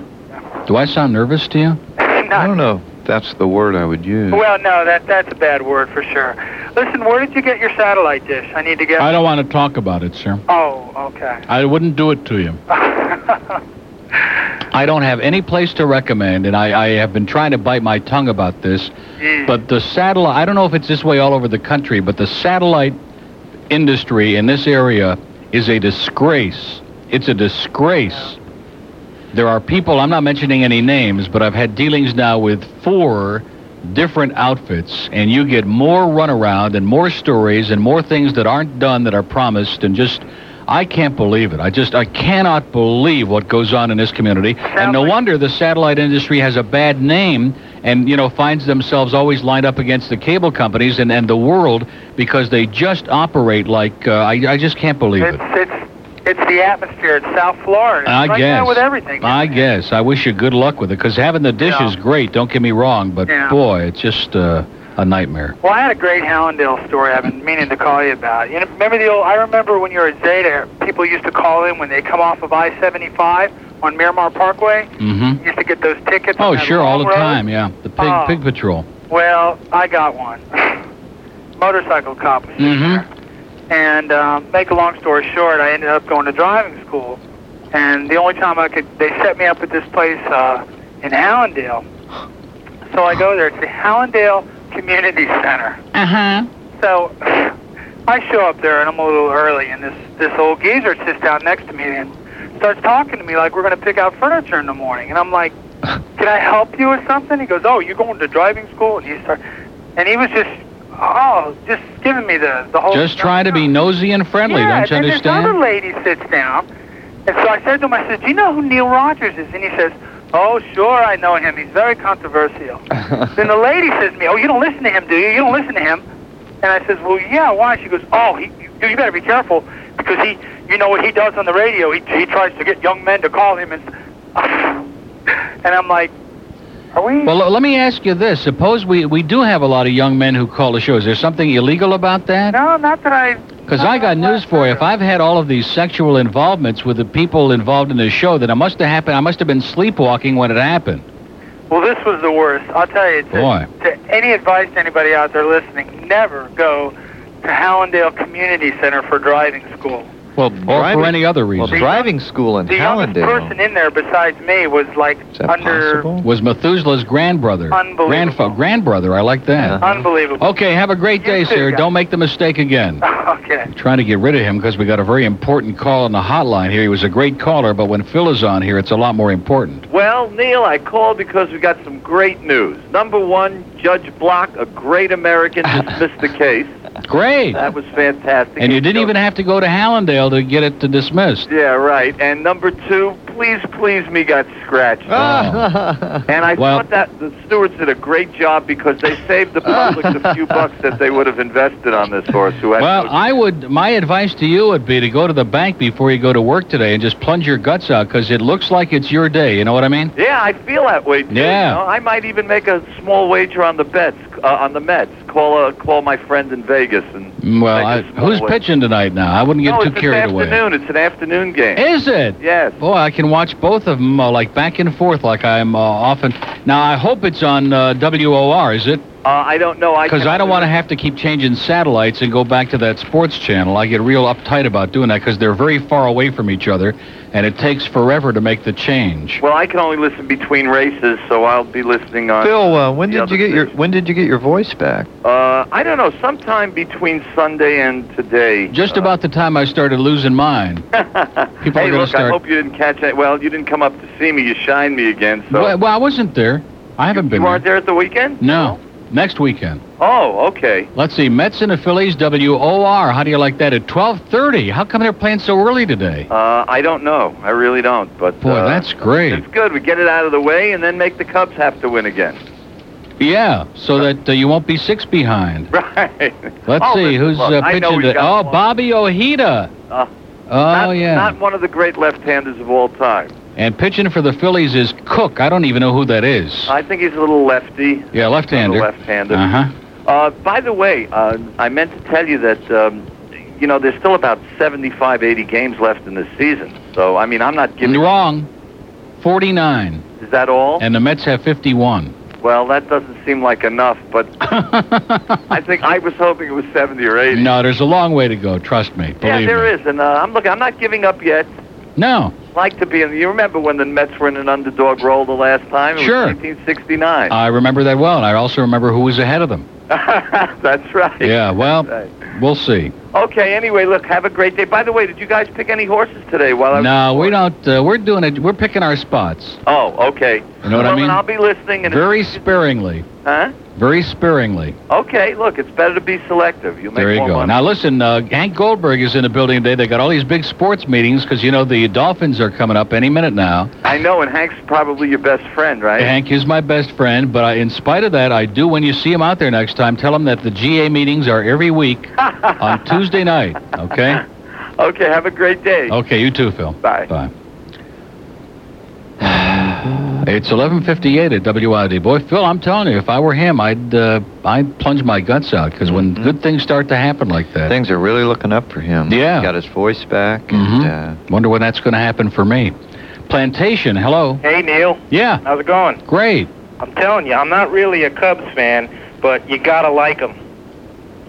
S8: Do I sound nervous to you? I don't know. That's the word I would use.
S37: Well, no, that that's a bad word for sure. Listen, where did you get your satellite dish? I need to get.
S8: I don't want to talk about it, sir.
S37: Oh, okay.
S8: I wouldn't do it to you. I don't have any place to recommend, and I, I have been trying to bite my tongue about this. But the satellite, I don't know if it's this way all over the country, but the satellite industry in this area is a disgrace. It's a disgrace. There are people, I'm not mentioning any names, but I've had dealings now with four different outfits, and you get more runaround and more stories and more things that aren't done that are promised, and just, I can't believe it. I just, I cannot believe what goes on in this community. and no wonder the satellite industry has a bad name and, you know, finds themselves always lined up against the cable companies and, and the world because they just operate like, uh, I, I just can't believe it.
S37: It's the atmosphere in South Florida. It's
S8: I
S37: like
S8: guess.
S37: that with everything.
S8: I guess. I wish you good luck with it because having the dish is great. Don't get me wrong, but
S37: Yeah.
S8: boy, it's just uh, a nightmare.
S37: Well, I had a great Hallandale story I've been meaning to call you about. You know, remember the old? I remember when you were at Zeta, people used to call in when they come off of I-75 on Miramar Parkway.
S8: Mm-hmm.
S37: Used to get those tickets. on
S8: Oh,
S37: that
S8: sure, all
S37: long
S8: the
S37: road.
S8: time. Yeah, the pig,
S37: Oh.
S8: pig patrol.
S37: Well, I got one. Motorcycle cop. was
S8: Mm-hmm.
S37: And um, make a long story short, I ended up going to driving school. And the only time I could, they set me up at this place uh, in Hallandale. So I go there. It's the Hallandale Community Center.
S7: Uh huh.
S37: So I show up there and I'm a little early, and this this old geezer sits down next to me and starts talking to me like we're going to pick out furniture in the morning, and I'm like, "Can I help you or something?" He goes, "Oh, you going to driving school?" And he start, and he was just oh, just giving me the the whole
S8: Just try to be nosy and friendly.
S37: Oh, yeah,
S8: don't you
S37: and then this other
S8: understand?
S37: lady sits down, and so I said to him, I said, "Do you know who Neil Rogers is?" And he says, "Oh, sure, I know him. He's very controversial." then the lady says to me, "Oh, you don't listen to him, do you? You don't listen to him?" And I says, "Well, yeah. Why?" She goes, "Oh, he, you, you better be careful because he, you know what he does on the radio. He he tries to get young men to call him and." and I'm like,
S8: Well, l- let me ask you this. Suppose we, we do have a lot of young men who call the show. Is there something illegal about that?
S37: No, not that I.
S8: Because I got news for you. If I've had all of these sexual involvements with the people involved in the show, then it must have happened. I must have been sleepwalking when it happened.
S37: Well, this was the worst. I'll tell you. To,
S8: Boy.
S37: to any advice to anybody out there listening, never go to Hallandale Community Center for driving school.
S10: Well,
S8: Mm. or for any other reason.
S10: Well, driving school in
S37: The youngest
S10: Hallandale.
S37: person in there besides me was like under
S8: Was Methuselah's grandbrother.
S37: Unbelievable.
S8: Grandfa- grandbrother. I like that.
S37: unbelievable.
S8: Okay, have a great day,
S37: too,
S8: sir.
S37: guys.
S8: Don't make the mistake again.
S37: Okay.
S8: trying to get rid of him because we got a very important call on the hotline here. He was a great caller, but when Phil is on here, it's a lot more important.
S27: Well, Neil, I called because we got some great news. Number one, Judge Block, a great American, dismissed the case.
S8: Great.
S27: That was fantastic.
S8: And you didn't even have to go to Hallandale to get it to dismissed.
S27: Yeah, right. And number two, please, please, me got scratched. and I
S8: Ah. Well-
S27: thought that the stewards did a great job because they saved the public the few bucks that they would have invested on this horse. Who had
S8: Well, I would. My advice to you would be to go to the bank before you go to work today and just plunge your guts out because it looks like it's your day. You know what I mean?
S27: Yeah, I feel that way too.
S8: Yeah.
S27: You know? I might even make a small wager on the bets uh, on the Mets. Call uh, call my friend in Vegas and
S8: Well, I, who's pitching tonight? Now I wouldn't get
S27: no,
S8: too
S27: it's this
S8: carried away.
S27: afternoon. It's an afternoon game.
S8: Is it?
S27: Yes.
S8: Boy, I can watch both of them uh, like back and forth, like I'm uh, often. Now I hope it's on uh, WOR. Is it?
S27: Uh, I don't know. I
S8: Because
S27: can-
S8: I don't want to have to keep changing satellites and go back to that sports channel. I get real uptight about doing that because they're very far away from each other, and it takes forever to make the change.
S27: Well, I can only listen between races, so I'll be listening on.
S10: Phil, uh, when
S27: the
S10: did you
S27: other
S10: get your when did you get your voice back?
S27: Uh, I don't know. Sometime between Sunday and today.
S8: Just about the time I started losing mine, people
S27: hey,
S8: are going to
S27: look! I
S8: start.
S27: hope you didn't catch it. Well, you didn't come up to see me. You shined me again. So
S8: well, well, I wasn't there. I haven't been
S27: you weren't there at the weekend?
S8: No, next weekend.
S27: Oh, okay.
S8: Let's see, Mets and the Phillies, WOR. How do you like that at 12:30? How come they're playing so early today?
S27: Uh, I don't know. I really don't. But
S8: Boy,
S27: uh,
S8: that's great.
S27: It's good. We get it out of the way and then make the Cubs have to win again.
S8: Yeah, so that uh, you won't be six behind.
S27: Right.
S8: Let's
S27: Oh,
S8: see
S27: listen,
S8: who's
S27: look,
S8: uh,
S27: I know
S8: pitching
S27: we've
S8: today.
S27: got
S8: Oh, Bobby Ojeda.
S27: Uh,
S8: Oh yeah.
S27: Not one of the great left-handers of all time.
S8: and pitching for the Phillies is Cook. I don't even know who that is.
S27: I think he's a little lefty.
S8: Yeah, left-hander.
S27: Left-hander.
S8: Uh huh.
S27: Uh, by the way, uh, I meant to tell you that, um, you know, there's still about 75, 80 games left in this season. So, I mean, I'm not giving.
S8: Wrong. 49.
S27: Is that all?
S8: And the Mets have 51.
S27: Well, that doesn't seem like enough, but I think I was hoping it was 70 or 80.
S8: No, there's a long way to go. Trust me. Believe
S27: yeah,
S8: me.
S27: there is, and uh, I'm looking. I'm not giving up yet.
S8: No.
S27: Like to be in. You remember when the Mets were in an underdog role the last time? It
S8: Sure.
S27: Was 1969.
S8: I remember that well, and I also remember who was ahead of them.
S27: That's right.
S8: Yeah, well,
S27: That's
S8: we'll see.
S27: Okay. Anyway, look. Have a great day. By the way, did you guys pick any horses today? While I was
S8: No, we don't. Uh, we're doing it. We're picking our spots
S27: Oh, okay.
S8: You know what I
S27: Well, then
S8: mean?
S27: I'll be listening. And
S8: very sparingly.
S27: Huh?
S8: Very sparingly.
S27: Okay. Look, it's better to be selective. You make
S8: There you
S27: more
S8: go.
S27: money.
S8: Now listen, uh, Hank Goldberg is in the building today. They got all these big sports meetings because you know the Dolphins are coming up any minute now.
S27: I know, and Hank's probably your best friend, right?
S8: Hank is my best friend, but I, in spite of that, I do. When you see him out there next time, tell him that the GA meetings are every week on Tuesday night. Okay.
S27: Okay. Have a great day.
S8: Okay, you too, Phil.
S27: Bye.
S8: Bye. It's 11:58 at WID. Boy, Phil, I'm telling you, if I were him, I'd uh, I'd plunge my guts out because when
S38: Mm-hmm.
S8: good things start to happen like that,
S10: Things are really looking up for him.
S8: Yeah.
S10: He got his voice back.
S38: Mm-hmm.
S10: And,
S8: uh, wonder when that's going to happen for me. Plantation, hello.
S38: Hey Neil,
S8: Yeah,
S38: how's it going?
S8: great.
S38: I'm telling you, I'm not really a Cubs fan, but you gotta like them.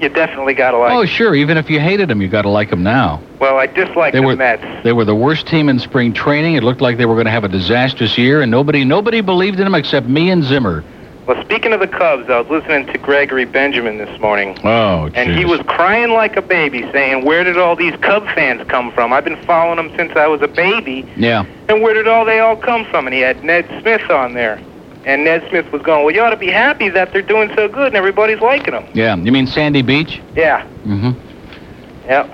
S38: You definitely gotta like. 'em.
S8: Oh, sure. Even if you hated them, you got to like them now.
S38: Well, I dislike
S8: They
S38: the
S8: were-
S38: Mets.
S8: They were the worst team in spring training. It looked like they were going to have a disastrous year, and nobody nobody believed in them except me and Zimmer.
S38: Well, speaking of the Cubs, I was listening to Gregory Benjamin this morning,
S8: Oh,
S38: and he
S8: jeez.
S38: was crying like a baby, saying, "Where did all these Cub fans come from? I've been following them since I was a baby,
S8: Yeah.
S38: and where did all they all come from?" And he had Ned Smith on there, and Ned Smith was going, "Well, you ought to be happy that they're doing so good and everybody's liking them."
S8: Yeah, you mean Sandy Beach?
S38: Yeah.
S8: Mm-hmm.
S38: Yep.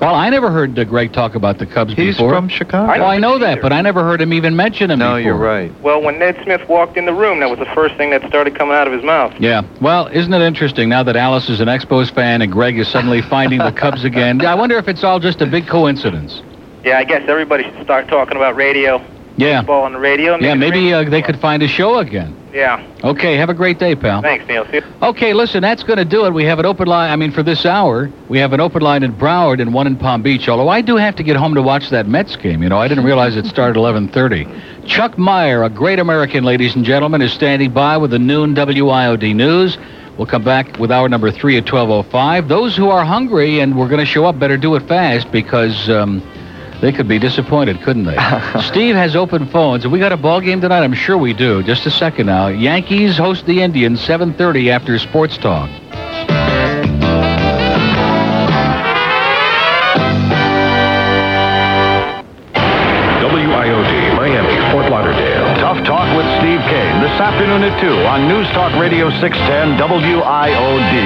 S8: Well, I never heard uh, Greg talk about the Cubs
S38: He's
S8: before.
S38: from
S10: Chicago.
S8: Well, I know that, but I never heard him even mention him. No, you're
S10: right.
S38: Well, when Ned Smith walked in the room, that was the first thing that started coming out of his mouth.
S8: Yeah. Well, isn't it interesting now that Alice is an Expos fan and Greg is suddenly finding the Cubs again? I wonder if it's all just a big coincidence.
S38: Yeah, I guess everybody should start talking about radio.
S8: Yeah.
S38: Ball on the radio.
S8: Yeah, maybe uh, they could find a show again.
S38: Yeah.
S8: Okay, have a great day, pal.
S38: Thanks, Neil. See you.
S8: Okay, listen, that's going to do it. We have an open line, I mean, for this hour, we have an open line in Broward and one in Palm Beach, although I do have to get home to watch that Mets game. You know, I didn't realize it started 11.30. Chuck Meyer, a great American, ladies and gentlemen, is standing by with the noon WIOD news. We'll come back with hour number three at 12.05. Those who are hungry and we're going to show up better do it fast because... Um, they could be disappointed, couldn't they? Steve has open phones. Have we got a ball game tonight? I'm sure we do. Just a second now. Yankees host the Indians 7:30 after Sports Talk.
S39: WIOD, Miami, Fort Lauderdale.
S3: Tough Talk with Steve Kane this afternoon at 2 on News Talk Radio 610 WIOD.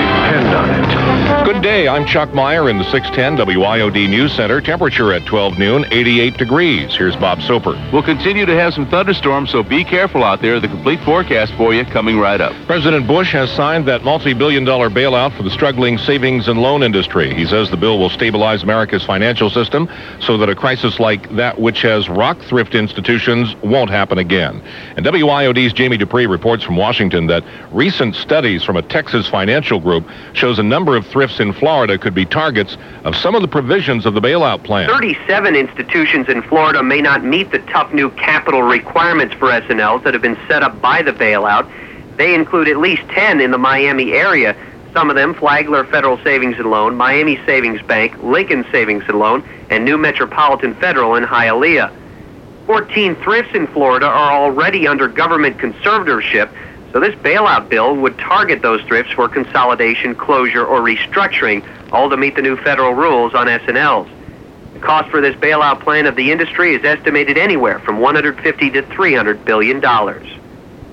S39: Depend on it.
S40: Good day. I'm Chuck Meyer in the 610 WIOD News Center. Temperature at 12 noon, 88 degrees. Here's Bob Soper.
S22: We'll continue to have some thunderstorms, so be careful out there. The complete forecast for you coming right up.
S40: President Bush has signed that multi-billion dollar bailout for the struggling savings and loan industry. He says the bill will stabilize America's financial system so that a crisis like that which has rocked thrift institutions won't happen again. And WIOD's Jamie Dupree reports from Washington that recent studies from a Texas financial group shows a number of thrifts in Florida could be targets of some of the provisions of the bailout plan.
S23: 37 institutions in Florida may not meet the tough new capital requirements for SNLs that have been set up by the bailout. They include at least 10 in the Miami area, some of them Flagler Federal Savings and Loan, Miami Savings Bank, Lincoln Savings and Loan, and New Metropolitan Federal in Hialeah. 14 thrifts in Florida are already under government conservatorship, so this bailout bill would target those thrifts for consolidation, closure, or restructuring, all to meet the new federal rules on SNLs. The cost for this bailout plan of the industry is estimated anywhere from 150 to 300 billion dollars.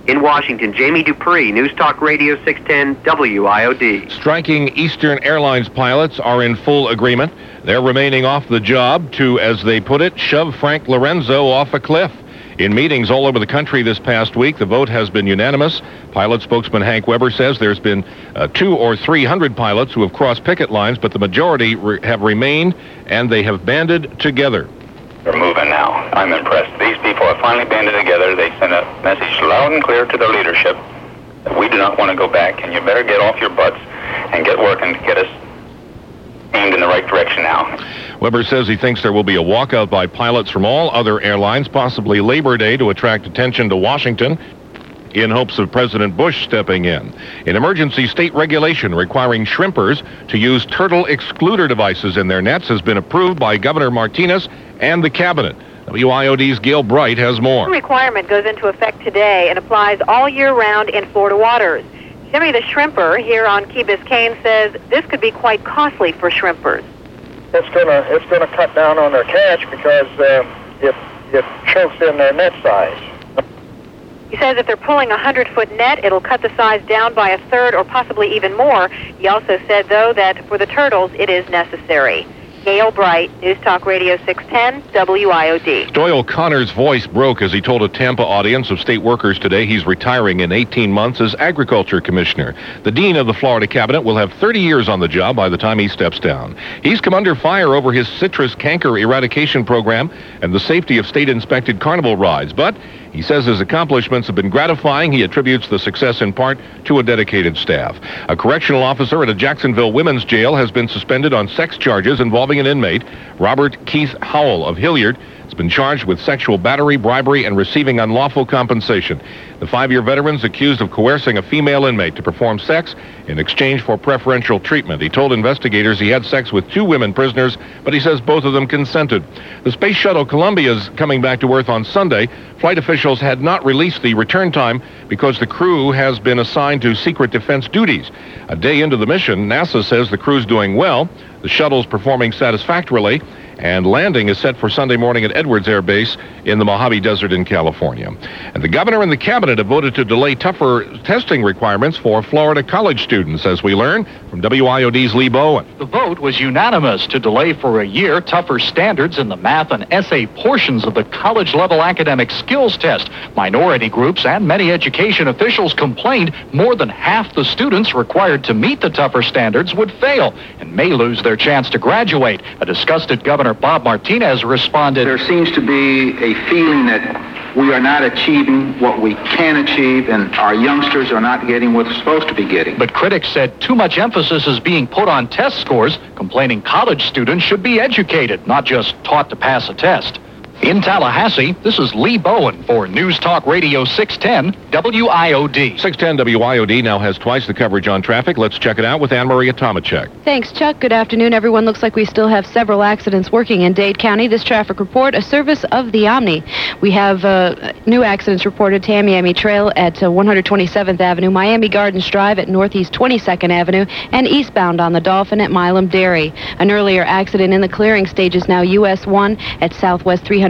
S23: In Washington, Jamie Dupree, News Talk Radio 610 WIOD.
S40: Striking Eastern Airlines pilots are in full agreement. They're remaining off the job to, as they put it, shove Frank Lorenzo off a cliff. In meetings all over the country this past week, the vote has been unanimous. Pilot spokesman Hank Weber says there's been uh, two or three hundred pilots who have crossed picket lines, but the majority re- have remained and they have banded together.
S36: They're moving now. I'm impressed. These people have finally banded together. They sent a message loud and clear to their leadership that we do not want to go back, and you better get off your butts and get working to get us aimed in the right direction now.
S40: Weber says he thinks there will be a walkout by pilots from all other airlines, possibly Labor Day, to attract attention to Washington in hopes of President Bush stepping in. An emergency state regulation requiring shrimpers to use turtle excluder devices in their nets has been approved by Governor Martinez and the cabinet. WIOD's Gail Bright has
S24: The
S40: more.
S24: requirement goes into effect today and applies all year round in Florida waters. Jimmy the Shrimper here on Key Biscayne says this could be quite costly for shrimpers.
S25: it's gonna it's gonna cut down on their catch because um, it it chokes in their net size.
S24: He says if they're pulling a 100 foot net, it'll cut the size down by a third or possibly even more. He also said, though, that for the turtles, it is necessary. Gail Bright, News Talk Radio 610, WIOD.
S40: Doyle Connor's voice broke as he told a Tampa audience of state workers today he's retiring in 18 months as agriculture commissioner. The dean of the Florida cabinet will have 30 years on the job by the time he steps down. He's come under fire over his citrus canker eradication program and the safety of state-inspected carnival rides, but he says his accomplishments have been gratifying. He attributes the success in part to a dedicated staff. A correctional officer at a Jacksonville women's jail has been suspended on sex charges involving an inmate. Robert Keith Howell of Hilliard has been charged with sexual battery, bribery, and receiving unlawful compensation. The five-year veteran's accused of coercing a female inmate to perform sex in exchange for preferential treatment. He told investigators he had sex with two women prisoners, but he says both of them consented. The space shuttle Columbia is coming back to Earth on Sunday. Flight officials had not released the return time because the crew has been assigned to secret defense duties. A day into the mission, NASA says the crew's doing well, the shuttle's performing satisfactorily, and landing is set for Sunday morning at Edwards Air Base in the Mojave Desert in California. And the governor and the cabinet have voted to delay tougher testing requirements for Florida college students, as we learn from WIOD's Lee Bowen.
S41: The vote was unanimous to delay for a year tougher standards in the math and essay portions of the college level academic skills test. Minority groups and many education officials complained more than half the students required to meet the tougher standards would fail and may lose their chance to graduate. A disgusted governor
S8: Governor Bob Martinez responded
S17: There seems to be a feeling that we are not achieving what we can achieve, and our youngsters are not getting what they're supposed to be getting.
S8: But critics said too much emphasis is being put on test scores, complaining college students should be educated, not just taught to pass a test. In Tallahassee, this is Lee Bowen for News Talk Radio 610 WIOD.
S40: 610 WIOD now has twice the coverage on traffic. Let's check it out with Anne Marie Tomachek.
S42: Thanks, Chuck. Good afternoon, everyone. Looks like we still have several accidents working in Dade County. This traffic report, a service of the Omni. We have uh, new accidents reported: Tamiami Trail at uh, 127th Avenue, Miami Gardens Drive at Northeast 22nd Avenue, and eastbound on the Dolphin at Milam Dairy. An earlier accident in the clearing stages now U.S. 1 at Southwest 360th.